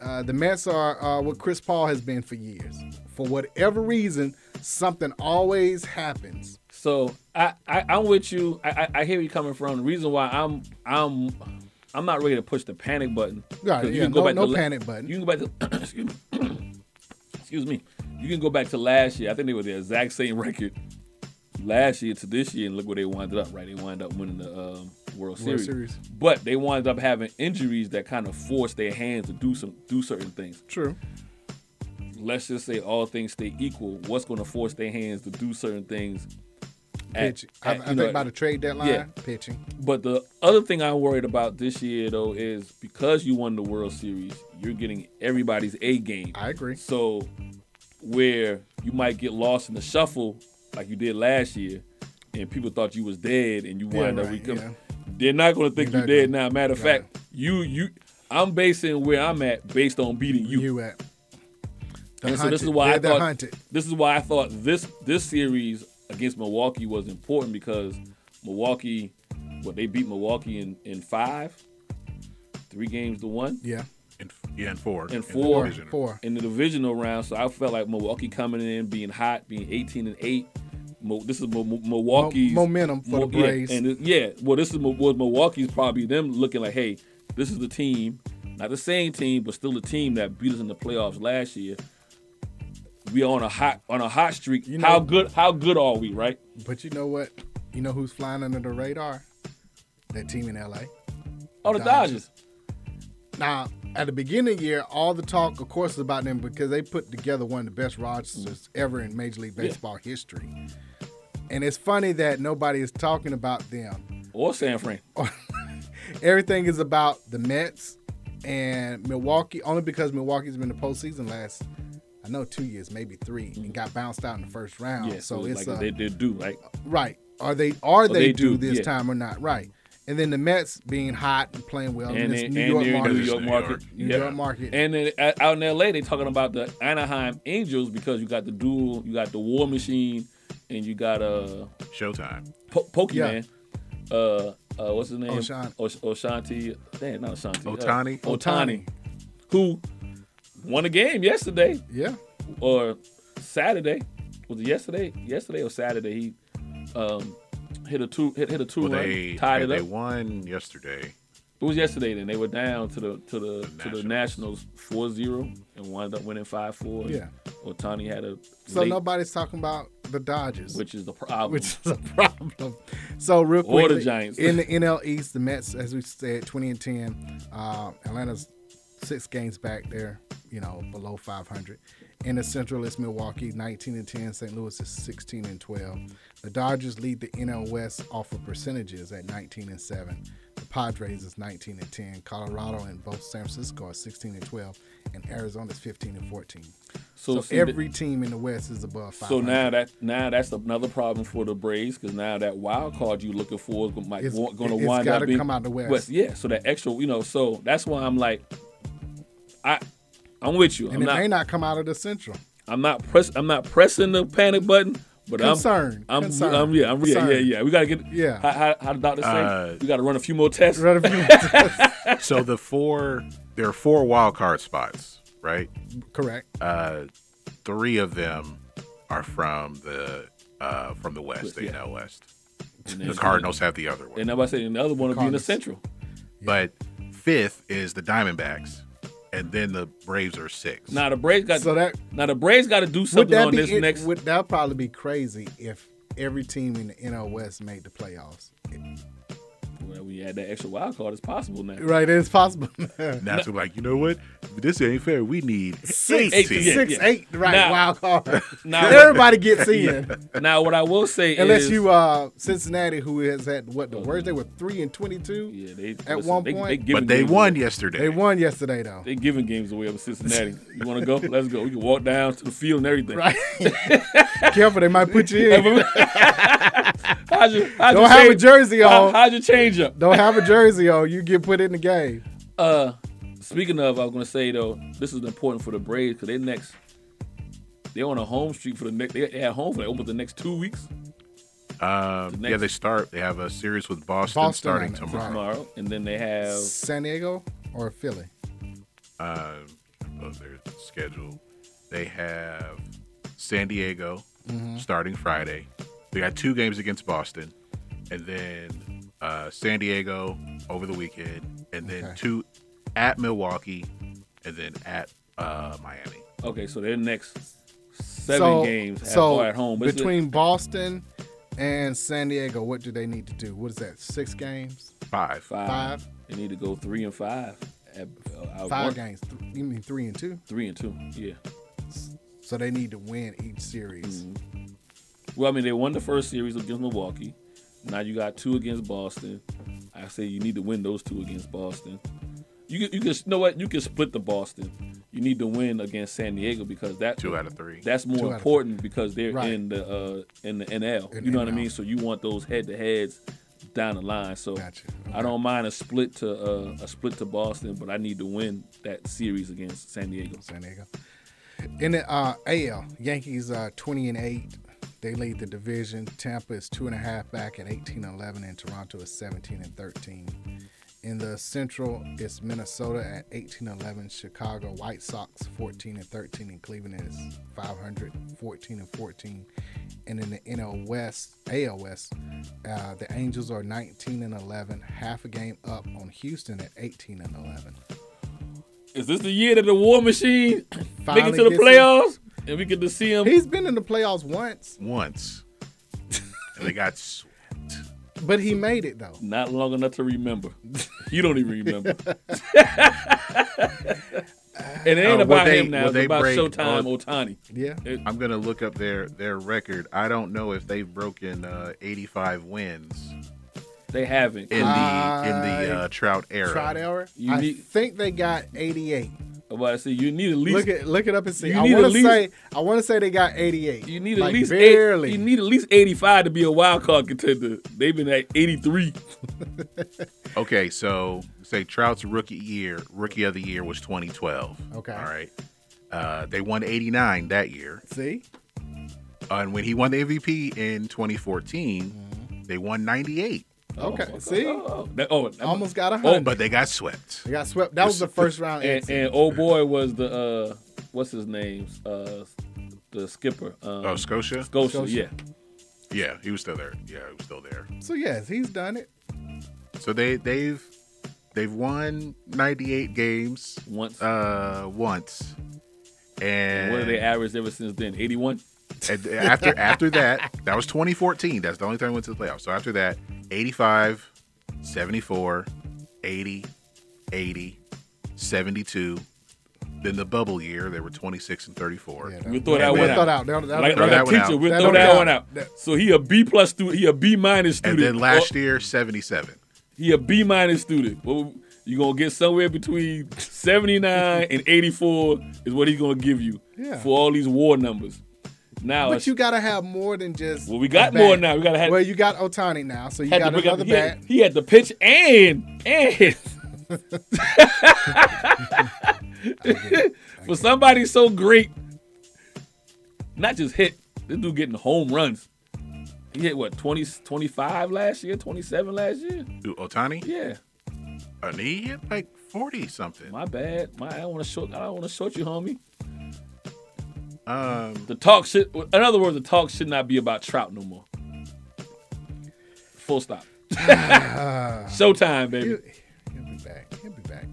D: uh, the Mets are uh, what Chris Paul has been for years. For whatever reason, something always happens.
E: So I, I I'm with you. I, I I hear you coming from. The reason why I'm I'm I'm not ready to push the panic button.
D: Yeah,
E: 'Cause
D: yeah, no- no
E: la-
D: panic button.
E: You can go back to excuse me. excuse me. You can go back to last year. I think they were the exact same record last year to this year, and look where they winded up. Right, they wound up winning the um, World, Series.
D: Series.
E: But they wound up having injuries that kind of forced their hands to do some do certain things
D: True.
E: let's just say all things stay equal, what's going to force their hands to do certain things? at-
D: Pitching.
E: at,
D: I, I
E: you
D: think
E: know,
D: by the trade deadline,
E: yeah.
D: pitching.
E: but the other thing I'm worried about this year though is because you won the World Series, you're getting everybody's A game.
D: I agree.
E: So where you might get lost in the shuffle like you did last year, and people thought you was dead, and you
D: Yeah,
E: wind up
D: right,
E: recovering.
D: yeah.
E: They're not going to think
D: You're
E: you
D: not
E: dead
D: gonna-
E: now. Matter of
D: Yeah.
E: fact, you you. I'm basing where I'm at based on beating
D: You, at the
E: and so this
D: hunted.
E: is why I
D: They're the
E: thought
D: hunted.
E: this is why I thought this this series against Milwaukee was important because Milwaukee, what they beat Milwaukee in in five, three games to one,
D: Yeah.
A: And Yeah, and four.
E: And four.
A: In the division.
D: Four.
E: in the divisional round. So I felt like Milwaukee coming in, being hot, being 18 and 8. Mo- this is Mo- Mo- Milwaukee's
D: momentum for the
E: yeah,
D: Braves.
E: and it- yeah, well, this is Mo- was Milwaukee's probably them looking like, hey, this is the team, not the same team, but still the team that beat us in the playoffs last year. We are on a hot on a hot streak.
D: You know-
E: how good how good are we, right?
D: But you know what? You know who's flying under the radar? That team in LA.
E: Oh, the
D: Dodgers.
E: Dodgers.
D: Now, at the beginning of the year, all the talk, of course, is about them because they put together one of the best rosters ever in Major League Baseball history. And it's funny that nobody is talking about them.
E: or San Fran.
D: Everything is about the Mets and Milwaukee, only because Milwaukee's been in the postseason last, I know, two years, maybe three, and got bounced out in the first round.
E: Mm-hmm. Yeah,
D: Oh, so it's uh,
E: like
D: a-
E: they, they do like
D: Right. Are they are they,
E: they
D: due
E: do,
D: this
E: yeah.
D: time or not? Right. And then the Mets being hot and playing well in
E: and,
D: this
E: they-
D: New York
E: and they're in
D: market.
E: New York
A: New
E: market,
A: York.
D: New
E: Yeah.
D: York market.
E: And then uh, out in LA, they talking about the Anaheim Angels because you got the dual, you got the War Machine, and you got uh
A: Showtime.
E: po- Pokemon. Uh, uh, what's his name?
D: Oshan-
E: Osh- Oshanti. Damn, not Oshanti. uh,
A: Ohtani?
E: Ohtani, who won a game yesterday
D: yeah.
E: or Saturday? Was it yesterday? Yesterday or Saturday? He um hit a two hit, hit a two
A: Well,
E: run,
A: they
E: tied
A: yeah,
E: it
A: they
E: up.
A: won yesterday.
E: It was yesterday. Then they were down to the to the, to the
A: Nationals.
E: Nationals 4-0 and wound up winning five four.
D: Yeah.
E: Otani had a
D: So
E: late,
D: nobody's talking about the Dodgers.
E: which is the problem.
D: which is a problem. So real
E: Or
D: quick,
E: the Giants.
D: in the NL East, the Mets, as we said, twenty and ten. Uh, Atlanta's six games back there, you know, below five hundred. In the Central, it's Milwaukee, nineteen and ten. St. Louis is sixteen and twelve. The Dodgers lead the NL West off of percentages at nineteen and seven. The Padres is nineteen and ten. Colorado and both San Francisco are sixteen and twelve, and Arizona's fifteen and fourteen.
E: so
D: So
E: see that-
D: every team in the West is above five.
E: so now that now that's another problem for the Braves because now that wild card you looking for is going
D: It's-
E: to
D: it's
E: wind
D: gotta
E: up being
D: come out the West.
E: Yeah, so that extra you know so that's why I'm like I I'm with you.
D: and
E: I'm
D: it may
E: not,
D: not come out of the Central.
E: I'm not press I'm not pressing the panic button. But I'm-
D: Concern.
E: I'm,
D: Concern.
E: I'm, yeah, I'm, yeah, yeah,
D: Concern.
E: yeah. We gotta get,
D: Yeah.
E: How, how, how the doctor say?
A: Uh,
E: we gotta run a few more tests.
D: Right if you-
A: so the four there are four wild card spots, right?
D: Correct.
A: Uh, three of them are from the uh, from the West, the
E: Yeah.
A: NL West.
E: And
A: The
E: then-
A: Cardinals have the other one.
E: And nobody said and the other one will be in the
D: Cardinals.
E: Central.
A: But fifth is the Diamondbacks, and then the Braves are six.
E: Now the Braves got
D: So that-
E: now the Braves got to do
D: Would
E: something
D: that
E: on
D: be
E: this
D: it-
E: next.
D: Would that probably be crazy if every team in the NL West made the playoffs?
E: well, we had that extra wild card. It's possible now.
D: Right, it's possible.
A: Now it's like, you know what? This ain't fair. We need
D: Six,
A: eight
D: eight,
A: teams.
D: six,
E: yeah.
D: eight, right?
E: Now-
D: wild card.
E: now-
D: everybody gets in,
E: Now what I will say
D: unless
E: is,
D: you uh Cincinnati, who has had what the worst? They were three and twenty-two.
E: yeah, they,
D: at one
E: they,
D: point-
E: they
D: But
E: giving
A: But they
E: games
A: won
E: away.
A: yesterday.
D: They won yesterday though.
E: They giving games away up in Cincinnati. You want to go? Let's go. We can walk down to the field and everything.
D: Right. Careful, they might put you in.
E: How'd you, how'd
D: Don't
E: you
D: have a
E: change-
D: jersey
E: How,
D: on.
E: how'd you change up?
D: Don't have a jersey on. You get put in the game.
E: Uh, speaking of, I was gonna say though, this is important for the Braves because they next, they're on a home streak for the next. They, they at home for like, over the next two weeks
A: Um,
E: The
A: yeah,
E: next-
A: they start. They have a series with Boston,
D: Boston,
A: starting
D: I know.
A: tomorrow.
E: tomorrow, and then they have
D: San Diego or Philly?
A: Um, of their schedule, they have San Diego
D: Mm-hmm.
A: starting Friday. They got two games against Boston, and then uh, San Diego over the weekend, and then
D: Okay.
A: two at Milwaukee, and then at uh, Miami.
E: Okay, so their next seven games at,
D: so
E: are at home. It's-
D: between Boston and San Diego, what do they need to do? What is that? Six games?
A: Five.
E: five.
D: Five?
E: They need to go three and five. At, uh, out
D: Five
E: one-
D: games? Th- you mean three and two?
E: Three and two. Yeah.
D: So they need to win each series.
E: Well, I mean, they won the first series against Milwaukee. Now you got two against Boston. I say you need to win those two against Boston. You can, you can, you know what? You can split the Boston. You need to win against San Diego because that
A: Two out of three.
E: That's
D: Two out
E: more
D: of
E: important because they're
D: Right.
E: in the uh, in the NL.
D: In
E: you know what I
D: NL.
E: mean? So you want those head to heads down the line. So
D: Gotcha.
E: I don't mind a split to uh, a split to Boston, but I need to win that series against San Diego.
D: San Diego. In the uh, AL, Yankees are 20 and 8. They lead the division. Tampa is two and a half back at 18 and 11, and Toronto is 17 and 13. In the Central, it's Minnesota at 1811, Chicago White Sox 14 and 13, and Cleveland is 500, 14 and 14. And in the NL West, AL West, uh, the Angels are 19 and 11, half a game up on Houston at 18 and 11.
E: Is this the year that the War Machine make
D: Finally
E: it to the
D: gets in.
E: playoffs and we get to see him?
D: He's been in the playoffs once,
A: once, and they got swept.
D: but he made it though.
E: Not long enough to remember. You don't even remember. and it ain't
A: Uh,
E: about
A: will they-
E: him now.
A: will
E: It's
A: they
E: about
A: break
E: Showtime
A: all-
E: Otani.
D: Yeah.
A: I'm gonna look up their their record. I don't know if they've broken uh, 85 wins
E: They haven't.
A: in the in the
D: I-
A: uh, Trout era.
D: Tried error.
E: You
D: I
E: need-
D: think they got 88.
E: I'm about to say you need at least
D: Look it, look it up and see.
E: You
D: I
E: need
D: want
E: at
D: to
E: least-
D: say, I want to say they got 88.
E: you need
D: Like,
E: at least eight-
D: barely.
E: you need at least 85 to be a wild card contender. They've been at 83.
A: Okay, so say Trout's rookie year, rookie of the year was 2012.
D: Okay.
A: All right. Uh, they won 89 that year. Uh,
D: see,
A: And when he won the MVP in 2014,
D: Mm-hmm.
A: they won 98.
D: okay, see,
E: Oh, that, oh, that-
D: almost got a hundred.
A: Oh, but they got swept.
D: they got swept. That was the first round.
E: and,
D: exit.
E: and old boy was the uh what's his name? Uh the skipper. Um,
A: Oh, Scotia?
E: Scotia,
D: Scotia.
E: yeah.
A: Yeah, he was still there. Yeah, he was still there.
D: so yes, he's done it.
A: So they they've they've won 98 games
E: Once
A: uh once. And
E: what are they averaged ever since then? 81?
A: And after after that, that was 2014. That's the only time we went to the playoffs. So after that, 85, 74, 80, 80, 72. Then the bubble year, they were 26 and 34.
D: Yeah,
A: Yeah,
D: that-
E: We thought that
A: that
E: went
A: went
E: out.
D: thought out. That, that,
E: Like,
A: throw
E: like
A: that
E: a
A: one out.
E: teacher, we'll
D: That
E: throw
D: don't
E: that
D: count.
E: one out.
D: That-
E: So he a B plus student, he a B minus
A: and
E: student. Uh,
A: then last year, 77.
E: He a B minus student. Well, you gonna get somewhere between seventy nine and eighty four is what he's gonna give you
D: Yeah.
E: for all these war numbers. Now
D: But you gotta have more than just.
E: Well, we
D: a
E: got
D: bat.
E: more now. We gotta have-
D: Well, you got Otani now, so you
E: had
D: got
E: to bring up-
D: another
E: he, had,
D: bat.
E: he had the pitch and and for somebody so great, not just hit. This dude getting home runs. He hit what 20, 25 last year, twenty seven last year.
A: Who, Otani?
E: Yeah.
A: And uh, he hit like 40 something.
E: My bad. My I don't want to short. I don't want to short you, homie.
A: Um,
E: The talk should. In other words, the talk should not be about Trout no more. Full stop. Showtime, baby.
D: He'll, he'll be back. He'll be back.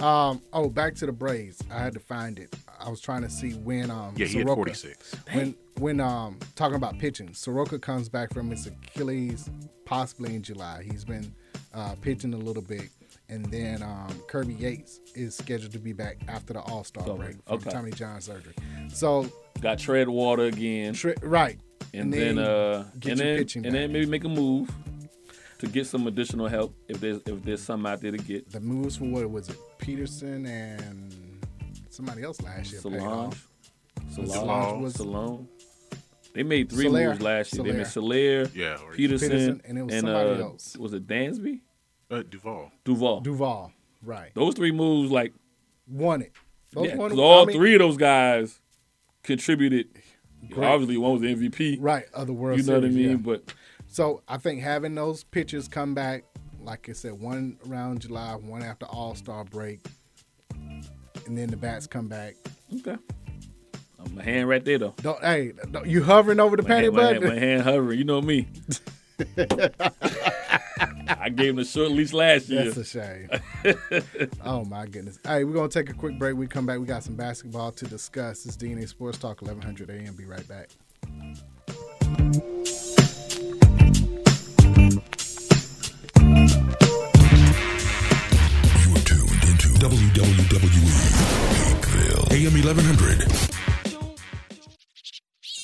D: Um. Oh, back to the Braves. I had to find it. I was trying to see when. Um.
A: yeah, he hit
D: Soroka-
A: 46.
D: when when um talking about pitching, Soroka comes back from his Achilles possibly in July. He's been uh, pitching a little bit, and then um, Kirby Yates is scheduled to be back after the All Star break from
E: okay.
D: Tommy John surgery. So
E: Got tread water again,
D: tri- right,
E: and, then, uh,
D: get
E: and
D: your
E: then
D: pitching
E: and
D: back.
E: then maybe make a move to get some additional help if there's if there's some out there to get.
D: the moves for what was it? Peterson and somebody else last year. Paid
E: Solange,
D: off. Solange
E: Solange,
D: was-
E: Solange. They made three
D: Soler.
E: moves last year. They made
D: Soler.
E: Soler,
A: Yeah, or-
E: Peterson,
D: Peterson, and it was somebody
E: uh,
D: else.
E: Was it Dansby?
A: Uh, Duvall.
E: Duval.
D: Duval, right?
E: Those three moves, like
D: Won it. Those
E: yeah,
D: won-
E: 'cause all
D: I mean,
E: three of those guys contributed. Obviously, one was the MVP.
D: Right, other world.
E: You know what I
D: Series,
E: mean?
D: yeah.
E: But
D: So I think having those pitchers come back, like I said, one around July, one after All Star break, and then the bats come back.
E: okay, I'm a hand right there though.
D: Don't hey, don't- you hovering over the
E: My
D: patty
E: hand, my, hand, my
D: button?
E: hand hovering. You know me. I gave him a short leash last year.
D: That's a shame. oh my goodness! Hey, we're gonna take a quick break. We come back. We got some basketball to discuss. It's DNA Sports Talk, 1100 AM. Be right back.
J: You are tuned into WWE Peakville. AM 1100.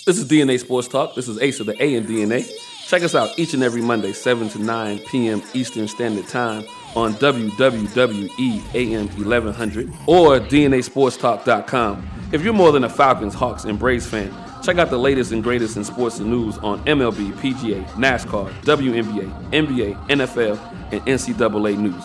K: This is DNA Sports Talk. This is Ace of the A and DNA. Check us out each and every Monday, 7 to 9 p.m. Eastern Standard Time on E WWE AM 1100 or DNASportsTalk.com. If you're more than a Falcons, Hawks, and Braves fan, check out the latest and greatest in sports and news on MLB, PGA, NASCAR, WNBA, NBA, NFL, and NCAA news.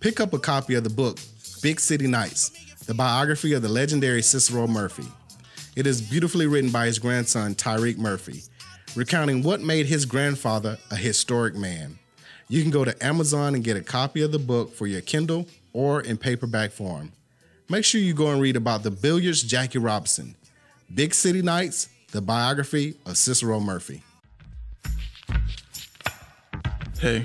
L: Pick up a copy of the book, Big City Nights, the biography of the legendary Cicero Murphy. It is beautifully written by his grandson, Tyreek Murphy, recounting what made his grandfather a historic man. You can go to Amazon and get a copy of the book for your Kindle or in paperback form. Make sure you go and read about the billiards Jackie Robinson, Big City Nights, the biography of Cicero Murphy.
M: Hey,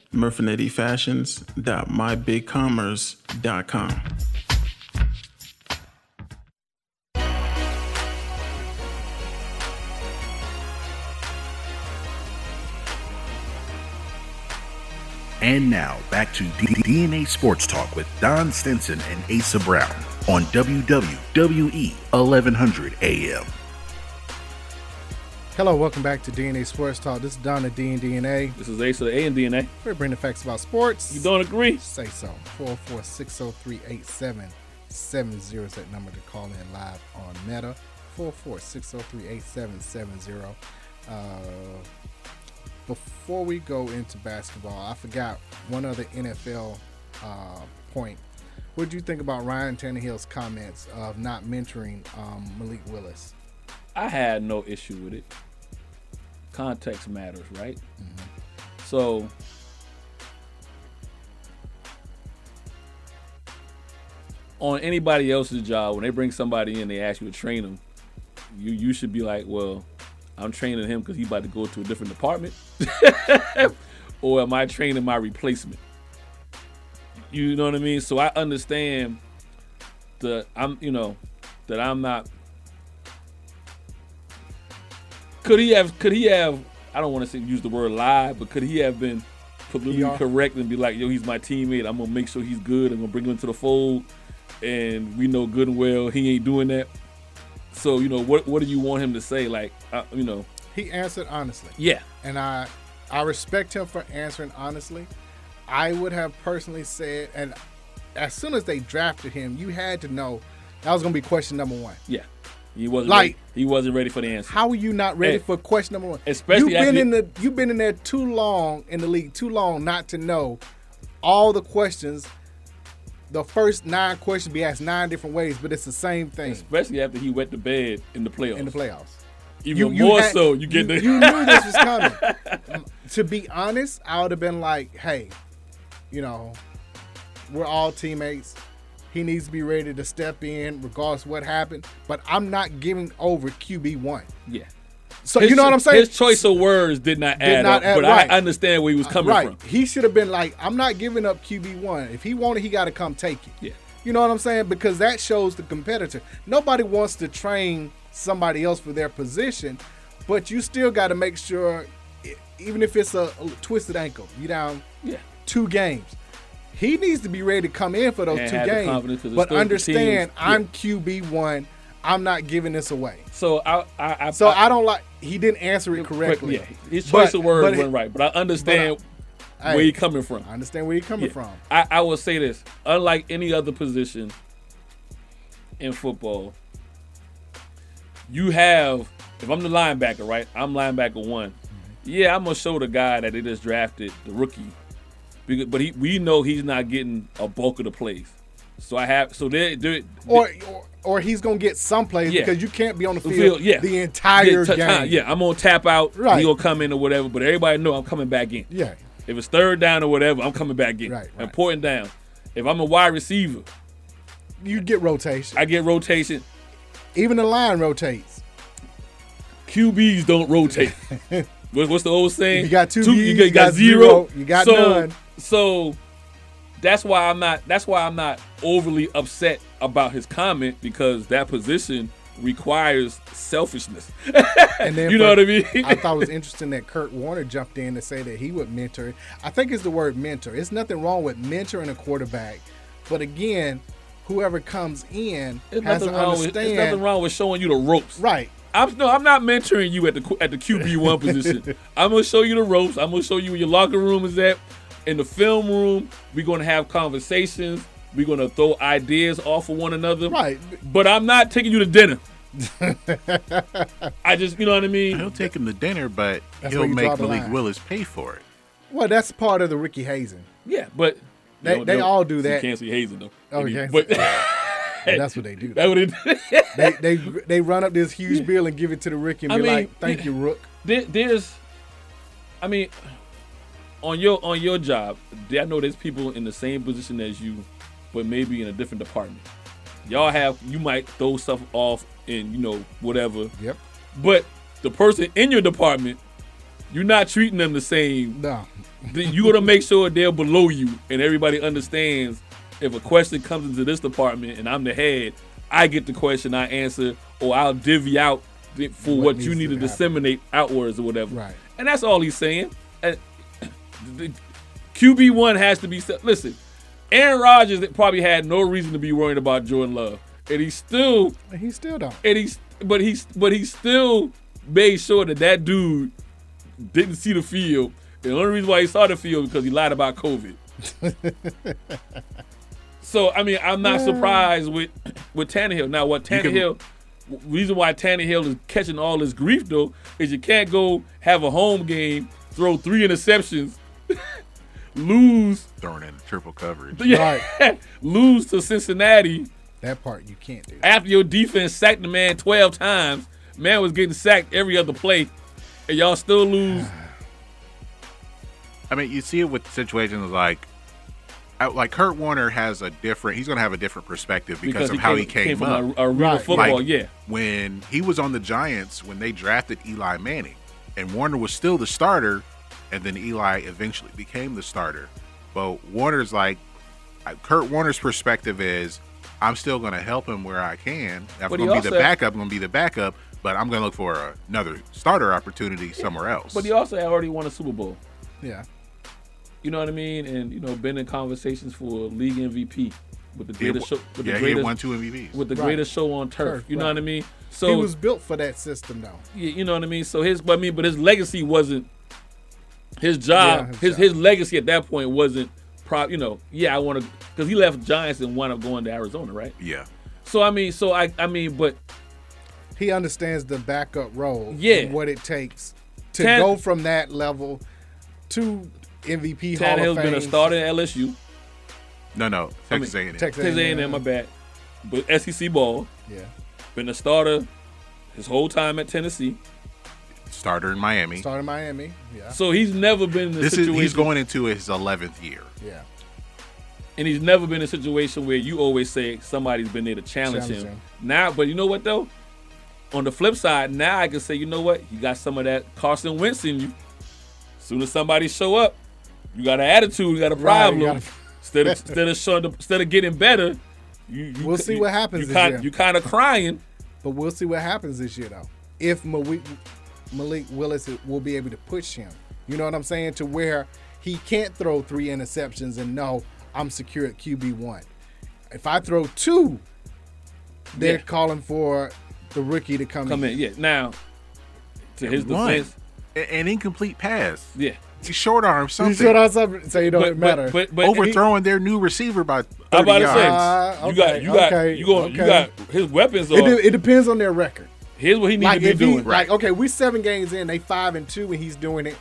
M: murfinettifashions.mybigcommerce.com.
I: And now back to D- DNA Sports Talk with Don Stinson and Asa Brown on E WWE 1100 AM.
D: Hello, welcome back to DNA Sports Talk. This is Don at D and DNA.
E: This is Ace of the A and DNA.
D: We're bringing facts about sports.
E: You don't agree?
D: Say so. 446038770 is that number to call in live on Meta. 446038770. Uh, before we go into basketball, I forgot one other NFL uh, point. What do you think about Ryan Tannehill's comments of not mentoring um, Malik Willis?
E: I had no issue with it. Context matters, right? So on anybody else's job, when they bring somebody in, they ask you to train them. You you should be like, well, I'm training him because he about to go to a different department, or am I training my replacement? You know what I mean? So I understand the I'm you know that I'm not could he have could he have I don't want to say use the word lie, but could he have been politically
D: PR?
E: correct and be like, yo, he's my teammate. I'm gonna make sure he's good. I'm gonna bring him into the fold. And we know good and well he ain't doing that. So you know what what do you want him to say? Like uh, you know
D: He answered honestly.
E: Yeah.
D: And I I respect him for answering honestly. I would have personally said and as soon as they drafted him, you had to know that was gonna be question number one.
E: yeah he wasn't
D: Like-
E: ready. he wasn't ready for the answer.
D: How are you not ready
E: And-
D: for question number one?
E: Eh, especially
D: you've been
E: after-
D: in the you've been in there too long in the league, too long not to know all the questions. The first nine questions be asked nine different ways, but it's the same thing.
E: Especially after he went to bed in the playoffs. In the
D: playoffs.
E: Even more
D: had-
E: so, you get the
D: you knew this was coming. Um, to be honest, I would have been like, "Hey, you know, we're all teammates. He needs to be ready to step in, regardless of what happened. But I'm not giving over QB one.
E: Yeah.
D: So you know what I'm saying?
E: His choice of words did not
D: Did
E: add
D: not
E: up,
D: add-
E: but
D: right.
E: I understand where he was coming
D: right.
E: from.
D: He should have been like, I'm not giving up QB one. If he wanted, he got to come take it.
E: Yeah.
D: You know what I'm saying? Because that shows the competitor. Nobody wants to train somebody else for their position, but you still got to make sure, e- even if it's a, a twisted ankle, you down
E: Yeah.
D: two games. He needs to be ready to come in for those
E: And
D: two
E: have the
D: games.
E: confidence 'cause it's
D: But
E: still the
D: understand,
E: team's- yeah.
D: I'm QB one. I'm not giving this away.
E: So I, I, I
D: so I, don't like. He didn't answer it correctly.
E: Yeah, his choice
D: But-
E: of words
D: but-
E: wasn't right, but I understand
D: I-
E: where
D: hey,
E: he coming from.
D: I understand where he coming from.
E: I, I will say this: unlike any other position in football, you have. If I'm the linebacker, right? I'm linebacker one.
D: Mm-hmm.
E: Yeah, I'm gonna show the guy that they just drafted, the rookie, because, but he, we know he's not getting a bulk of the plays. So I have. So they, they
D: or, or or he's gonna get some plays
E: Yeah.
D: because you can't be on the
E: The
D: field,
E: field, yeah.
D: the entire
E: Yeah, t-
D: game.
E: time, yeah, I'm gonna tap out. Right.
D: Right.
E: He gonna come in or whatever, but everybody know I'm coming back in.
D: Yeah.
E: If it's third down or whatever, I'm coming back in.
D: Right,
E: Important down. If I'm a wide receiver,
D: you get rotation.
B: I get rotation.
D: Even the line rotates.
B: QBs don't rotate. What- What's the old saying?
D: You got two Bs,
B: you got,
D: you got
B: zero.
D: zero, you got
B: so,
D: none.
B: So that's why I'm not. That's why I'm not overly upset about his comment because that position requires selfishness.
D: And then
B: you
D: for-
B: know what I mean?
D: I thought it was interesting that Kurt Warner jumped in to say that he would mentor. I think it's the word mentor. It's nothing wrong with mentoring a quarterback, but again, whoever comes in
B: There's
D: has
B: nothing,
D: to
B: wrong with, there's nothing
D: understand.
B: wrong with showing you the ropes.
D: Right.
B: I'm no, I'm not mentoring you at the qu- at the QB one position. I'm gonna show you the ropes. I'm gonna show you where your locker room is at, in the film room. We're gonna have conversations. We're gonna throw ideas off of one another.
D: Right.
B: But I'm not taking you to dinner. I just, you know what I mean.
A: He'll take him to dinner, but
D: That's
A: he'll
D: where you draw
A: make
D: the
A: Malik
D: line.
A: Willis pay for it.
D: Well, that's part of the Ricky Hazen.
B: Yeah, but
D: They-
B: don't-
D: they
B: don't-
D: all do
B: you
D: that.
B: can't see Hazen though.
D: Oh,
B: You-
D: you can't
B: but
D: see- that's what they do.
B: That's what they do.
D: they, they they run up this huge bill and give it to the Ricky and
B: I
D: be
B: mean,
D: like, "Thank you, Rook."
B: There, there's, I mean, on your on your job, I know there's people in the same position as you, but maybe in a different department. Y'all have you might throw stuff off and you know whatever.
D: Yep.
B: But the person in your department, you're not treating them the same.
D: No.
B: you gotta make sure they're below you and everybody understands if a question comes into this department and I'm the head, I get the question, I answer, or I'll divvy out th- for
N: What
B: what, you
N: needs to
B: need to,
N: happen.
B: disseminate outwards or whatever.
N: Right.
B: And that's all he's saying. And the- QB one has to be. se- Listen, Aaron Rodgers probably had no reason to be worrying about Jordan Love, and he still
D: And he still don't.
B: and he's but he's but he still made sure that that dude didn't see the field. And the only reason why he saw the field because he lied about COVID. so I mean, I'm not
N: Yeah.
B: surprised with with Tannehill. Now, what
N: You can-
B: Tannehill? w- reason why Tannehill is catching all this grief though is you can't go have a home game, throw three interceptions, lose,
A: Throwing in triple coverage.
B: yeah, lose to Cincinnati
D: That part you can't do.
B: after your defense sacked the man 12 times, man was getting sacked every other play, and y'all still lose.
A: I mean, you see it with situations like, I- like Kurt Warner has a different. He's going to have a different perspective because,
B: Because
A: of
B: he
A: how
B: came-
A: he came,
B: came from
A: up.
B: a- a real Right. football,
A: Like,
B: yeah.
A: When he was on the Giants, when they drafted Eli Manning, and Warner was still the starter, and then Eli eventually became the starter. But Warner's like, I- Kurt Warner's perspective is, I'm still going to help him where I can. If I'm
B: But
A: going
B: he
A: to be the
B: also-
A: backup. I'm going to be the backup, but I'm going to look for another starter opportunity somewhere else.
B: But he also had already won a Super Bowl.
D: Yeah.
B: You know what I mean? And, you know, been in conversations for league MVP with the
A: He had
B: greatest
A: won-
B: show. With
A: yeah,
B: the
A: he had
B: greatest,
A: won two MVPs.
B: With the
D: Right.
B: greatest show on turf.
D: Turf,
B: you know
D: right.
B: what I mean? So
D: he was built for that system, though.
B: Yeah, you know what I mean. So his, but I mean, but his legacy wasn't his job.
D: Yeah, his
B: his his, legacy at that point wasn't prop. You know, yeah, I want to because he left Giants and wound up going to Arizona, right?
A: Yeah.
B: So I mean, so I I mean, but
D: He understands the backup role.
B: Yeah.
D: and what it takes to
B: Tan-
D: go from that level to MVP Hall
B: Tannehill's
D: of
B: been a
D: Fame.
B: starter at LSU.
A: No, no,
B: I mean,
A: Texas A&M.
B: Texas A&M, my bad. But SEC ball.
D: Yeah.
B: Been a starter his whole time at Tennessee.
A: starter in Miami.
D: Started in Miami. Yeah.
B: So he's never been in a
A: this is
B: situation.
A: he's going into his 11th year.
D: Yeah.
B: and he's never been in a situation where you always say somebody's been there to challenge,
D: Challenge
B: him.
D: him.
B: Now, but you know what though? On the flip side, now I can say, you know what? You got some of that Carson Wentz in you. Soon as somebody show up, you got an attitude, you got a
D: Right, you
B: problem.
D: got a-
B: instead of instead of showing, instead of getting better, you, you
D: We'll see
B: you-
D: what happens
B: You
D: this
B: kind
D: year.
B: you kind of crying.
D: But we'll see what happens this year, though. If Malik, Malik Willis will be able to push him, you know what I'm saying, to where he can't throw three interceptions and no, I'm secure at QB one. If I throw two, they're
B: Yeah.
D: calling for the rookie to come,
B: Come in, yeah. Now, to his
A: One.
B: defense,
A: A- an incomplete pass.
B: Yeah,
A: you short arm something.
D: short arm something, so it don't
A: But-
D: matter.
A: But, but, overthrowing their new receiver by 30
B: I'm about to
A: yards.
B: say you got
D: Ah, okay,
B: you got
D: okay,
B: you going you
D: okay.
B: got his weapons. Are,
D: It, de- it depends on their record.
B: here's what he needs
D: Like
B: to be
D: if he,
B: doing.
D: like okay, we seven games in, they five and two, and he's doing it.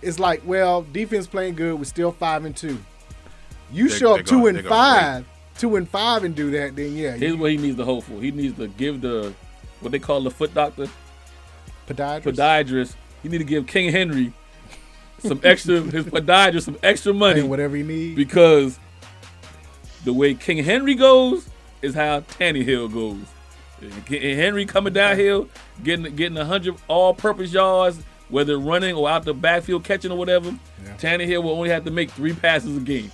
D: It's like, well, defense playing good, we're still five and two. You
B: They-
D: show
B: they
D: up
B: gonna-
D: two
B: they
D: and
B: gonna wait.
D: five, two and five, and do that, then yeah,
B: Here's what he needs to hope for. He needs to give the what they call the foot doctor,
D: podiatrist.
B: podiatrist. He need to give King Henry some extra his podiatrist some extra money,
D: whatever he needs,
B: because the way King Henry goes is how Tannehill goes. And Henry coming downhill, getting getting hundred all-purpose yards, whether running or out the backfield catching or whatever. Tannehill will only have to make three passes a game.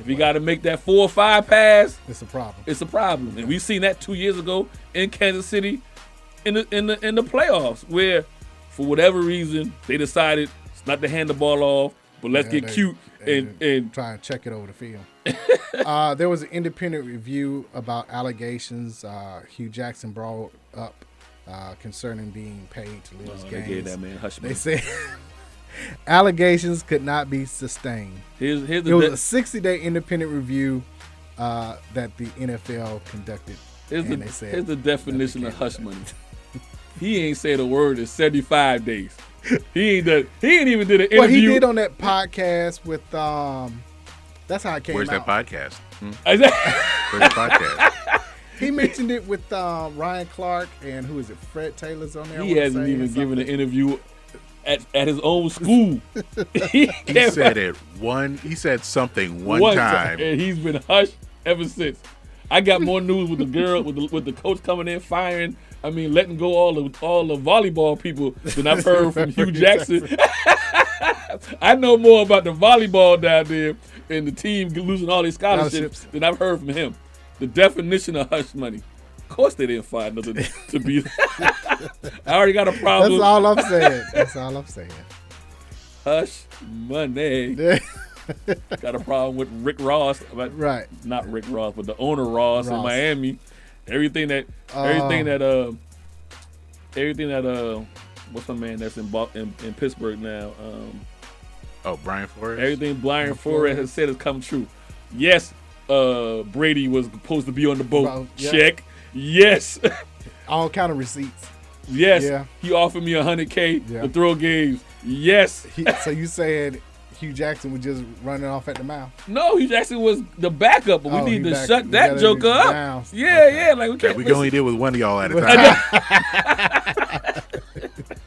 B: if you got to make that four or five pass,
D: It's a problem.
B: it's a problem. And we seen that two years ago in Kansas City in the in the in the playoffs where for whatever reason they decided it's not to hand the ball off, but let's
D: Yeah,
B: get
D: they-
B: cute and and
D: try and check it over the field. uh, there was an independent review about allegations uh, Hugh Jackson brought up uh, concerning being paid to lose
B: Oh, they
D: games.
B: gave that man hush
D: They
B: money.
D: said allegations could not be sustained.
B: Here's- here's the
D: it was
B: de-
D: a 60 day independent review uh, that the NFL conducted.
B: here's
D: and
B: the,
D: they said,
B: here's the definition of hush money. he ain't said a word in 75 days. He ain't done, he ain't even did an interview.
D: Well, he did on that podcast with. um. That's how it came
A: Where's
D: out.
A: that podcast? Hmm?
B: Is
A: Where's the podcast?
D: He mentioned it with uh, Ryan Clark and who is it? Fred Taylor's on there. I
B: he
D: wanna
B: hasn't
D: say,
B: even
D: or
B: given an interview at, at his own school. he
A: He said it one. He said something one, time.
B: and he's been hushed ever since. I got more news with the girl with the, with the coach coming in firing. I mean, letting go all the all the volleyball people than I've heard from Hugh Jackson. I know more about the volleyball down there and the team losing all these scholarships
D: Scholarships.
B: than I've heard from him. The definition of hush money. Of course, they didn't find nothing to be. I already got a problem.
D: That's all I'm saying. That's all I'm saying.
B: Hush money. Got a problem with Rick Ross, but
D: right,
B: not Rick Ross, but the owner Ross, in
D: Ross.
B: Miami. Everything that,
D: Uh.
B: everything that, uh, everything that, uh, what's my man that's in Bo- in, in Pittsburgh now? Um,
A: oh, Brian Flores.
B: everything Brian Flores has said has come true. Yes, uh, Brady was supposed to be on the boat.
D: Boat, yeah.
B: Check. Yes.
D: All kind of receipts.
B: yes.
D: Yeah.
B: He offered me a hundred k
D: Yeah.
B: to throw games. Yes.
D: He, so you said Hugh Jackson was just running off at the mouth.
B: No, Hugh Jackson was the backup, but we
D: Oh,
B: need
D: he
B: to
D: back-
B: shut
D: we
B: that
D: gotta
B: joker up.
D: down.
B: Yeah, yeah, like we can't.
A: we
B: listen.
A: can only deal with one of y'all at a time.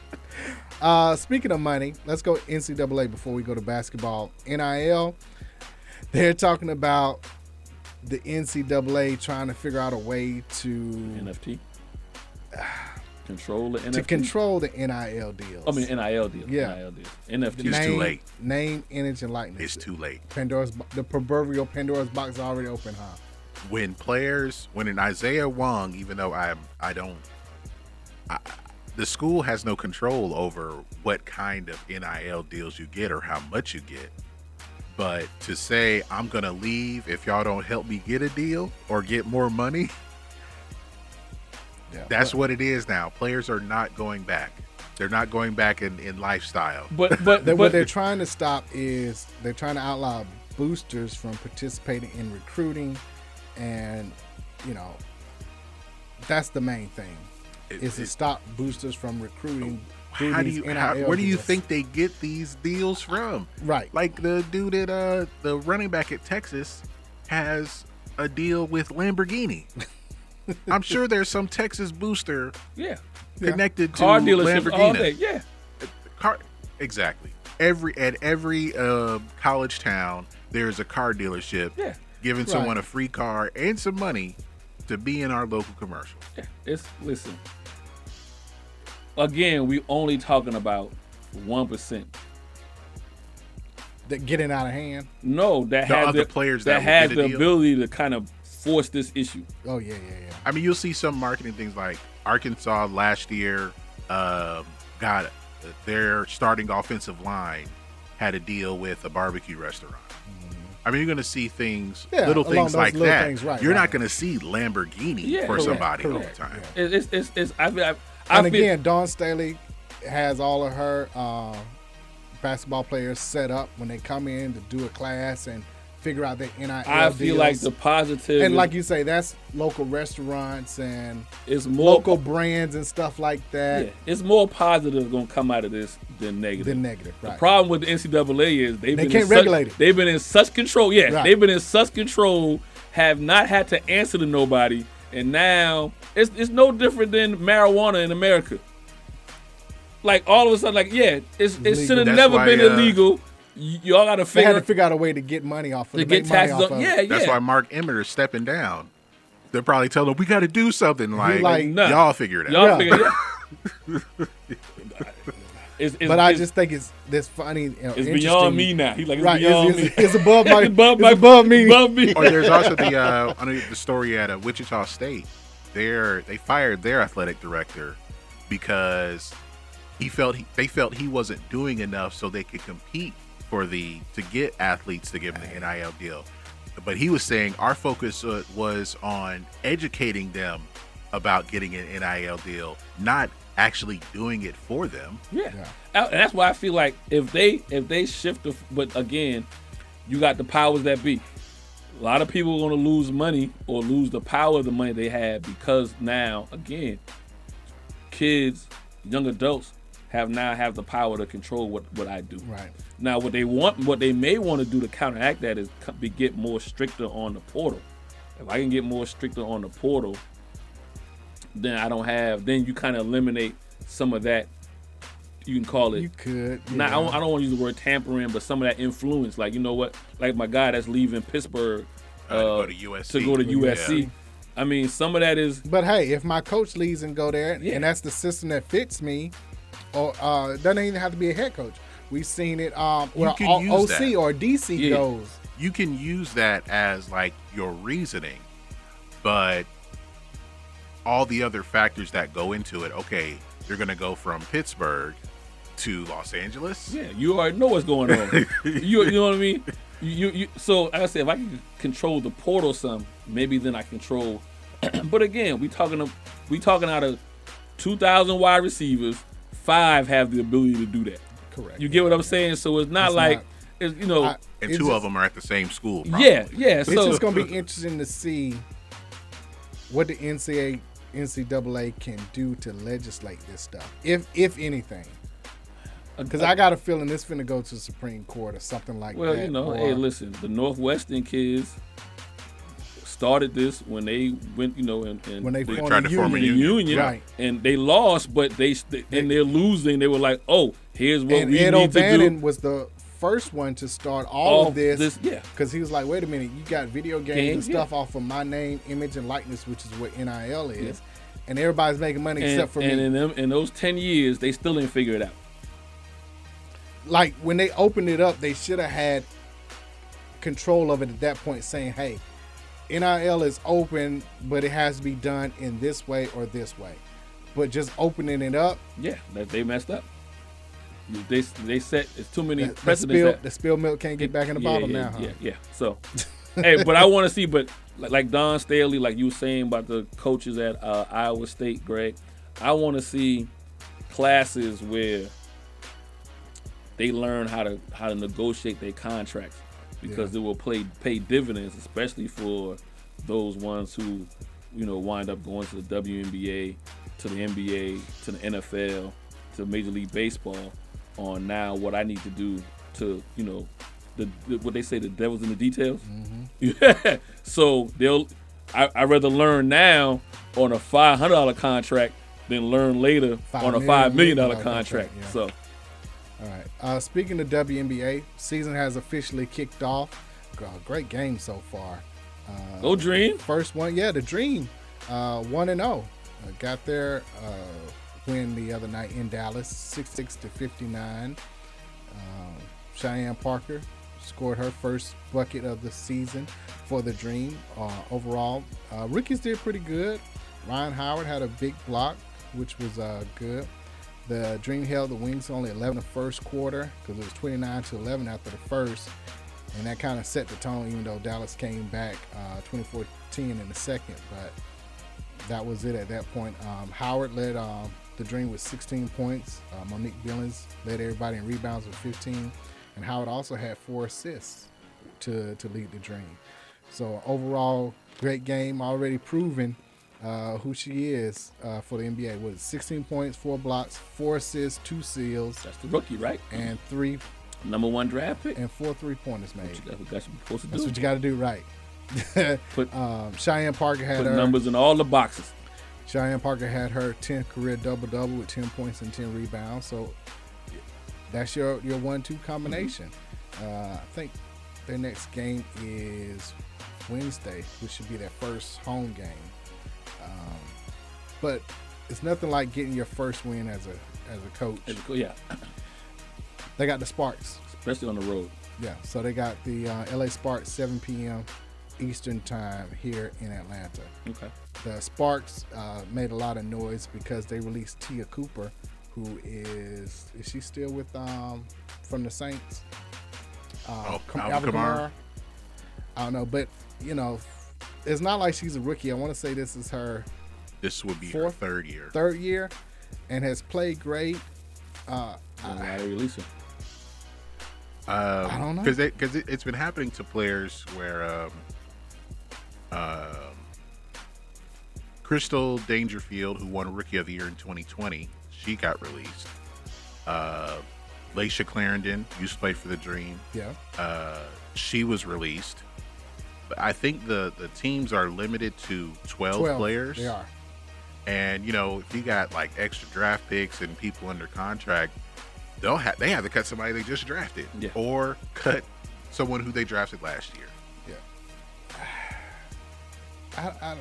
D: Uh, speaking of money, let's go NCAA before we go to basketball. NIL, they're talking about the NCAA trying to figure out a way to
B: NFT control the NFT.
D: to control the NIL deals.
B: I mean NIL deal.
D: Yeah.
B: NIL deal. NFT.
D: The name, Name, image, and likeness.
A: It's too late.
D: Pandora's bo- the proverbial Pandora's box is already open, huh?
A: When players, when an Isaiah Wong, even though I'm, I don't, I, the school has no control over what kind of NIL deals you get or how much you get. But to say I'm gonna leave if y'all don't help me get a deal or get more money,
D: Yeah.
A: that's what it is now. Players are not going back. They're not going back in, in lifestyle.
B: But but
D: They-
B: but
D: what they're trying to stop is they're trying to outlaw boosters from participating in recruiting, and you know that's the main thing
A: It-
D: is to
A: it-
D: stop boosters from recruiting. through
A: how do
D: these
A: you how,
D: NIL
A: where do you
D: deals.
A: think they get these deals from
D: Right.
A: like the dude at uh the running back at texas has a deal with lamborghini i'm sure there's some texas booster
B: yeah.
A: connected
B: Car
A: to
B: dealership
A: lamborghini
B: all day. Yeah.
A: car exactly every at every uh, college town there's a car dealership
B: Yeah.
A: giving
D: Right.
A: someone a free car and some money to be in our local commercial
B: Yeah. It's listen. Again, we only talking about one percent.
D: They're getting out of hand?
B: No, that
A: The
B: has
A: other players that will
B: has
A: get a
B: the
A: deal.
B: ability to kind of force this issue.
D: Oh yeah, yeah, yeah.
A: I mean, you'll see some marketing things like Arkansas last year um, got their starting offensive line had a deal with a barbecue restaurant. I mean, you're going to see things,
D: Mm-hmm. Yeah,
A: little
D: along
A: things
D: those
A: like
D: little
A: that.
D: things, right,
A: you're
D: right.
A: not going to see Lamborghini
B: Yeah,
A: for
B: correct,
A: somebody
D: correct,
A: all the time.
B: It- It's it's it's. I feel. I, I
D: And
B: feel,
D: again, Dawn Staley has all of her uh, basketball players set up when they come in to do a class and figure out their NIL.
B: I feel like
D: deals.
B: the positive
D: and like you say, that's local restaurants and
B: is more
D: local brands and stuff like that.
B: Yeah, it's more positive going to come out of this than negative.
D: Than negative, right?
B: The problem with the NCAA is
D: They
B: they've been
D: can't
B: in such-
D: regulate it.
B: They've been in such control. Yeah,
D: Right.
B: they've been in such control. Have not had to answer to nobody, and now it's it's no different than marijuana in America. Like all of a sudden, like yeah, it's, it
D: legal.
B: should have
A: That's
B: never
A: why,
B: been
A: uh,
B: illegal. Y- y'all got to
D: they had
B: figure
D: to figure out a way to get money off of
B: to
D: it,
B: get
D: make money
B: taxes
D: off
B: on.
D: of it.
B: Yeah,
A: That's
B: yeah.
A: why Mark Emmert is stepping down They're probably telling them we got to do something. Like,
D: like, nah.
A: y'all figure it out.
D: Y'all Yeah. figure it out.
E: It's, it's,
D: but I
E: it's-
D: just think it's that's funny. and
E: It's
D: interesting.
E: beyond me now. He's like, it's
D: right?
E: beyond
D: it's, it's,
E: me.
D: it's above my.
E: It's
D: it's
E: above
D: above,
E: my-
D: me.
E: above me.
A: or Oh, there's also the uh, I know the story at uh, Wichita State. There, they fired their athletic director because he felt he, they felt he wasn't doing enough so they could compete for the to get athletes to give them the NIL deal. But he was saying our focus uh, was on educating them about getting an NIL deal, not actually doing it for them.
E: Yeah. I- that's why I feel like if they if they shift the but again, you got the powers that be. A lot of people are going to lose money or lose the power of the money they had because now again, kids, young adults have now have the power to control what what I do.
D: Right.
E: Now what they want what they may want to do to counteract that is co- be get more stricter on the portal. If I can get more stricter on the portal, then I don't have then you kind of eliminate some of that you can call it.
D: You could.
E: Nah, I
D: yeah.
E: don't, I don't want to use the word tampering, but some of that influence, like you know what, like my guy that's leaving Pittsburgh uh,
A: to go to USC.
E: to go to
A: Yeah.
E: USC. I mean, some of that is
D: But hey, if my coach leaves and go there,
E: Yeah.
D: and that's the system that fits me, or uh, it doesn't even have to be a head coach. We've seen it. Um,
A: You
D: well,
A: can
D: O-
A: use
D: OC
A: that.
D: or DC goes.
A: You can use that as like your reasoning, but all the other factors that go into it. Okay, you're gonna go from Pittsburgh to Los Angeles.
E: Yeah, you already know what's going on. you, you know what I mean? You, you, you so like I said, if I can control the portal some, maybe then I control. but again, we talking of, we talking out of two thousand wide receivers, five have the ability to do that.
D: Correct.
E: You get what I'm saying? So it's not
D: It's
E: like
D: not-
E: it's you know.
D: I-
A: and
D: It's
A: two of
D: just-
A: them are at the same school.
E: Yeah,
A: probably.
E: yeah.
D: It's
E: so
D: just gonna be interesting to see what the NCAA, NCAA can do to legislate this stuff, if if anything. Because I got a feeling this finna go to the Supreme Court or something like
E: well,
D: that.
E: you know,
D: or-
E: hey, listen, the Northwestern kids started this when they went, you know, and, and
D: When they formed
A: tried to form a
E: the
A: union.
D: Right.
E: and they lost, but they st- and they're losing. They were like, oh, here's what
D: and
E: we
D: Ed
E: need to
D: O'Bannon
E: do.
D: was the first one to start all
E: All
D: of this.
E: this- yeah.
D: Because he was like, wait a minute, you got video games
E: Games,
D: and
E: yeah.
D: stuff off of my name, image, and likeness, which is what NIL is. And everybody's making money
E: And,
D: except for
E: and
D: me.
E: in them, in those ten years, they still didn't figure it out.
D: like when they opened it up, they should have had control of it at that point, saying, "Hey, NIL is open, but it has to be done in this way or this way." But just opening it up,
E: Yeah, that they messed up. They they set it's too many
D: the, the
E: precedents.
D: spill,
E: that-
D: the spilled milk can't get back in the
E: yeah,
D: bottle
E: yeah,
D: now. huh?
E: Yeah, yeah. So, hey, but I want to see. But like, like Don Staley, like you were saying about the coaches at uh, Iowa State, Greg, I want to see classes where they learn how to how to negotiate their contracts because it will play pay dividends, especially for those ones who you know wind up going to the WNBA, to the NBA, to the NFL, to Major League Baseball. On now, what I need to do to you know the, the what they say the devil's in the details.
D: Mm-hmm.
E: Yeah. So they'll I I rather learn now on a five hundred dollar contract than learn later
D: Five
E: on a
D: million,
E: five million
D: yeah,
E: dollar
D: contract,
E: contract.
D: yeah.
E: So
D: All right. Uh, speaking of WNBA, season has officially kicked off. God, great game so far. Uh,
E: Go Dream.
D: First one, yeah, the Dream. Uh, one and zero. Uh, got their uh, win the other night in Dallas, six six to fifty nine. Um, Cheyenne Parker scored her first bucket of the season for the Dream. Uh, overall, uh, rookies did pretty good. Ryan Howard had a big block, which was uh, good. The Dream held the Wings to only 11 the first quarter because it was 29 to 11 after the first. And that kind of set the tone, even though Dallas came back uh, 24 10 in the second. But that was it at that point. Um, Howard led um, the Dream with 16 points. Uh, Monique Billings led everybody in rebounds with 15, and Howard also had four assists to to lead the Dream. So overall, great game. Already proven uh, who she is uh, for the NBA. With 16 points, four blocks, four assists, two seals,
E: that's the rookie, right?
D: and three
E: Number one draft pick.
D: and four three pointers made.
E: That's what you're supposed to do.
D: That's what you got to do right.
E: Put-
D: um, Cheyenne Parker had
E: Put
D: her
E: numbers in all the boxes.
D: Cheyenne Parker had her 10th career double double with 10 points and 10 rebounds. So that's your Mm-hmm. your one two combination. Uh, I think their next game is Wednesday, which should be their first home game. Um, but it's nothing like getting your first win as a as a coach.
E: yeah.
D: They got the Sparks,
E: especially on the road.
D: Yeah, so they got the uh, LA Sparks 7 p.m. Eastern time here in Atlanta.
E: Okay.
D: The Sparks uh, made a lot of noise because they released Tia Cooper, who is is she still with um from the Saints? Uh,
A: Oh,
D: Kam-
A: Alvin Kamara.
D: I don't know, but you know, it's not like she's a rookie. I want to say this is her
A: This would be
D: Fourth?
A: her third year.
D: third year, and has played great. Uh, I,
E: they release her?
A: Um,
D: I don't know.
A: because because it, has been happening to players where um, um, Crystal Dangerfield, who won Rookie of the Year in 2020, she got released. Uh, Laisha Clarendon used to play for the Dream.
D: yeah,
A: Uh, she was released. But I think the the teams are limited to 12, players.
D: They are.
A: And you know, if you got like extra draft picks and people under contract, they'll have they have to cut somebody they just drafted, or cut someone who they drafted last year.
D: Yeah. I, I,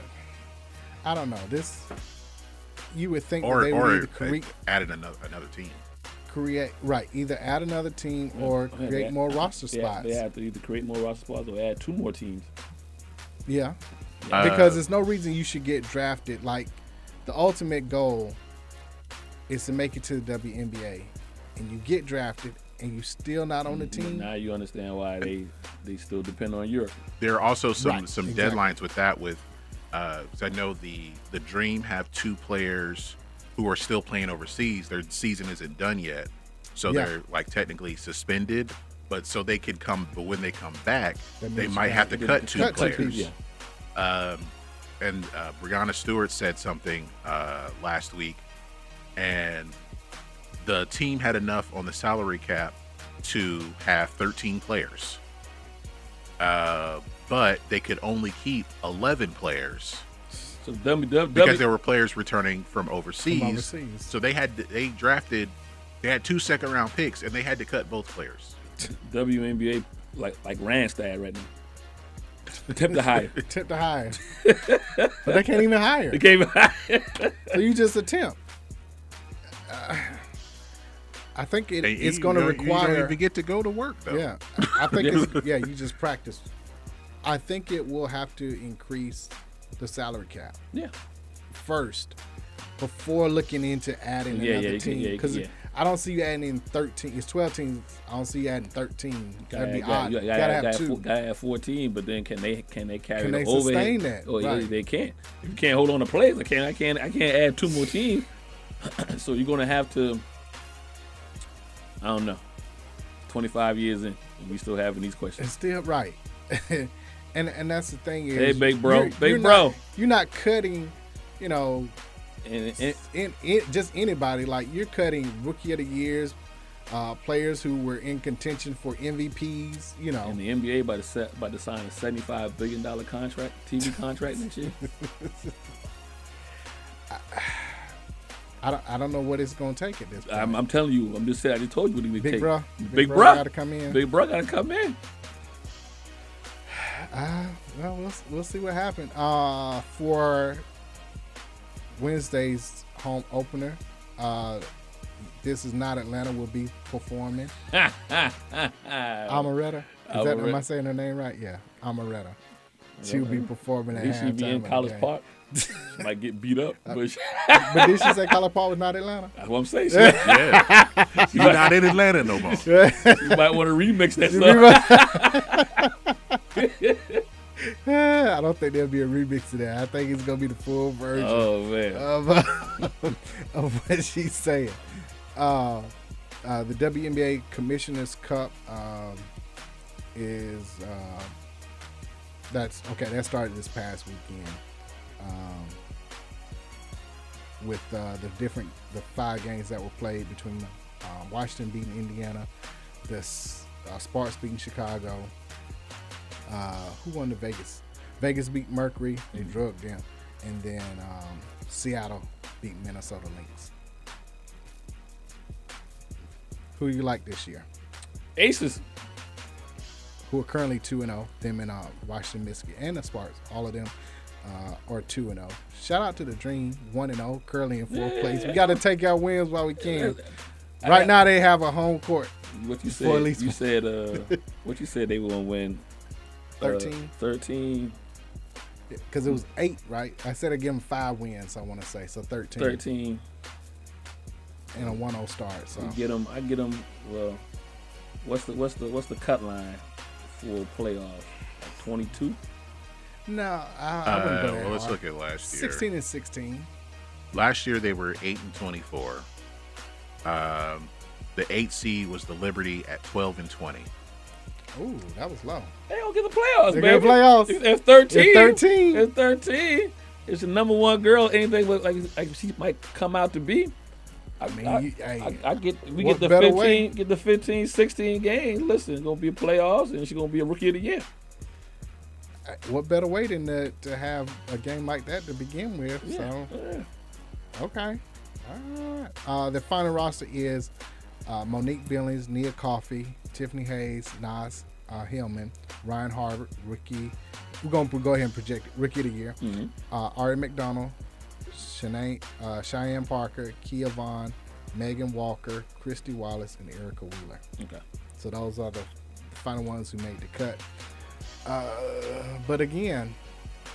D: I don't know. This you would think that
A: Or
D: they would
A: or
D: either create,
A: added another another team.
D: create right either add another team or
E: Mm. Yeah,
D: create
E: they-
D: more roster
E: they-
D: spots.
E: They have to either create more roster spots or add two more teams.
D: Yeah.
E: Yeah.
D: because
E: Uh,
D: there's no reason you should get drafted. Like, the ultimate goal is to make it to the WNBA, and you get drafted, and you still not on the
E: Mm,
D: team.
E: Now you understand why they they still depend on Europe.
A: There are also some
E: Right,
A: some
E: exactly.
A: deadlines with that. With uh, 'cause I know the the Dream have two players who are still playing overseas. Their season isn't done yet, so
D: Yeah.
A: they're like technically suspended. But so they could come, but when they come back,
D: That
A: they
D: means
A: might
D: you
A: have to
D: have to
A: cut
D: cut
A: two
D: two
A: players.
D: people.
A: Um, and uh, Brianna Stewart said something uh, last week, and the team had enough on the salary cap to have 13 players. Uh, but they could only keep 11 players
E: So w, w,
A: because there were players returning from overseas.
D: overseas.
A: So they had they drafted they had two second round picks and they had to cut both players.
E: WNBA like like Randstad right now. Tip the higher.
D: Tip to hire, but they can't even hire.
E: They can't even hire.
D: so you just attempt. Uh, I think it,
A: And
D: it's
A: you
D: going to
A: don't- You don't
D: require.
A: even get to go to work though.
D: Yeah, I think it's yeah. You just practice. I think it will have to increase the salary cap.
E: Yeah.
D: First, before looking into adding
E: Yeah, yeah,
D: another
E: you can- yeah,
D: team,
E: you
D: because
E: can- yeah.
D: I don't see you adding in thirteen. It's twelve teams. I don't see you adding thirteen.
E: Gotta,
D: That'd be
E: gotta-
D: odd.
E: you
D: You
E: gotta,
D: gotta,
E: have,
D: have two.
E: four- gotta have fourteen, but then can they can they carry
D: Can
E: the
D: they
E: overhead?
D: sustain that?
E: Oh, yeah,
D: Right.
E: they can't. If you can't hold on to players, I can't. I can't. I can't add two more teams. so you're gonna have to. I don't know. Twenty five years in, and we still having these
D: It's
E: questions.
D: still right. and and that's the thing is,
E: Hey, big bro,
D: you're-
E: big
D: you're
E: bro.
D: not, you're not cutting, you know,
E: And, and
D: in, in just anybody. Like you're cutting rookie of the years, uh, players who were in contention for MVPs. You know,
E: and the NBA about to set about to sign a seventy five billion dollar contract, TV contract next year.
D: I don't, I don't know what it's going to take at this point.
E: I'm, I'm telling you, I'm just saying. I just told you what it would
D: Big
E: take.
D: bro,
E: big,
D: big bro
E: bro,
D: gotta come in.
E: Big bro gotta come in.
D: Uh, well, we'll we'll see what happens. Uh, for Wednesday's home opener, uh, this is not Atlanta will be performing. Amaretta, is that, am I
E: Amaretta.
D: saying her name right? Yeah, Amaretta. She'll be performing at
E: At least she be
D: halftime of
E: in
D: the
E: College
D: game.
E: Park. She might get beat up, but she,
D: but did she say College Park was not Atlanta?
E: that's what I'm saying. She, yeah.
D: She not in Atlanta
A: no more.
E: You might want to remix that
D: You
E: stuff.
D: remember- I don't think there'll be a remix of that. I think it's gonna be the full version.
E: Oh, man.
D: Of, uh, of what she's saying. Uh, uh, the WNBA Commissioners Cup um, is uh, that's okay. That started this past weekend. Um, with uh, the different the five games that were played between uh, Washington beating Indiana, the S- uh, Sparks beating Chicago. Uh, who won the Vegas? Vegas beat Mercury. They drug them, and then um, Seattle beat Minnesota Lynx. Who you like this year?
E: Aces.
D: who are currently 2 0, them and uh, Washington, Michigan, and the Sparks, all of them uh, are 2 0. Shout out to the Dream, 1 0, currently in fourth
E: Yeah.
D: place. We got to take our wins while we can.
E: I-
D: Right now, they have a home court.
E: What you
D: for
E: said?
D: at least
E: you
D: one.
E: said uh, what you said they were gonna win. uh,
D: 13? Mm.
E: Thirteen.
D: because it was eight, right? I said I give them five wins. I want to say so thirteen.
E: 13.
D: and a 1-0 start. So
E: You get them. I get them. Well, what's the what's the what's the cut line for playoff? Twenty two.
D: no, I, I wouldn't
A: Uh,
D: go there.
A: well, let's look at last year.
D: Sixteen and sixteen.
A: Last year they were eight and twenty-four. Um, the eight seed was the Liberty at twelve and twenty.
D: Ooh, that was low.
E: They don't get the playoffs,
D: They
E: baby.
D: get playoffs.
E: If- If thirteen,
D: If 13.
E: if thirteen, it's the number one girl. Anything but like like she might come out to be. I mean, I,
D: you-
E: I, I get we
D: what
E: get the
D: better
E: fifteen,
D: way?
E: get the 15, 16 games. Listen, it's gonna be playoffs, and she's gonna be a rookie of the year.
D: Uh, What better way than to, to have a game like that to begin with? So okay, all right. Uh, the final roster is uh, Monique Billings, Nia Coffey, Tiffany Hayes, Nas uh, Hillman, Ryan Harvard, Ricky. We're gonna go ahead and project it. Rookie of the Year.
E: Mhm.
D: uh, Ari McDonald, Shanae, uh, Cheyenne Parker, Kia Vaughn, Megan Walker, Christy Wallace, and Erica Wheeler.
E: Okay.
D: So those are the final ones who made the cut. Uh, but again,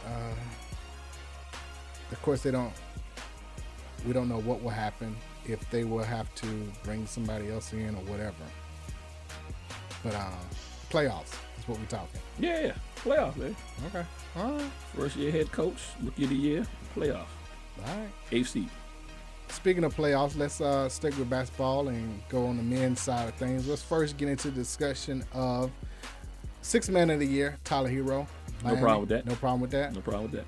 D: uh, of course, they don't. We don't know what will happen if they will have to bring somebody else in or whatever. But uh, playoffs is what we're talking.
E: Yeah, yeah. playoff, man.
D: Okay. All right.
E: First year head coach, rookie of the year, playoff,
D: All right.
E: eighth seed.
D: Speaking of playoffs, let's uh, stick with basketball and go on the men's side of things. Let's first get into the discussion of six man of the year, Tyler Hero.
E: No problem with that.
D: No problem with that.
E: No problem with that.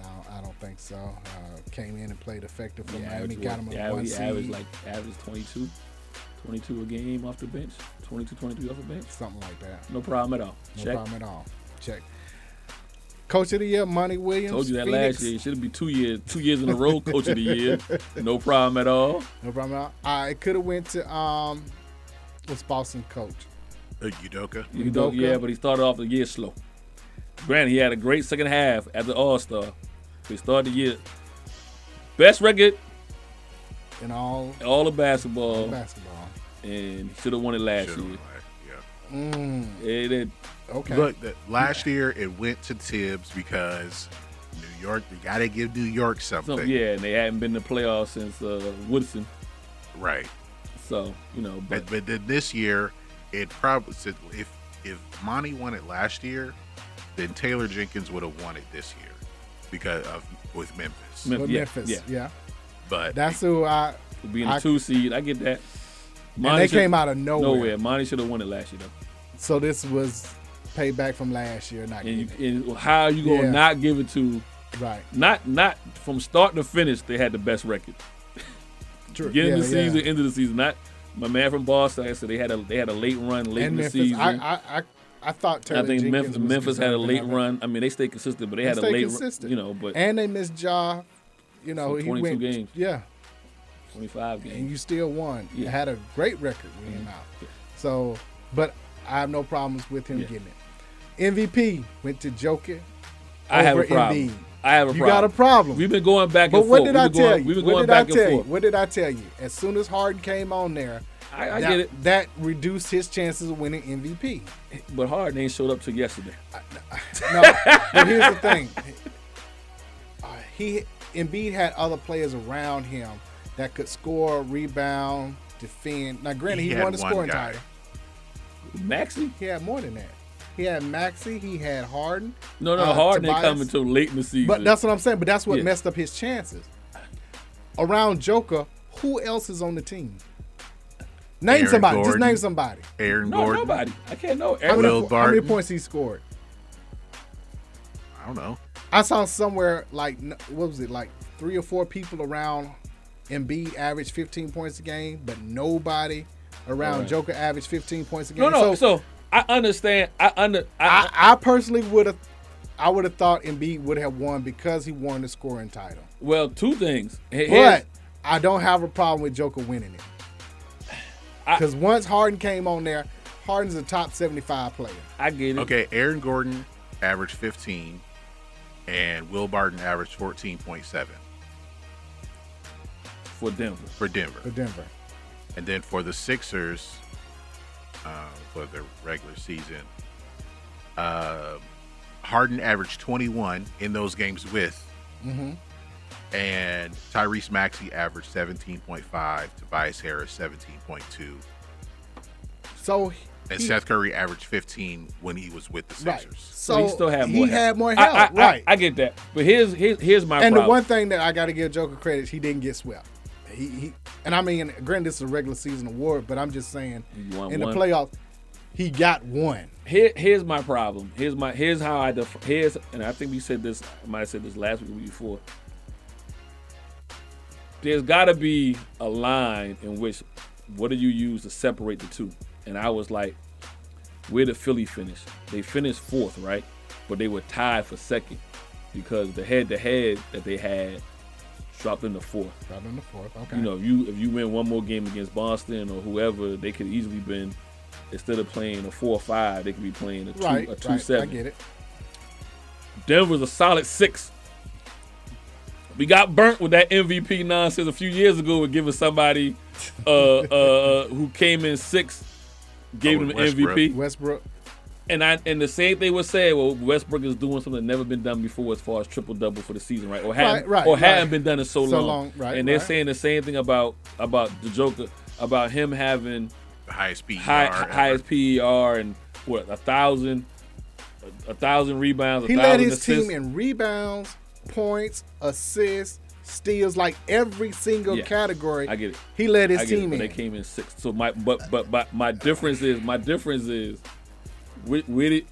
D: I don't, I don't think so. Uh, came in and played effective for
E: Yeah,
D: Miami.
E: average
D: Got him
E: what?
D: a
E: Yeah,
D: one
E: he
D: seed.
E: averaged like average 22, 22 a game off the bench, 22, 23 off the bench.
D: Something like that.
E: No problem at all.
D: No
E: Check.
D: problem at all. Check. Coach of the year, Monty Williams.
E: Told you that
D: Phoenix.
E: last year. It should be two years, two years in a row. Coach of the year. No problem at all.
D: No problem at all. Uh, it could have went to um, what's Boston coach?
A: Uh, Udoka.
E: You know,
D: Udoka.
E: yeah, but he started off the year slow. Granted, he had a great second half as an All Star. He started the year best record
D: in all
E: in all of basketball,
D: basketball,
E: and he should have won it last
A: Should've
E: year.
D: Mm.
E: It, it-
D: Okay.
A: Look, the, last year it went to Tibbs because New York. You got to give New York something.
E: So, yeah, and they hadn't been in the playoffs since uh, Woodson.
A: Right.
E: So you know,
A: but, but then this year, it probably said if if Monty won it last year, then Taylor Jenkins would have won it this year because of with Memphis.
D: With Memphis. yeah.
A: But
D: That's who I.
E: Being
D: I-
E: a two seed, I get that.
D: And
E: Monty
D: they
E: should-
D: came out of nowhere.
E: Nowhere. Monty should have won it last year, though.
D: So this was payback from last year, not
E: And, you,
D: getting
E: and how you gonna
D: Yeah.
E: not give it to?
D: Right.
E: Not not from start to finish. They had the best record.
D: True.
E: Beginning of
D: Yeah,
E: the
D: yeah.
E: season, end of the season. Not my man from Boston. I said they had a they had a late
D: it.
E: run late in
D: and
E: the
D: Memphis.
E: season.
D: I, I, I, I thought
E: I
D: Taylor
E: think
D: Jenkins
E: Memphis,
D: was
E: Memphis had a
D: deserving
E: late
D: of it.
E: run. I mean, they stayed consistent, but they had
D: They
E: a
D: stayed
E: late, run,
D: consistent.
E: you know. But
D: and they missed Ja. You know,
E: So
D: he
E: 22
D: went.
E: games.
D: Yeah,
E: twenty five games.
D: and you still won.
E: Yeah.
D: Had a great record when he came out. So, but I have no problems with him
E: Yeah.
D: getting it. MVP went to Joker.
E: I have a
D: over
E: problem.
D: Embiid.
E: I have a
D: You
E: problem.
D: got a problem.
E: We've been going back
D: But
E: and
D: what
E: forth.
D: did
E: We've
D: I
E: been going-
D: tell you?
E: We've been
D: what
E: going
D: did
E: back
D: I
E: and
D: tell you?
E: forth.
D: What did I tell you? As soon as Harden came on there,
E: I- I
D: that,
E: get it.
D: That reduced his chances of winning MVP.
E: But Harden ain't showed up till yesterday.
D: No, but here's the thing. Uh, he Embiid had other players around him that could score, rebound, defend. Now, granted,
A: He
D: he,
A: had
D: won the
A: one
D: scoring
A: guy.
D: title.
E: Maxi?
D: He had more than that. He had Maxi. He had Harden.
E: No, no,
D: uh,
E: Harden ain't
D: Tobias.
E: coming till late in the season.
D: But that's what I'm saying. But that's what
E: Yeah.
D: messed up his chances. Around Joker, who else is on the team? Name
A: Aaron
D: somebody.
A: Gordon.
D: Just name somebody.
A: Aaron
E: no,
A: Gordon.
E: nobody. I can't know.
D: How many,
A: Will
D: po- how many
A: Barton.
D: points he scored?
A: I don't know.
D: I saw somewhere like n- what was it like three or four people around Embiid averaged 15 points a game, but nobody around
E: Right.
D: Joker averaged 15 points a game.
E: no, no. So,
D: So,
E: I understand. I under. I,
D: I, I personally would have, I would have thought Embiid would have won because he won the scoring title.
E: well, two things. He- here's-
D: But I don't have a problem with Joker winning it because once Harden came on there, Harden's a top 75 player.
E: I get it.
A: Okay, Aaron Gordon averaged 15, and Will Barton averaged 14.7
E: for Denver.
A: For Denver.
D: For Denver.
A: And then for the Sixers, uh, for their regular season, uh, Harden averaged 21 in those games with,
D: Mm-hmm.
A: and Tyrese Maxey averaged 17.5, Tobias Harris 17.2,
D: So
A: and
D: he-
A: Seth Curry averaged 15 when he was with the Sixers.
D: Right.
E: So he still had more.
D: he had more
E: I- I-
D: help,
E: I-
D: right.
E: I, get that, but here's here's, here's my
D: and the
E: problem.
D: one thing that I got to give Joker credit, he didn't get swept. He, he and I mean, granted, this is a regular season award, but I'm just saying,
E: You want
D: in
E: one?
D: the playoffs, he got one.
E: Here, here's my problem. Here's my here's how I def- here's and I think we said this. I might have said this last week or week before. There's got to be a line in which what do you use to separate the two? And I was like, where did Philly finish? They finished fourth, right? But they were tied for second because the head-to-head that they had dropped them to fourth.
D: Dropped them to fourth. Okay.
E: You know, if you if you win one more game against Boston or whoever, they could easily been instead of playing a four or five, they could be playing a two
D: right,
E: a two
D: right. I
E: seven.
D: get it.
E: Denver's a solid six. We got burnt with that MVP nonsense a few years ago with giving somebody uh, uh, who came in sixth, gave
D: Oh,
E: them
D: Westbrook.
E: MVP.
D: Westbrook.
E: And I and the same thing was said. Well, Westbrook is doing something that never been done before as far as triple double for the season, right? Or hadn't,
D: Right, right,
E: or
D: right.
E: hadn't been done in so,
D: So
E: long.
D: long, right,
E: And they're
D: right.
E: saying the same thing about about the Joker about him having
A: the highest PER,
E: high,
A: ever.
E: highest PER, and what a thousand, a, a thousand rebounds, a
D: He led
E: thousand
D: his
E: assists.
D: team in rebounds, points, assists, steals, like every single
E: Yeah,
D: category.
E: I get it.
D: He led his
E: I get it,
D: team
E: but They
D: in.
E: came in sixth. So my but but but my difference is my difference is where, where did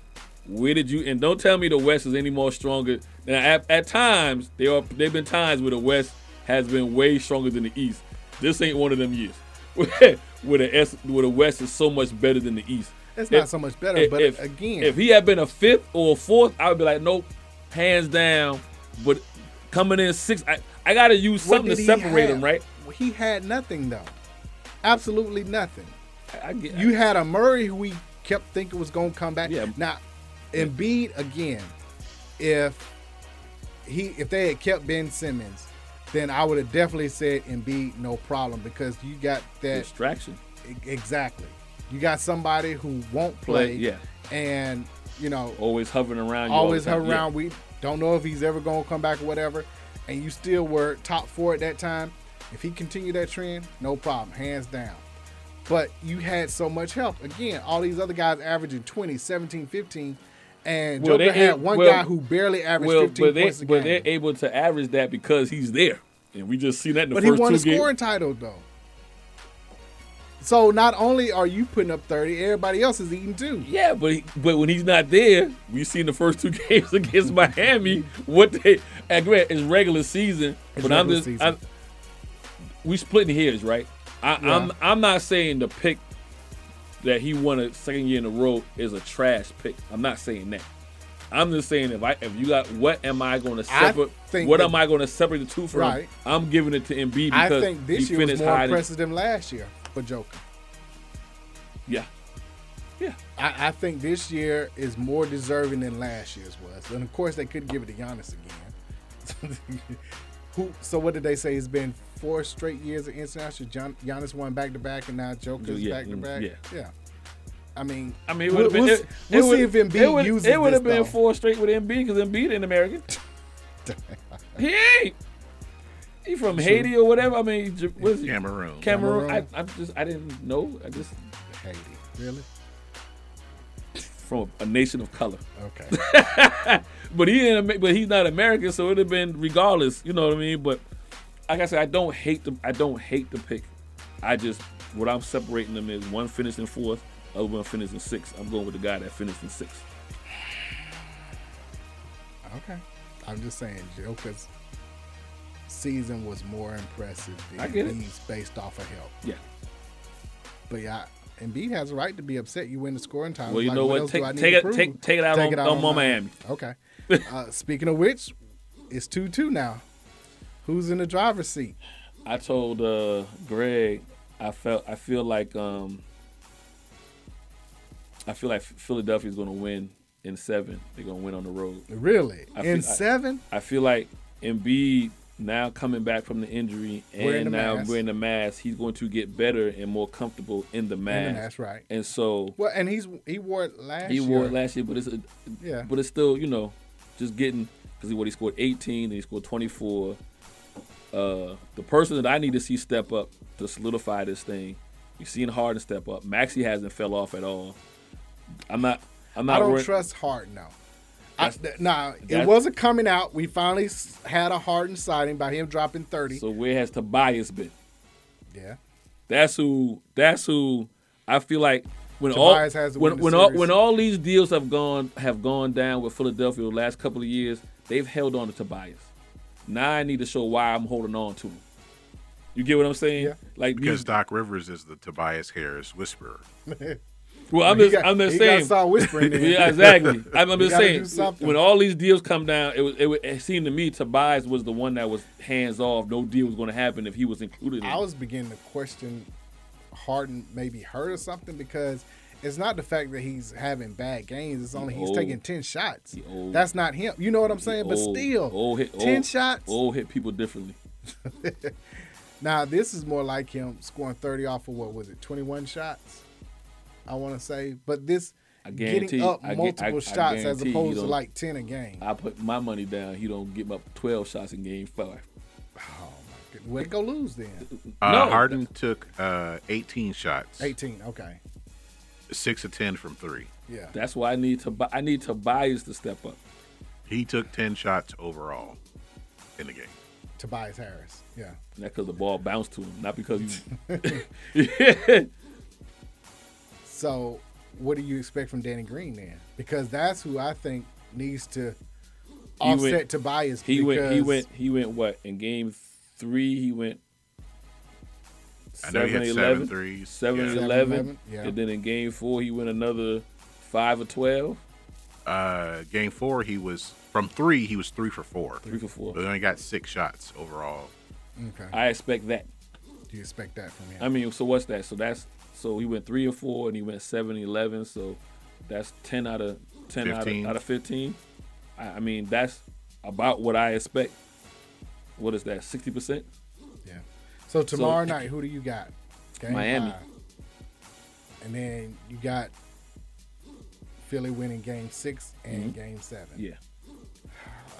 E: where did you and don't tell me the West is any more stronger. Now at, at times there are there've been times where the West has been way stronger than the East. This ain't one of them years where the S, where the West is so much better than the East.
D: It's not so much better, but again-
E: if he had been a fifth or a fourth, I would be like, nope, hands down. But coming in sixth, I, I got to use
D: What
E: something
D: did
E: to
D: he
E: separate
D: have?
E: him, right?
D: He had nothing though. Absolutely nothing.
E: I get,
D: you had a Murray who we kept thinking was going to come back.
E: Yeah.
D: Now, Embiid again. If he if they had kept Ben Simmons, then I would have definitely said Embiid no problem because you got that
E: Distraction.
D: E- Exactly. You got somebody who won't play.
E: Play, yeah.
D: And you know
E: Always hovering around. You all
D: always
E: the time.
D: her around. We don't know if he's ever going to come back or whatever. And you still were top four at that time. If he continued that trend, no problem, hands down. But you had so much help. Again, all these other guys averaging 20, 17, 15. And
E: Well,
D: Joker
E: they-
D: had one
E: well-
D: guy who barely averaged
E: well,
D: 15
E: but they,
D: points a
E: But
D: game.
E: they're able to average that because he's there, and we just seen that in the
D: But he
E: first
D: won
E: two
D: a
E: games.
D: scoring title, though. So not only are you putting up 30, everybody else is eating too.
E: Yeah, but he, but when he's not there, we seen the first two games against Miami. What they and granted, it's regular season,
D: It's
E: but I'm
D: regular
E: just
D: season.
E: I'm, we splitting hairs, right? I,
D: Yeah.
E: I'm I'm not saying the pick that he won a second year in a row is a trash pick. I'm not saying that. I'm just saying if I if you got what am I going to
D: I
E: separate?
D: think
E: What
D: that-
E: am I going to separate the two from?
D: Right.
E: I'm giving it to Embiid because
D: I think this
E: he
D: year was
E: finished
D: more
E: high than-
D: impressive than last year for Joker.
E: Yeah. Yeah.
D: I, I think this year is more deserving than last year's was. And of course, they could give it to Giannis again. Who? So what did they say? It's been four straight years of international. Gian, Giannis won back to back, and now Joker's
E: Yeah,
D: back to
E: mm,
D: back.
E: yeah.
D: Yeah. I mean,
E: I mean, it
D: we'll,
E: would have been.
D: we'll,
E: it-
D: we'll
E: it
D: see if
E: would- it
D: Embiid
E: would-
D: uses
E: It would have
D: this,
E: been
D: though.
E: four straight with Embiid because Embiid ain't American. he ain't. He from
A: True.
E: Haiti or whatever. I mean, J- what is he?
A: Cameroon.
E: Cameroon.
A: Cameroon.
E: I, I just I didn't know. I just
D: Haiti. Really?
E: from a nation of color.
D: Okay.
E: but he ain't. Ama- But he's not American, so it'd have been regardless. You know what I mean? But like I said, I don't hate the. I don't hate the pick. I just what I'm separating them is one finished in fourth, other one finished in sixth. I'm going with the guy that finished in sixth.
D: Okay. I'm just saying, Joker's season was more impressive than
E: I get it.
D: Embiid's based off of help.
E: Yeah.
D: But yeah, Embiid has a right to be upset. You win the scoring title.
E: Well, you
D: Like,
E: know what?
D: else
E: Take-
D: do I need
E: take
D: to
E: it-
D: prove?
E: take- take it out on- on Mo Miami.
D: Okay. uh, speaking of which, it's two two now. Who's in the driver's seat?
E: I told uh, Greg I felt I feel like um, I feel like Philadelphia's going to win in seven. They're going to win on the road.
D: Really?
E: I
D: In
E: I-
D: seven?
E: I, feel like Embiid now coming back from the injury and
D: Wearing the
E: now
D: mask.
E: wearing the mask, he's going to get better and more comfortable in the mask.
D: mask, right.
E: And so
D: Well, and he's he wore it last.
E: he wore
D: year.
E: it last year, but it's a,
D: Yeah.
E: but it's still you know just getting because he what he scored 18 and he scored 24. Uh, the person that I need to see step up to solidify this thing, you've seen Harden step up. Maxi hasn't fell off at all. I'm not. I'm not.
D: I don't
E: worried-
D: trust Harden now. I,
E: That's-
D: th- nah, it
E: that's-
D: wasn't coming out. We finally s- had a Harden sighting by him dropping thirty.
E: So where has Tobias been?
D: yeah,
E: That's who. That's who. I feel like when
D: Tobias
E: all
D: has to
E: when
D: win the
E: when all,
D: series.
E: when all these deals have gone have gone down with Philadelphia the last couple of years, they've held on to Tobias. Now I need to show why I'm holding on to him. You get what I'm saying? Like
A: because
E: these-
A: Doc Rivers is the Tobias Harris whisperer.
E: Well, I'm
D: He
E: just,
D: got-
E: I'm just
D: he
E: saying.
D: gotta start whispering then.
E: yeah, exactly. I'm, I'm
D: He gotta do
E: just saying.
D: something.
E: When all these deals come down, it, was, it, was, it seemed to me Tobias was the one that was hands off. No deal was going to happen if he was included. In.
D: I
E: it.
D: was beginning to question Harden maybe hurt or something because it's not the fact that he's having bad games. It's only he's
E: old.
D: taking ten shots.
E: old.
D: That's not him. You know what I'm saying? But
E: Old-
D: still,
E: old hit,
D: 10
E: old-
D: shots?
E: Old hit people differently.
D: now this is more like him scoring thirty off of what was it, twenty one shots? I want to say, but this
E: guarantee-
D: getting up
E: I gu- I-
D: multiple
E: I
D: shots as
E: guarantee he
D: opposed to
E: don't-
D: like ten a game. Oh
E: I put my money down. He don't give up 12 shots in game five.
D: Well, go lose then.
A: Uh,
E: No.
A: Harden took uh, 18 shots,
D: Eighteen. Okay.
A: six of 10 from three.
D: Yeah.
E: That's why I need to. I need Tobias to step up.
A: He took 10 shots overall in the game.
D: Tobias Harris. Yeah.
E: Not because the ball bounced to him, not because you.
D: So, what do you expect from Danny Green then? Because that's who I think needs to
E: He
D: offset
E: went-
D: Tobias.
E: He went. He
D: because-
E: went. He went. What in game three? He went.
A: I know he had
E: 7,
A: seven threes.
E: 7,
A: Yeah.
E: 11,
A: 7, yeah.
E: and then in game four he went another five or twelve.
A: Uh, game four, he was from three, he was three for four.
E: Three for four.
A: But he only got six shots overall.
D: Okay.
E: I expect that.
D: Do you expect that from him?
E: I mean, so what's that? So that's so he went three or four, and he went seven, eleven. So that's ten out of ten out of,
A: 15.
E: out of fifteen. I, I mean, that's about what I expect. What is that? Sixty percent.
D: Yeah. So tomorrow
E: So-
D: night, who do you got?
E: Miami.
D: And then you got Philly winning game six and
E: Mhm.
D: game seven.
E: Yeah.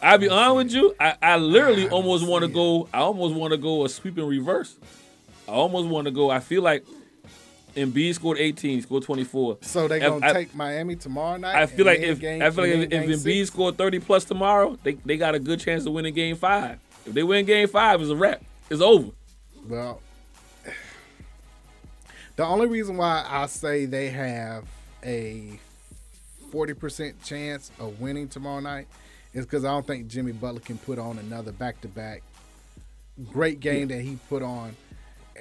E: I'll be honest with you. I, I
D: Ah,
E: literally almost want to go. I almost want to go a sweep in reverse. I almost want to go. I feel like Embiid scored 18, he scored 24.
D: So they
E: If
D: gonna
E: I-
D: take Miami tomorrow night.
E: I feel
D: and
E: like
D: win
E: if
D: game-
E: I feel like
D: and
E: if,
D: win
E: if
D: game
E: Embiid
D: six?
E: scored 30 plus tomorrow, they, they got a good chance of winning game five. If they win game five, it's a wrap. It's over.
D: Well, the only reason why I say they have a 40% chance of winning tomorrow night is because I don't think Jimmy Butler can put on another back to back great game that he put on.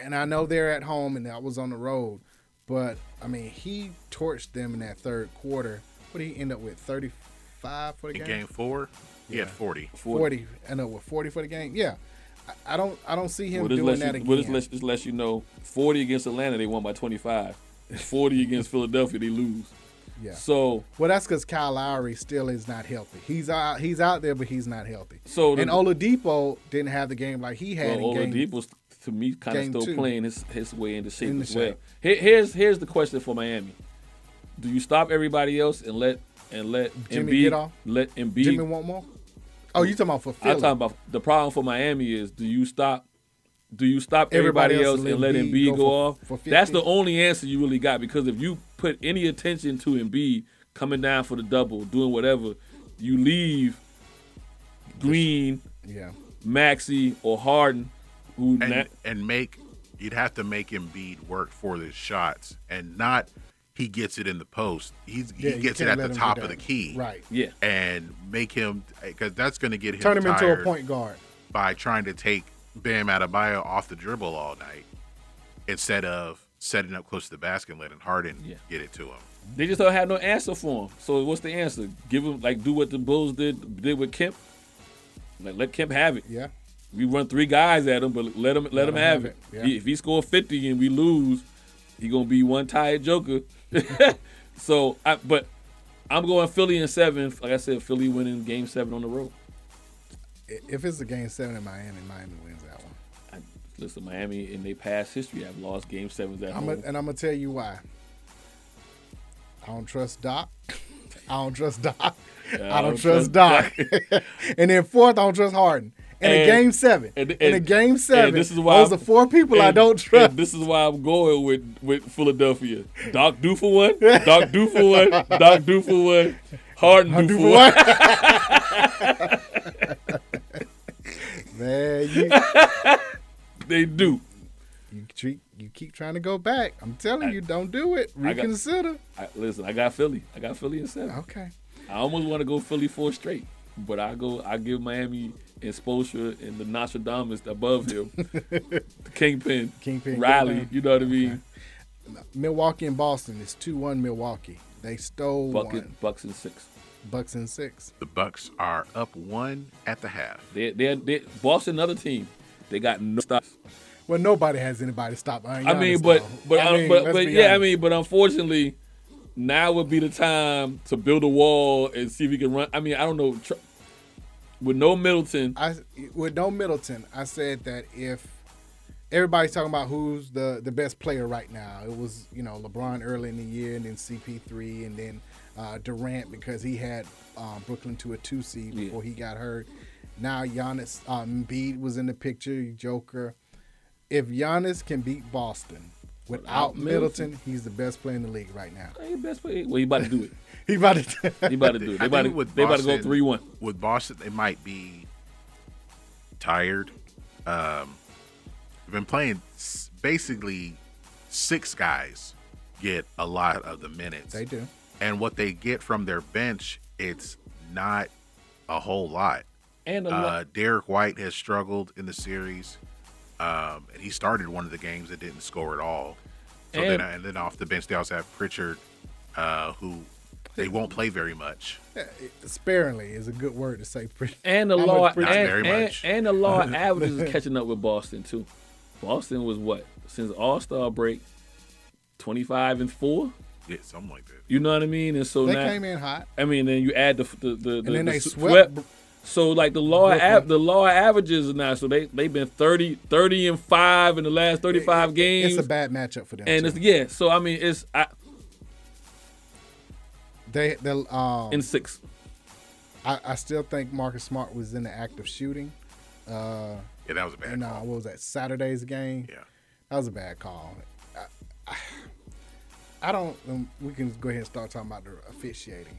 D: And I know they're at home and I was on the road, but I mean, he torched them in that third quarter. What did he end up with? 35 for the
A: In
D: game?
A: game four, he had 40.
D: 40. I know what 40 for the game. Yeah. I- I don't I don't see him
E: Well, this
D: doing
E: lets
D: that
E: you,
D: again.
E: well, this lets, this lets you know 40 against Atlanta, they won by 25. 40 against Philadelphia, they lose.
D: Yeah.
E: So
D: Well, that's because Kyle Lowry still is not healthy. He's out. He's out there, but he's not healthy.
E: So the-
D: and Oladipo didn't have the game like he had.
E: Well,
D: in game.
E: Oladipo's to me kind of
D: game
E: still
D: two.
E: playing his, his way into shape
D: In the
E: as well.
D: shape.
E: Here, here's here's the question for Miami: Do you stop everybody else and let and let
D: Jimmy
E: Embiid
D: get off?
E: let Embiid?
D: Jimmy want more? Oh, you talking about for Philly?
E: I'm talking about the problem for Miami is do you stop? Do you stop
D: Everybody
E: everybody,
D: else
E: else
D: and
E: and
D: let
E: let
D: Embiid
E: Embiid
D: go
E: go,
D: for-
E: off?
D: for 50?
E: That's the only answer you really got because if you put any attention to Embiid coming down for the double, doing whatever, you leave Green,
D: yeah,
E: Maxi, or Harden, who
A: and,
E: na-
A: and make you'd have to make Embiid work for the shots and not he gets it in the post. He's,
D: Yeah,
A: he
D: you
A: gets it
D: can't
A: at
D: let
A: the
D: him do
A: top of
D: that.
A: the key,
D: Right.
E: Yeah.
A: and make him because that's going to get him
D: Turn him into a
A: tired
D: point guard.
A: by trying to take Bam Adebayo off the dribble all night instead of setting up close to the basket and letting Harden get it to him.
E: They just don't have no answer for him. So what's the answer? Give him like do what the Bulls did did with Kemp. Like let Kemp have it.
D: Yeah.
E: We run three guys at him, but let him let, him have, it.
D: Yeah.
E: He- if he score fifty and we lose, he gonna be one tired joker. So, I but I'm going Philly in seven. Like I said, Philly winning Game Seven on the road.
D: If it's a game seven in Miami, Miami wins that one.
E: Listen, Miami in their past history have lost Game Sevens at
D: I'm
E: home.
D: a, and I'm gonna tell you why. I don't trust Doc. I don't trust Doc. I don't trust Doc. and then fourth, I don't trust Harden. And, a
E: And-
D: game seven.
E: and-
D: in a
E: and-
D: game seven.
E: and this is why
D: those are
E: I'm-
D: four people I
E: and-
D: don't trust.
E: and this is why I'm going with with Philadelphia. Doc do for one. Doc do for one. Doc do for one. Harden do for one.
D: Man, you
E: they do.
D: You treat you keep trying to go back. I'm telling you, don't do it.
E: I got-
D: Reconsider.
E: I, listen, I got Philly. I got Philly in seven.
D: Okay.
E: I almost want to go Philly four straight, but I go. I give Miami and Spoelstra and the Nostradamus above him, the Kingpin,
D: Kingpin,
E: Riley.
D: Kingpin.
E: You know what I mean?
D: Milwaukee and Boston is two one Milwaukee. They stole
E: Bucket
D: one.
E: Bucks and six.
D: Bucks and six.
A: The Bucks are up one at the half.
E: They they they Boston another team. They got no stops.
D: Well, nobody has anybody stop. Giannis,
E: I mean, but
D: though.
E: but
D: I
E: um,
D: mean,
E: but,
D: let's
E: but
D: be
E: yeah, I
D: honest.
E: mean, but unfortunately, now would be the time to build a wall and see if we can run. I mean, I don't know. Tr- with no Middleton,
D: I with no Middleton, I said that if everybody's talking about who's the the best player right now, it was you know LeBron early in the year, and then CP3, and then uh, Durant because he had uh, Brooklyn to a two seed before he got hurt. Now Giannis uh, Embiid was in the picture, Joker. If Giannis can beat Boston without
E: Without Middleton.
D: Middleton, he's the best player in the league right now.
E: Hey, best player. Well, he about to do it.
D: he about to.
E: he about to do it. They
A: I
E: about to,
A: think with
E: they about to go
A: Boston-
E: three one.
A: With Boston, they might be tired. Um, they've been playing s- basically six guys get a lot of the minutes.
D: They do.
A: and what they get from their bench, it's not a whole lot.
E: And a
A: uh,
E: lot-
A: Derek White has struggled in the series, um, and he started one of the games that didn't score at all. So
E: And-
A: then, and then off the bench, they also have Pritchard, uh, who they won't play very much.
D: Yeah, it- Sparingly is a good word to say.
E: And the
D: I'm a
E: law and,
D: pretty-
E: and, and the law averages is catching up with Boston too. Boston was what since All Star break, twenty five and four.
A: Yeah, something like that.
E: You know what I mean? And so
D: They
E: now,
D: came in hot.
E: I mean, then you add the the the, the,
D: then
E: the
D: they
E: s-
D: swept Br-
E: So like the law av-
D: Brooklyn.
E: the law averages now. So they they've been 30, 30 and five in the last thirty five games.
D: It's a bad matchup for them.
E: and
D: too.
E: it's yeah. So I mean, it's I,
D: They they um
E: in six.
D: I, I still think Marcus Smart was in the act of shooting. Uh,
A: Yeah, that was a bad
D: and, uh, what was that Saturday's game?
A: Yeah,
D: that was a bad call. I, I, I don't. um, We can go ahead and start talking about the officiating.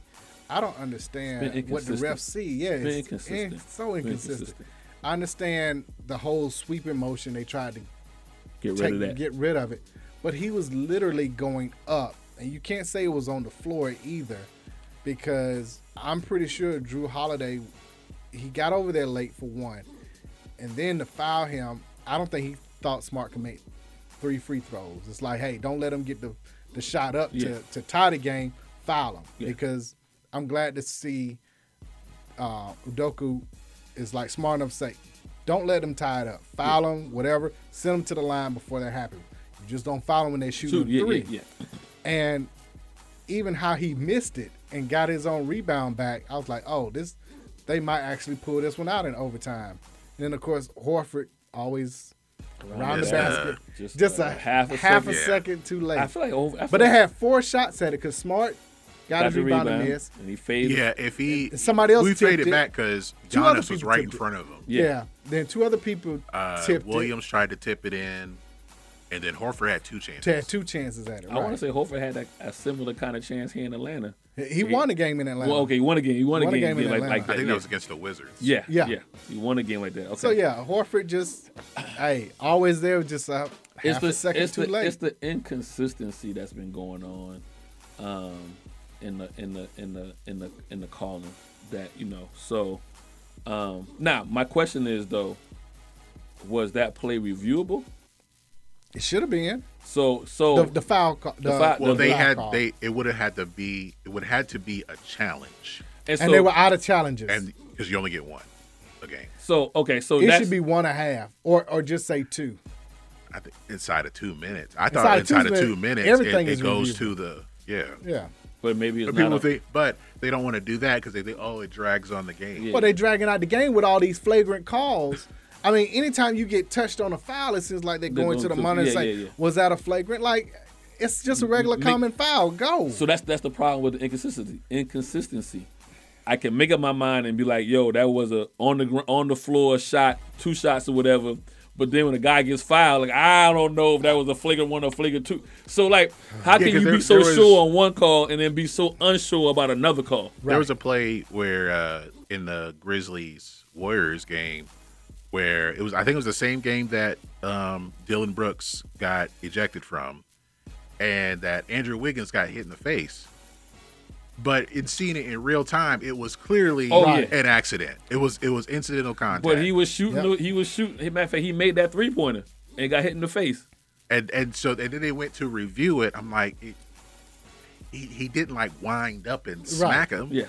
D: I don't understand
E: It's been
D: what the refs
E: inconsistent.
D: see. Yeah,
E: It's
D: it's,
E: been
D: eh,
E: inconsistent.
D: it's so
E: It's been
D: inconsistent.
E: inconsistent.
D: I understand the whole sweeping motion they tried to
E: Get rid
D: take-
E: of that.
D: Get rid of it, but he was literally going up, and you can't say it was on the floor either, because I'm pretty sure Drew Holiday he got over there late for one, and then to foul him, I don't think he thought Smart could make three free throws. It's like, hey, don't let him get the, the shot up
E: Yeah.
D: to, to tie the game, foul him.
E: Yeah.
D: Because I'm glad to see uh, Udoku is like smart enough to say, don't let them tie it up. Foul them, whatever. Send them to the line before that happens. You just don't foul them when they shoot
E: Shoot, yeah,
D: three.
E: yeah, yeah.
D: And even how he missed it and got his own rebound back, I was like, oh, this they might actually pull this one out in overtime. And then of course Horford always around the
E: Just,
D: basket.
E: uh,
D: just
E: just,
D: a
E: uh,
D: half a second, too late.
E: I feel like over- I feel
D: but they
E: like-
D: had four shots at it because Smart got, his
E: the
D: rebound and missed.
E: and he faded.
A: yeah. If he
D: And somebody else
A: we
D: tipped
A: traded
D: it.
A: back because
D: Two other
A: Giannis was
D: people
A: right in
D: tipped it.
A: front of him.
D: Yeah. Then two other people
A: Uh,
D: tipped William
A: Williams tried to tip it in, and then Horford had two chances.
D: had two chances at it.
E: I want
D: right.
E: to say Hofer had a, a similar kind of chance here in Atlanta.
D: He- he won a game in Atlanta.
E: Well, okay, he won a game. He won, a game,
D: in
E: yeah, like,
D: Atlanta.
E: like that.
A: I think
E: yeah.
A: that was against the Wizards.
E: Yeah,
D: Yeah.
E: yeah, yeah. He won a game like that. Okay.
D: So yeah, Horford just hey always there, just a half
E: it's the
D: a second
E: it's
D: too
E: the,
D: late.
E: it's the inconsistency that's been going on um, in the in the in the in the in the calling that you know. So um, now my question is though, was that play reviewable?
D: it should have been
E: So so
D: the, the foul call. The,
E: foul-
A: Well,
E: Oh. the
A: they
E: foul
A: had
D: call.
A: they it would have had to be it would had to be a challenge,
E: and,
D: and
E: so-
D: they were out of challenges.
A: and because you only get one a game,
E: so okay so
D: it
E: that's
D: should be one and a half, or or just say two.
A: I think inside of two minutes. I
D: Inside
A: thought
D: of two
A: inside of
D: minutes,
A: two minutes,
D: everything
A: it,
D: is
A: it goes
D: reviewable.
A: to the yeah.
D: Yeah,
E: But maybe it's
A: But people
E: not. A,
A: think, but they don't want to do that because they think, oh, it drags on the game.
D: Well, they dragging out the game with all these flagrant calls. I mean, anytime you get touched on a foul, it seems like they're
E: They're
D: going
E: going
D: to the
E: to-
D: monitor
E: yeah,
D: and say,
E: yeah, yeah.
D: "Was that a flagrant?" Like, it's just a regular
E: Nick-
D: common foul. Go.
E: so that's that's the problem with the inconsistency. Inconsistency. I can make up my mind and be like, yo, that was a on the gr- on the floor shot, two shots or whatever. But then when a guy gets fouled, like I don't know if that was a flagrant one or flagrant two. So like, how
A: Yeah,
E: can
A: 'cause
E: you
A: there-
E: be so
A: there was-
E: sure on one call and then be so unsure about another call?
A: There was a play where uh, in the Grizzlies Warriors game where it was I think it was the same game that um, Dylan Brooks got ejected from and that Andrew Wiggins got hit in the face. But in seeing it in real time, it was clearly
E: Oh, yeah.
A: an accident. It was it was incidental contact.
E: But he was shooting. He was shooting. Matter of fact, he made that three pointer and got hit in the face.
A: and and so and then they went to review it. I'm like, it, he he didn't like wind up and smack him.
E: Yeah.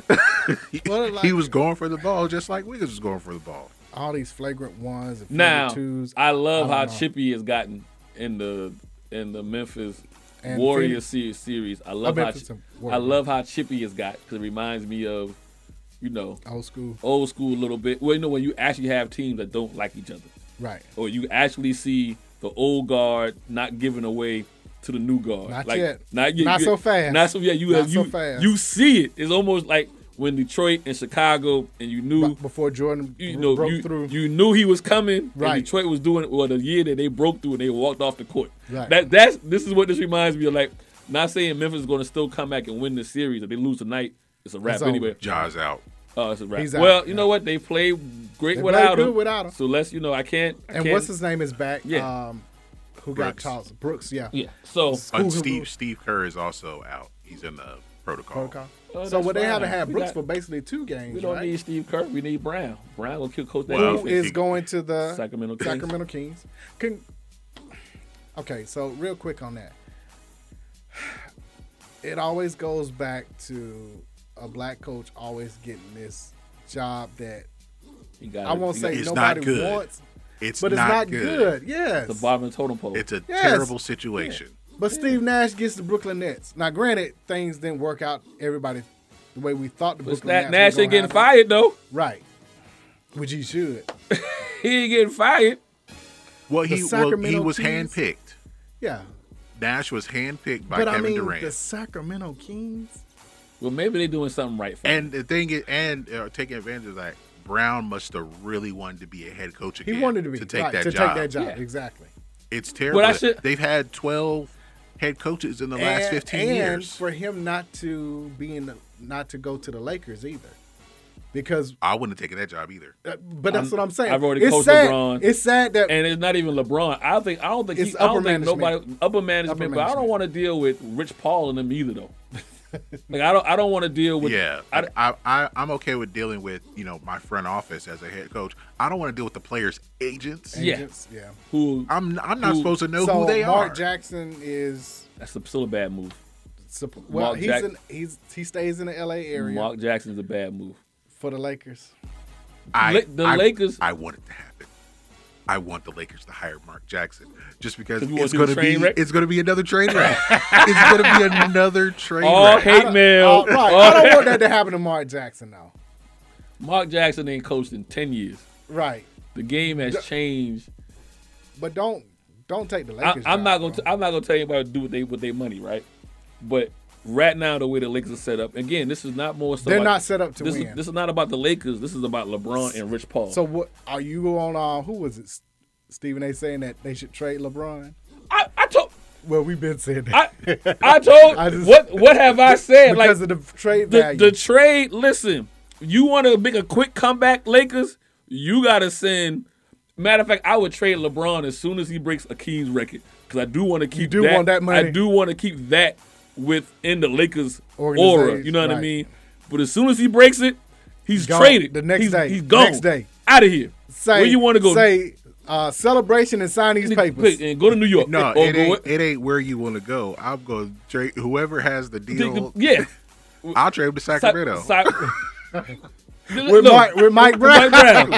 A: he,
D: Well, like-
A: he was going for the ball just like Wiggins was going for the ball.
D: all these flagrant ones and flagrant
E: Now
D: twos.
E: I love
D: I
E: how
D: don't know.
E: chippy has gotten in the in the Memphis
D: And
E: Warrior
D: Phoenix.
E: series, series. I love how
D: Memphis
E: chi-
D: and Warrior.
E: I love how chippy has got because it reminds me of you know
D: Old school.
E: old school a little bit. Well, you know when you actually have teams that don't like each other,
D: Right.
E: Or you actually see the old guard not giving away to the new guard.
D: Not
E: like,
D: yet.
E: Not yet.
D: Not
E: You-
D: so fast.
E: Not so yeah. You
D: Not
E: you
D: so fast.
E: you see it. It's almost like when Detroit and Chicago and you knew
D: before Jordan
E: you
D: bro-
E: know
D: broke
E: you,
D: through.
E: you knew he was coming.
D: Right.
E: And Detroit was doing well the year that they broke through and they walked off the court.
D: Right.
E: That that's this is what this reminds me of. Like not saying Memphis is going to still come back and win this series. If they lose tonight, it's a wrap
D: It's over.
E: anyway.
A: Jaws out.
E: Oh, it's a wrap.
D: He's out,
E: well, you know what? They played great
D: They
E: without
D: played good
E: him.
D: without him.
E: So let's you know I can't. I
D: and
E: can't-
D: what's his name is back.
E: Yeah.
D: Um, who
A: Brooks.
D: got tossed? Brooks. Yeah.
E: Yeah. So
A: Uh, Steve Steve Kerr is also out. He's in the protocol.
D: Protocol.
E: Oh,
D: so
E: that's
D: what they haven't
E: fine.
D: had
E: We
D: Brooks
E: got-
D: for basically two games.
E: We don't
D: right?
E: need Steve Kerr. We need Brown. Brown will kill coach that
D: Who is
E: defense.
D: going to the
E: Sacramento Kings.
D: Sacramento Kings? Can, okay, so real quick on that. It always goes back to a black coach always getting this job that
E: He got
D: I
E: it.
D: won't
E: He got
D: say
E: it. It's
D: nobody
A: not good.
D: wants,
A: It's
D: but it's
A: not
D: not,
A: good.
D: good. Yes,
E: the bottom of the totem pole.
A: It's a
D: Yes.
A: terrible situation.
D: But Steve Nash gets the Brooklyn Nets. Now, granted, things didn't work out everybody the way we thought the
E: But
D: Brooklyn
E: that
D: Nets
E: Nash
D: were
E: ain't
D: gonna
E: getting
D: happen.
E: fired though.
D: Right, which he should.
E: He ain't getting fired.
A: Well,
D: The
A: he well, he
D: Sacramento
A: was
D: Kings-
A: handpicked.
D: Yeah,
A: Nash was handpicked by
D: but
A: Kevin
D: I mean
A: Durant.
D: the Sacramento Kings.
E: Well, maybe they're doing something right. For him.
A: And the thing is, and uh, taking advantage of that, Brown must have really wanted to be a head coach
D: He
A: again.
D: wanted to be
A: take
D: right,
A: that
D: to
A: job.
D: take that job
E: Yeah.
D: exactly.
A: It's terrible.
E: I should-
A: They've had twelve head coaches in the last
D: And- and
A: fifteen years.
D: for him not to be in the, not to go to the Lakers either, because
A: I wouldn't have taken that job either.
D: uh, but that's
E: I'm-
D: what I'm saying.
E: I've already
D: it's
E: coached
D: sad,
E: LeBron.
D: It's sad that
E: and it's not even LeBron. I don't think I don't think
D: It's
E: he, I don't
D: upper
E: think nobody
D: management.
E: upper management,
D: Upper
E: but I don't
D: management.
E: want to deal with Rich Paul and them either though. like I don't I don't want to deal with
A: yeah,
E: I,
A: I, I, I, I'm okay with dealing with you know my front office as a head coach. I don't want to deal with the players' agents.
E: yeah.
D: agents, yeah.
E: who
A: I'm I'm not
E: Who-
A: supposed to know
D: so
A: who they
D: Mark
A: are.
D: Jackson is
E: that's a, still a bad move.
D: supp- well,
E: Mark
D: he's
E: Jack-
D: in, he's he stays in the L.A. area
E: Mark Jackson's a bad move.
D: for the Lakers.
A: I,
E: La- the
A: I-
E: Lakers-
A: I want it to happen. I want the Lakers to hire Mark Jackson just because
E: 'Cause we wanna
A: it's
E: do the
A: going to be
E: train wreck?
A: it's going to be another train wreck. it's going to be another train
E: All
A: wreck.
E: hate
D: Oh,
E: mail.
D: right, I don't want that to happen to Mark Jackson though.
E: Mark Jackson ain't coached in ten years.
D: Right,
E: The game has changed.
D: but don't don't take the
E: I,
D: Lakers.
E: I'm
D: job,
E: not gonna
D: bro.
E: t- I'm not gonna tell anybody to do what they with their money, right? But right now the way the Lakers are set up, again, this is not more. so
D: They're
E: about-
D: not set up to
E: this Is,
D: win.
E: this is not about the Lakers. This is about LeBron and Rich Paul.
D: So what are you on? Uh, who was it? S- Stephen A. saying that they should trade LeBron.
E: I, I told
D: Well, we've been saying that
E: I I told
D: I just-
E: what what have I said?
D: because
E: like
D: of the trade
E: the,
D: value.
E: the trade. Listen, you want to make a quick comeback, Lakers? You gotta send. Matter of fact, I would trade LeBron as soon as he breaks Akeem's record because I do want to keep
D: do
E: that.
D: want that money.
E: I do want to keep that within the Lakers aura.
D: Organization,
E: You know what I
D: right.
E: mean? But as soon as he breaks it, he's
D: Gone.
E: traded.
D: The next
E: he's,
D: day.
E: he's gone.
D: Next day.
E: out of here.
D: say
E: Where you want to go?
D: Say uh, celebration and sign these papers.
E: and go to New York.
A: No,
E: Or
A: it
E: go-
A: ain't, it ain't where you want to go. I'm going to trade whoever has the
E: Take the-
A: deal.
E: yeah.
A: I'll trade him to Sacramento.
E: Sa- sa-
D: With Mike- with Mike Brown.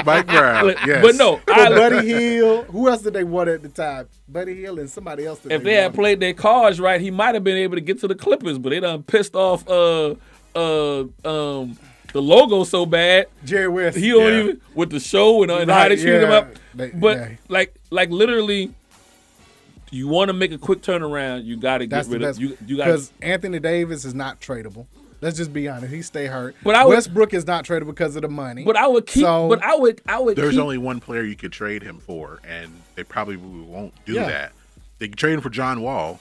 A: Mike Brown.
E: Look,
A: Yes.
E: But no, I,
D: Buddy Hill. Who else did they want at the time? Buddy Hill and somebody else. That
E: if they had
D: wanted.
E: played their cards right, he might have been able to get to the Clippers, but they done pissed off uh uh um the logo so bad.
D: Jerry West.
E: He don't
D: Yeah.
E: even with the show and, and how
D: Right,
E: they treated him
D: yeah.
E: up.
D: They-
E: but
D: yeah.
E: like like literally you want to make a quick turnaround, you got to get
D: That's the
E: rid of
D: best.
E: you you got
D: Because Anthony Davis is not tradable. Let's just be honest. He stay hurt.
E: But I would-
D: Westbrook is not tradable because of the money.
E: But I would keep-
D: So,
E: but I would. I would.
A: There's only one player you could trade him for, and they probably won't do
D: Yeah.
A: that. They can trade him for John Wall.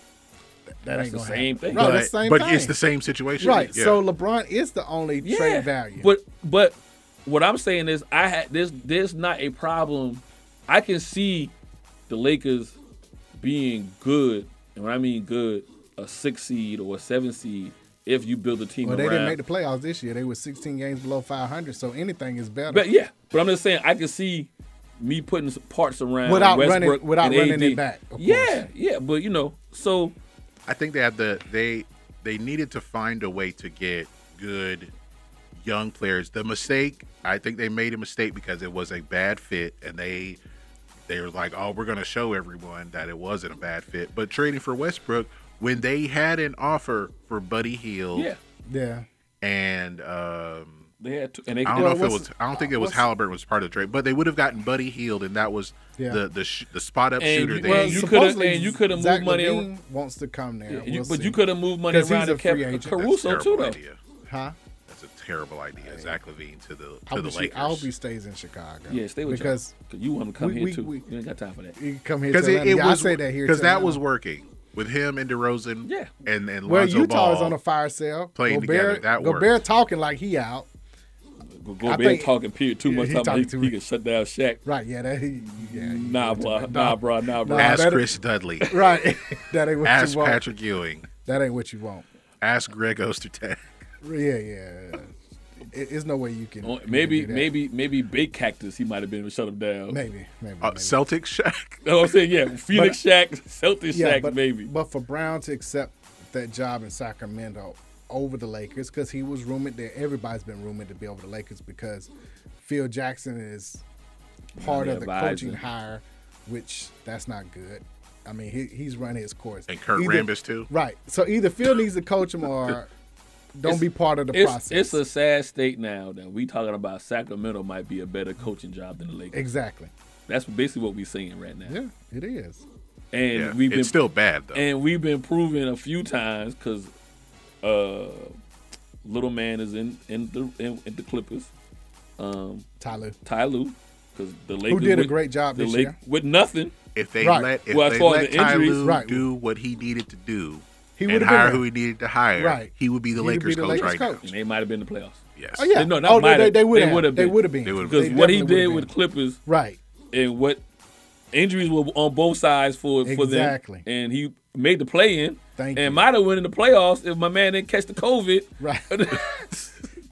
E: That That's ain't the gonna same happen. thing.
A: But,
E: No, that's the same
A: but
E: thing.
A: it's the same situation.
D: Right.
A: Yeah.
D: So LeBron is the only
E: Yeah.
D: trade value.
E: But but what I'm saying is I had there's there's not a problem. I can see the Lakers being good, and when I mean good, a six seed or a seven seed if you build a team
D: Well, they
E: around.
D: didn't make the playoffs this year. They were 16 games below 500, so anything is better.
E: but yeah, but I'm just saying I can see me putting some parts around
D: Without running-
E: Westbrook
D: without
E: and
D: running
E: AD.
D: it back, of
E: Yeah, yeah, but you know, so
A: I think they had the they they needed to find a way to get good young players. The mistake I think they made a mistake because it was a bad fit, and they they were like, oh, we're gonna show everyone that it wasn't a bad fit. But trading for Westbrook when they had an offer for Buddy Hill,
E: Yeah.
D: Yeah.
A: and um,
E: they had to, and they
A: I don't
E: well,
A: know if it
E: what's-
A: was. I don't think it was
E: what's-
A: Halliburton was part of the trade, but they would have gotten Buddy Healed, and that was
D: Yeah.
A: the the sh- the spot up
E: And
A: shooter.
E: you-
A: they
E: well,
A: used.
E: you coulda-
D: Supposedly,
E: and you coulda moved
D: Zach
E: money
D: Levine
E: around-
D: wants to come there.
E: Yeah, you-
D: We'll
E: but
D: see.
E: you coulda moved money
D: 'Cause
E: around
D: he's
E: and
D: a
E: kept
D: free agent.
E: Caruso,
A: That's a
E: too,
A: terrible
E: though.
A: Idea.
D: Huh?
A: That's a terrible idea. Zach Levine to the
D: I
A: to the
D: hope, he,
A: Lakers.
D: I hope he stays in Chicago.
E: yeah, stay with
D: because
E: y'all. 'Cause you want to come
D: we-
E: here
D: we-
E: too.
D: we-
E: you ain't got time for that.
D: You can come here
A: Because
D: to
A: it, it
D: Atlanta.
A: was
D: Yeah, I say that here
A: because
D: to
A: that
D: Atlanta.
A: was working with him and DeRozan. Yeah, and and
D: Well,
A: Lonzo
D: Utah
A: Ball
D: is on a fire sale.
A: playing together. That worked.
D: Gobert talking like he out.
E: Go,
D: I
E: go
D: think-
E: big talking period too
D: Yeah,
E: much
D: he
E: time.
D: talking
E: He,
D: too
E: he can shut down Shaq.
D: Right, yeah, that, he- yeah.
A: Mm.
E: Nah, bro, nah, bro, nah, bro.
A: Ask Chris Dudley.
D: Right. that ain't what
A: Ask
D: you want.
A: Patrick Ewing.
D: That ain't what you want.
A: Ask Greg Ostertag.
D: Yeah, yeah. It, it's no way you can.
E: Oh,
D: you can
E: Maybe,
D: do that.
E: maybe, maybe big cactus. He might have been able to shut him down.
D: Maybe, maybe.
A: Uh, Celtic Shaq.
E: No, I'm saying yeah. Phoenix Shaq, Celtics Shaq,
D: but,
E: maybe.
D: But for Brown to accept that job in Sacramento over the Lakers, because he was rumored there, everybody's been rumored to be over the Lakers because Phil Jackson is part
E: Yeah,
D: of the
E: advising.
D: coaching hire, which that's not good. I mean, he, he's run his course.
A: And Kurt Rambis, too.
D: Right. So either Phil needs to coach him or don't
E: It's-
D: be part of the
E: it's,
D: process.
E: It's a sad state now that we talking about Sacramento might be a better coaching job than the Lakers.
D: Exactly.
E: That's basically what we're saying right now.
D: yeah, it is.
E: and
A: Yeah,
E: we've been
A: it's still bad, though.
E: And we've been proven a few times because uh, little man is in in the in, in the Clippers. Um,
D: Tyloo.
E: Tyloo, because the Lakers
D: did a
E: with-
D: great job
E: the
D: this
E: Lak-
D: year.
E: with nothing.
A: If they
D: Right.
A: let if
E: Well, as
A: they
E: far as
A: let
E: the injuries-
A: Tyloo
E: Right.
A: do what he needed to do
D: He
A: and
D: would've been
A: hire
D: there.
A: who he needed to hire,
D: Right.
A: he would be the
D: He'd
A: Lakers
D: be the
A: coach
D: Lakers
A: right now.
D: coach.
E: And they might have been in the playoffs.
A: Yes.
D: Oh, yeah.
E: No, not
D: Oh, they-
E: might
D: they-
E: have.
D: they would have.
E: would have.
D: They
E: been.
D: would have been. They would have
E: Because
D: been.
E: what he
D: Definitely would have
E: did with Clippers,
D: Right.
E: and what injuries were on both sides for for them.
D: Exactly.
E: And he made the play in.
D: Thank
E: and might have went in the playoffs if my man didn't catch the COVID.
D: Right.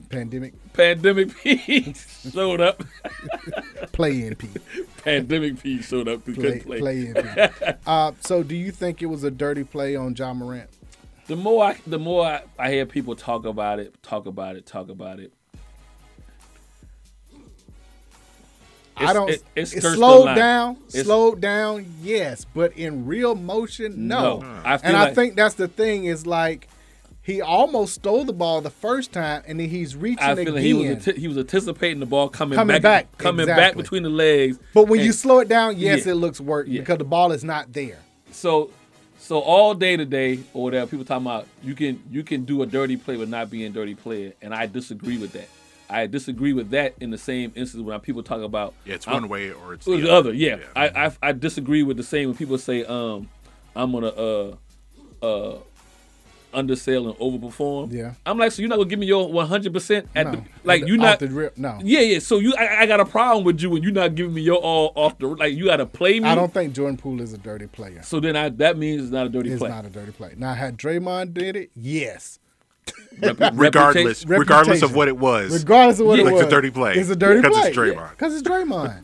D: Pandemic
E: Pandemic P showed up.
D: play in Pete.
E: Pandemic P showed up. Play,
D: play,
E: couldn't play.
D: play in Pete. uh, so, do you think it was a dirty play on John Morant?
E: The more I, the more I, I hear people talk about it, talk about it, talk about it.
D: I
E: It's-
D: don't.
E: it-
D: It,
E: it's skirts the
D: slowed
E: line.
D: down.
E: It's-
D: slowed down. Yes, but in real motion, no.
E: No. I feel
D: and I
E: like-
D: think that's the thing is like he almost stole the ball the first time, and then he's reaching
E: I feel
D: again.
E: like he was anti- he was anticipating the ball coming,
D: Coming
E: back,
D: back,
E: coming back
D: exactly.
E: between the legs.
D: but when you
E: and-
D: slow it down, yes,
E: Yeah.
D: it looks work because the ball is not there.
E: so so all day today or whatever people talking about you can you can do a dirty play but not being a dirty player and i disagree with that i disagree with that in the same instance when people talk about
A: Yeah, it's
E: I'm-
A: one way or it's
E: or
A: the
E: Uh, the other, yeah, I, I i disagree with the same when people say um i'm gonna uh uh undersell and overperform
D: Yeah.
E: i'm like so you're not gonna give me your 100% at the
D: No.
E: like
D: At
E: you're
D: the-
E: not
D: off the rip, no.
E: yeah yeah so you I, I got a problem with you when you're not giving me your all off the like you gotta play me
D: I don't think Jordan Poole is a dirty player.
E: so then I, that means it's not a dirty
D: It's
E: play
D: not a dirty play. Now, had Draymond did it, yes.
A: regardless,
D: Reputation.
A: regardless of what it was,
D: Regardless of what it
A: like
D: was.
A: the dirty play,
D: It's a dirty play.
A: because it's Draymond.
D: Because it's Draymond.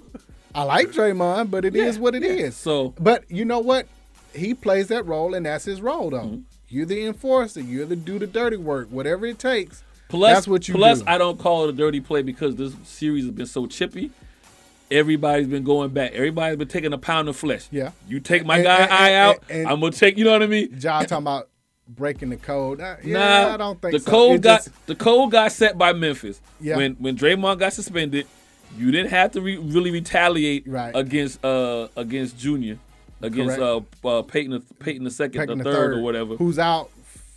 D: I like Draymond, but it is what it is.
E: So
D: But you know what? He plays
B: Mm-hmm.
D: that role and that's his role though. You're the enforcer, you're the do the dirty work, whatever it takes.
B: Plus,
D: That's what you
B: plus
D: do.
B: I don't call it a dirty play because this series has been so chippy. Everybody's been going back. Everybody's been taking a pound of flesh.
D: Yeah.
B: You take my
D: And-
B: guy
D: and-
B: eye
D: and-
B: out,
D: and-
B: I'm gonna take. You know what I mean?
D: John talking about breaking the code. Uh, yeah,
B: nah,
D: I don't think
B: the
D: so.
B: code
D: It
B: got
D: just-
B: the code got set by Memphis.
D: Yeah.
B: When when Draymond got suspended, you didn't have to re- really retaliate
D: Right.
B: against uh against Junior, against uh,
D: Correct.
B: uh Peyton the- Peyton the second,
D: Peckin
B: the third, or whatever.
D: Who's out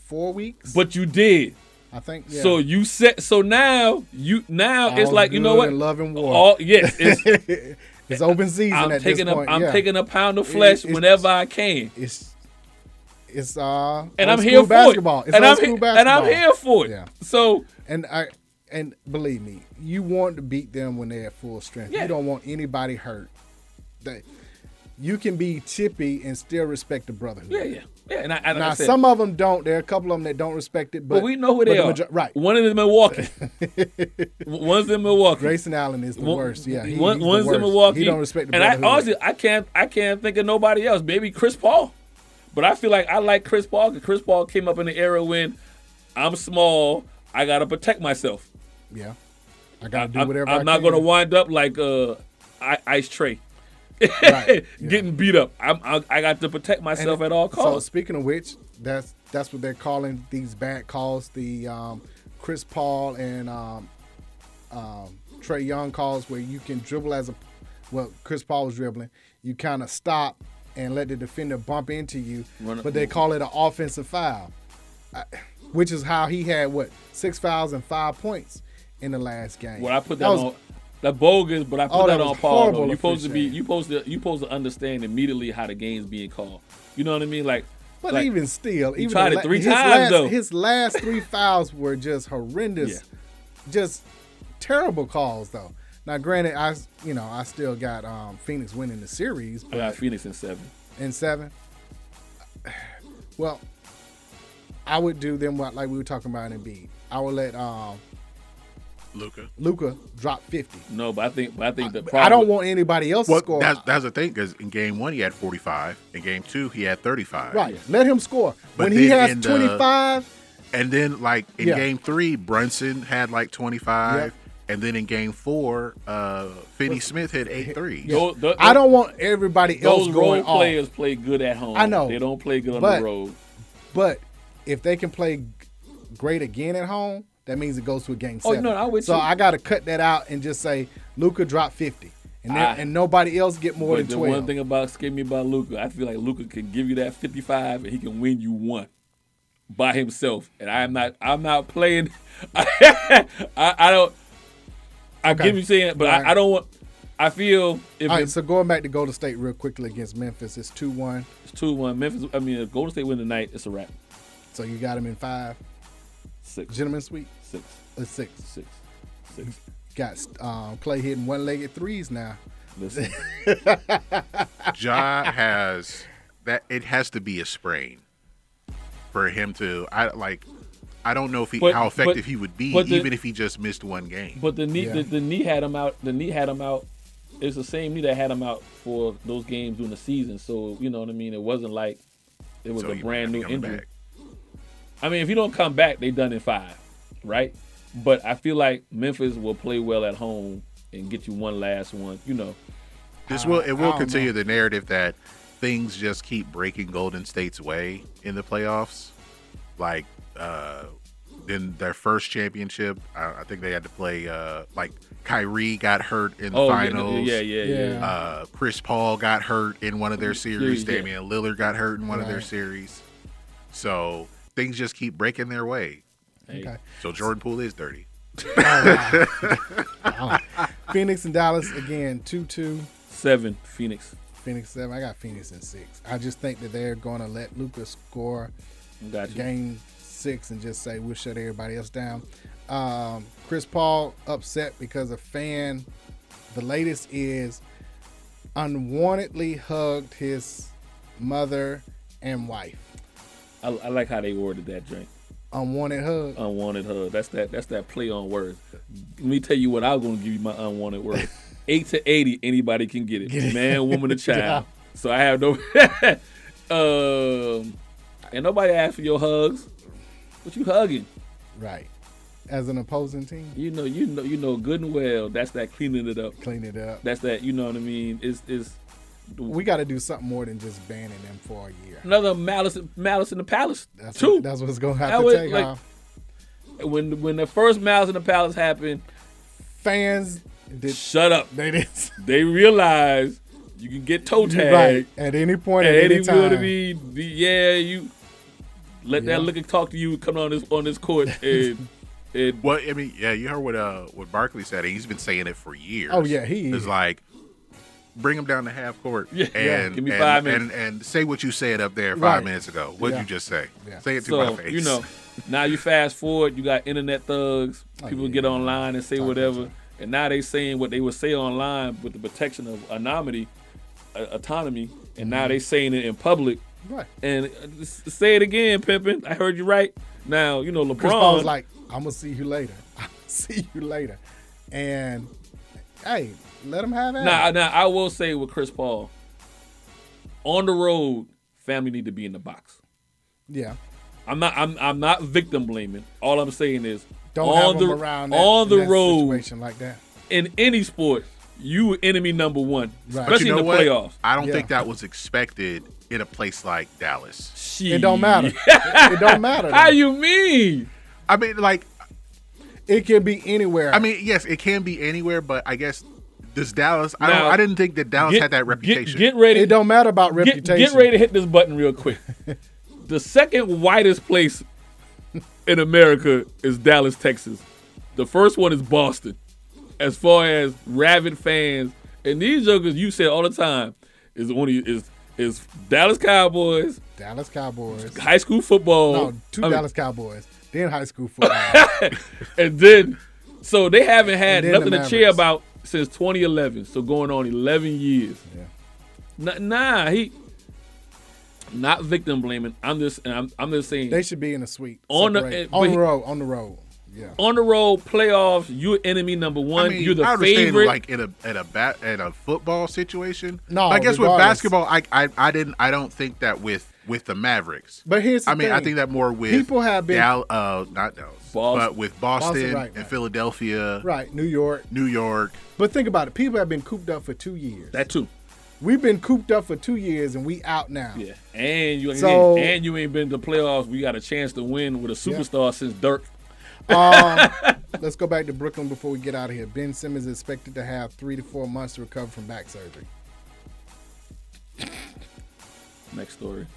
D: four weeks?
B: But you did.
D: I think. Yeah.
B: So you set. So now you now it's
D: All
B: like you know
D: good
B: what?
D: and love and war.
B: All, yes, it's,
D: It's open season
B: I'm
D: at this
B: taking
D: point,
B: A, I'm
D: yeah.
B: taking a pound of
D: It-
B: flesh
D: it's-
B: whenever I can.
D: It's it's uh old
B: and I'm
D: school
B: here for
D: basketball.
B: it.
D: It's
B: and
D: old
B: I'm
D: school
B: he- and I'm
D: basketball.
B: here for it.
D: Yeah.
B: So
D: and I and believe me, you want to beat them when they're at full strength.
B: Yeah.
D: You don't want anybody hurt. They, you can be chippy and still respect the brotherhood.
B: yeah, yeah, yeah. And I, and
D: now
B: I said,
D: some of them don't. There are a couple of them that don't respect it,
B: but,
D: but,
B: we know who
D: but
B: they
D: the
B: are.
D: major- right?
B: One of them in Milwaukee. W- one's in Milwaukee.
D: Grayson Allen is the worst. Yeah, he-
B: one,
D: he's the
B: one's
D: worst.
B: in Milwaukee.
D: He don't respect the
B: And I
D: brotherhood.
B: honestly, I can't, I can't think of nobody else. Maybe Chris Paul, but I feel like I like Chris Paul because Chris Paul came up in the era when I'm small. I gotta protect myself.
D: Yeah, I gotta do
B: I'm-
D: whatever.
B: I'm
D: I
B: not
D: can.
B: gonna wind up like uh, I, ice tray, getting beat up. I'm, I, I got to protect
D: And
B: myself
D: it-
B: at all
D: So
B: costs.
D: speaking of which, that's that's what they're calling these bad calls. The um, Chris Paul and um, um, Trey Young calls where you can dribble as a well. Chris Paul was dribbling. You kind of stop and let the defender bump into you,
B: Run-
D: but they call it an offensive foul, I- which is how he had what six fouls and five points in the last game.
B: Well, I put that,
D: was-
B: on that bogus, but I put
D: Oh,
B: that,
D: that
B: on
D: was
B: Paul. though.
D: horrible
B: You supposed to be you supposed to you supposed to understand immediately how the game's being called. You know what I mean? Like,
D: But
B: like,
D: even still,
B: he
D: even
B: tried
D: the
B: it
D: la-
B: three
D: his
B: times
D: last,
B: though.
D: His last three fouls were just horrendous, just terrible calls though. Now, granted, I s- you know I still got um, Phoenix winning the series,
B: I
D: but
B: got Phoenix in seven.
D: in seven. Well, I would do them what like we were talking about in B. I would let um,
A: Luca.
D: Luca drop fifty.
B: No, but I think but I think the
D: I
B: problem
D: don't want anybody else
A: Well,
D: to score.
A: that's, that's the thing because in game one he had 45, in game two he had 35.
D: right, let him score.
A: But
D: when he
A: then
D: has
A: in the-
D: twenty five,
A: And then like in
D: Yeah.
A: game three, Brunson had like 25.
D: Yep.
A: And then in game four, uh, Finney Smith had eight threes.
B: Those- those-
D: I don't want everybody else
B: those
D: going
B: role
D: off.
B: players play good at home.
D: I know.
B: they don't play good on
D: But-
B: the road.
D: But if they can play g- great again at home, that means it goes to a game
B: Oh,
D: seven.
B: no, I'm with
D: so
B: you.
D: I got to cut that out and just say Luca dropped fifty, and then,
B: Ah.
D: and nobody else get more
B: but
D: than
B: the
D: twelve.
B: one thing about scared me about Luca, I feel like Luca can give you that fifty five and he can win you one by himself. And I'm not I'm not playing I, I don't I
D: Okay.
B: give you saying, but I, I don't want I feel if
D: All right,
B: it's
D: so going back to Golden State real quickly against Memphis, it's two one.
B: two one Memphis I mean if Golden State win tonight, it's a wrap.
D: So you got him in five.
B: Six.
D: Gentlemen sweep.
B: Six.
D: It's six.
B: Six. Six.
D: Got um, Clay hitting one legged threes now.
B: Listen.
A: Ja has that it has to be a sprain for him to I like I don't know if he
B: But-
A: how effective
B: but-
A: he would be
B: but the-
A: even if he just missed one game.
B: But the knee,
A: Yeah.
B: the, the knee had him out. The knee had him out. It's the same knee that had him out for those games during the season. So you know what I mean. It wasn't like it was
A: So
B: a
A: he might not
B: brand
A: be
B: new
A: coming
B: injury.
A: back.
B: I mean, if you don't come back, they done in five, right? But I feel like Memphis will play well at home and get you one last one. You know,
A: This will it
B: I
A: will
B: don't
A: continue
B: know.
A: the narrative that things just keep breaking Golden State's way in the playoffs. Like uh in their first championship, I, I think they had to play uh like Kyrie got hurt in the
B: Oh, yeah,
A: finals.
B: yeah, yeah, yeah. Yeah.
A: Uh Chris Paul got hurt in one of their series.
B: Series, yeah.
A: Damian Lillard got hurt in one of their
D: Right.
A: series. So things just keep breaking their way.
D: Okay.
A: So Jordan Poole is dirty.
D: Uh, Phoenix and Dallas again, two two.
B: seven Phoenix.
D: Phoenix seven. I got Phoenix in six. I just think that they're going to let Luca score
B: Got you.
D: game six and just say we'll shut everybody else down. Um, Chris Paul upset because a fan. The latest is unwantedly hugged his mother and wife.
B: I, I like how they worded that drink.
D: Unwanted hug.
B: Unwanted hug. That's that. That's that play on words. Let me tell you what I'm gonna give you my unwanted word. Eight to eighty, anybody can get it.
D: Get it.
B: Man, woman, or child. So I have no. um, and nobody asked for your hugs. What you hugging?
D: Right. as an opposing team?
B: You know, you know, you know good and well that's that cleaning it up.
D: Clean it up.
B: That's that. You know what I mean? Is is
D: We got to do something more than just banning them for a year.
B: another malice malice in the palace
D: That's
B: too.
D: what- that's what's gonna have
B: That
D: to
B: was,
D: take
B: like,
D: off.
B: When when the first malice in the palace happened,
D: fans did
B: shut up.
D: They didn't.
B: They realized you can get toe tagged
D: Right. At any point, at any
B: will to
D: time.
B: be, be- yeah you let
D: Yeah.
B: that looker talk to you come on this on this court and and
A: Well, I mean, yeah, you heard what uh what Barkley said. and He's been saying it for years.
D: Oh, yeah, he
A: is
D: is.
A: like bring him down to half court.
B: Yeah.
A: and,
B: Yeah, give me
A: and,
B: five
A: And,
B: minutes.
A: and say what you said up there five
B: Right.
A: minutes ago. What would
B: Yeah.
A: you just say?
B: Yeah.
A: Say it to
B: so,
A: my face.
B: You know, now you fast forward, you got internet thugs,
D: Oh,
B: people get online and say whatever, and now they saying what they would say online with the protection of anonymity, uh, autonomy, and
D: Mm-hmm.
B: now they saying it in public.
D: Right.
B: And uh, s- say it again, Pippin. I heard you right. Now you know LeBron.
D: Chris Paul was like, "I'm gonna see you later. I'm gonna see you later," and hey, let him have it.
B: Now, now I will say with Chris Paul, on the road, family need to be in the box.
D: yeah,
B: I'm not. I'm. I'm not victim blaming. All I'm saying is,
D: don't
B: on
D: have
B: the
D: him around that,
B: on
D: in
B: the
D: that
B: road
D: situation like that.
B: in any sport, you enemy number one,
D: Right.
A: But
B: especially
A: you know
B: in the
A: what?
B: playoffs.
A: I don't think that was expected in a place like Dallas.
D: It don't matter. it don't matter.
B: How you mean?
A: I mean, like,
D: it could be anywhere.
A: I mean, yes, it can be anywhere, but I guess does Dallas? I
B: Now,
A: don't. I didn't think that Dallas
B: get-
A: had that reputation.
B: Get, get ready.
D: It don't matter about
B: Get,
D: reputation.
B: get ready to hit this button real quick. the second whitest place in America is Dallas, Texas. The first one is Boston. As far as rabid fans, and these jokers you said all the time is only is is Dallas Cowboys,
D: Dallas Cowboys.
B: high school football.
D: No, two
B: I mean,
D: Dallas Cowboys. Then high school football.
B: and then so they haven't had
D: And then the
B: nothing to cheer
D: Mavericks.
B: about since 2011. So going on 11 years. Nah, nah, he not victim blaming. I'm just and I'm, I'm just saying
D: they should be in a suite.
B: On the-
D: separate.
B: uh, but
D: on
B: he-
D: the road. On the road. Yeah.
B: on the road playoffs. You're enemy number one.
A: I mean,
B: you're the
A: I understand,
B: favorite.
A: Like in a in a bat in a football situation.
D: No,
A: I guess with
D: regardless.
A: basketball, I, I I didn't. I don't think that with with the Mavericks.
D: But here's the
A: I mean, I
D: thing.
A: think that more with
D: People have been-
A: Dal- uh, not Dallas, but with Boston,
D: Boston, right,
A: and Philadelphia,
D: Right. New York.
A: New York.
D: But think about it. People have been cooped up for two years.
B: That too.
D: We've been cooped up for two years and we out now.
B: Yeah. And you
D: So-
B: and you ain't been to playoffs. We got a chance to win with a
D: Yeah.
B: superstar since Dirk.
D: Um, let's go back to Brooklyn before we get out of here. Ben Simmons is expected to have three to four months to recover from back surgery.
B: Next story.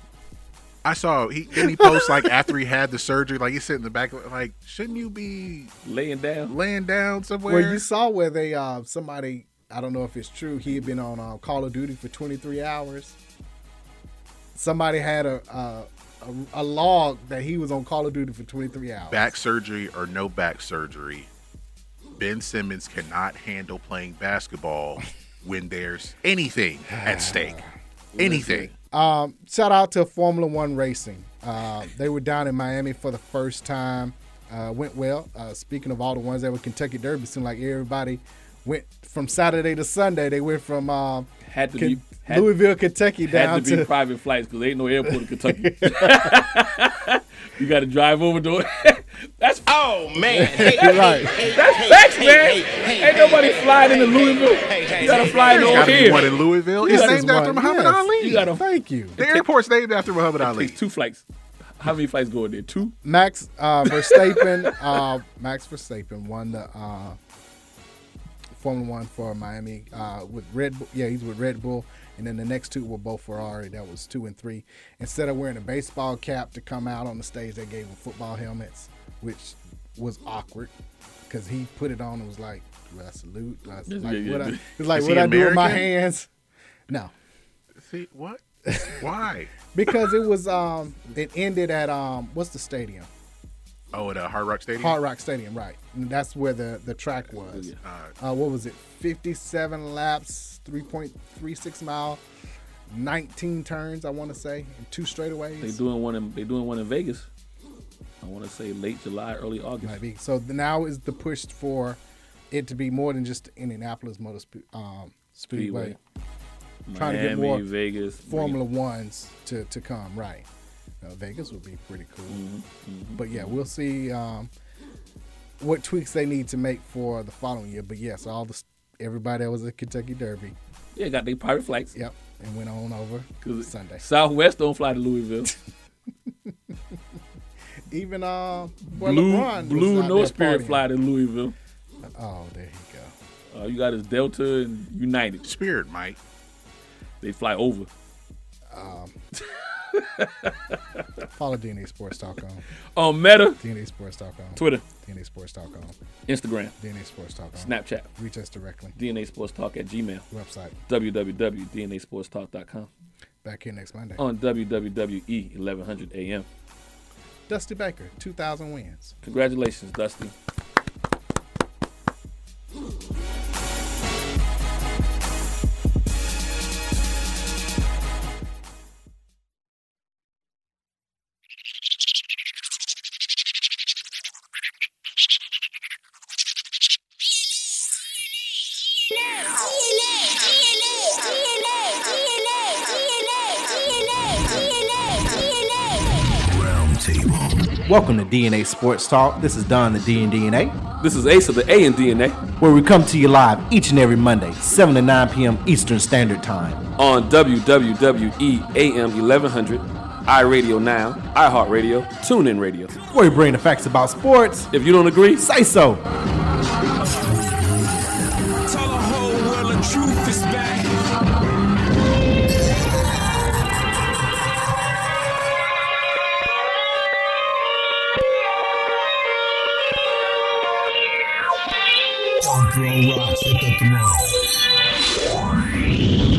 A: I saw he didn't he post like after he had the surgery, like he's sitting in the back, like shouldn't you be
B: laying down,
A: laying down somewhere?
D: Well, you saw where they uh somebody I don't know if it's true. He had been on uh, Call of Duty for 23 hours. Somebody had a, a a a log that he was on Call of Duty for 23 hours.
A: back surgery or no back surgery, Ben Simmons cannot handle playing basketball when there's anything at stake. Anything.
D: Um, shout out to Formula One Racing. Uh, they were down in Miami for the first time. Uh, went well. Uh, speaking of all the ones that were Kentucky Derby, seemed like everybody went from Saturday to Sunday. They went from um,
B: Had to
D: Ken-
B: be- had-
D: Louisville, Kentucky, down
B: Had to be private flights because there ain't no airport in Kentucky. you got to drive over to it. That's oh man,
D: You're right.
B: that's facts, man. ain't nobody flying into Louisville. you got to fly
A: There's
B: over
A: gotta be
B: here.
A: one in Louisville.
D: Yeah,
A: It's
D: there's
A: named after
D: one.
A: Muhammad
D: Yes.
A: Ali.
B: You got to
D: Thank you.
A: the airport's named after Muhammad Ali.
B: two flights. How many flights go in there? Two.
D: Max uh, Verstappen, uh, Max Verstappen won the uh, Formula One for Miami uh, with Red Bull. Yeah, he's with Red Bull, and then the next two were both Ferrari. That was two and three. Instead of wearing a baseball cap to come out on the stage, they gave him football helmets, which was awkward because he put it on and was like, "Do I salute? Do I,
B: Yeah,
D: like,
B: yeah,
D: what
B: yeah.
D: I, it's like
A: Is
D: what
A: he
D: I do with my
A: American?
D: hands." No,
A: See what? Why?
D: because it was um, it ended at um, what's the stadium?
A: Oh, at uh, Hard Rock Stadium.
D: Hard Rock Stadium, right? And that's where the the track was. Uh, what was it? Fifty-seven laps, three point three six mile, nineteen turns. I want to say, and two straightaways.
B: They doing one in. They doing one in Vegas. I want to say late July, early August.
D: Might be. So the- now is the push for it to be more than just Indianapolis Motor Spe- um, Speedway.
B: Speedway.
D: Trying to get
B: Miami,
D: more
B: Vegas,
D: Formula Ones to to come, right? Uh, Vegas would be pretty cool. But yeah, we'll see. Um, what tweaks they need to make for the following year. But yes, all the everybody that was at Kentucky Derby.
E: Yeah, got their private flights.
D: Yep, and went on over Sunday.
E: Southwest don't fly to Louisville.
D: Even uh, boy
E: blue,
D: LeBron
E: blue,
D: was out
E: no
D: there
E: spirit
D: partying.
E: fly to Louisville.
D: Oh, there you
E: go. Uh, you got is Delta and United. Spirit, Mike. They fly over.
D: Um, follow DNA Sports Talk on.
E: On Um, Meta.
D: DNA Sports Talk on.
E: Twitter.
D: DNA Sports Talk on.
E: Instagram.
D: DNA Sports Talk on.
E: Snapchat.
D: Reach us directly.
E: DNA Sports Talk at Gmail.
D: Website.
E: www.dnasportstalk.com.
D: Back here next Monday.
E: On E WWE 1100 AM.
D: Dusty Baker, 2,000 wins.
E: Congratulations, Dusty.
H: Welcome to DNA Sports Talk. This is Don the D and DNA.
K: This is Ace of the A and DNA
H: where we come to you live each and every Monday, 7 to 9 p.m. Eastern Standard Time.
K: on E WWE AM 1100, iRadio Now, iHeartRadio, TuneIn Radio.
H: Where we bring the facts about sports.
K: If you don't agree,
H: say so.
B: Tell the whole world the truth is back.
J: Don't throw rocks at the throne.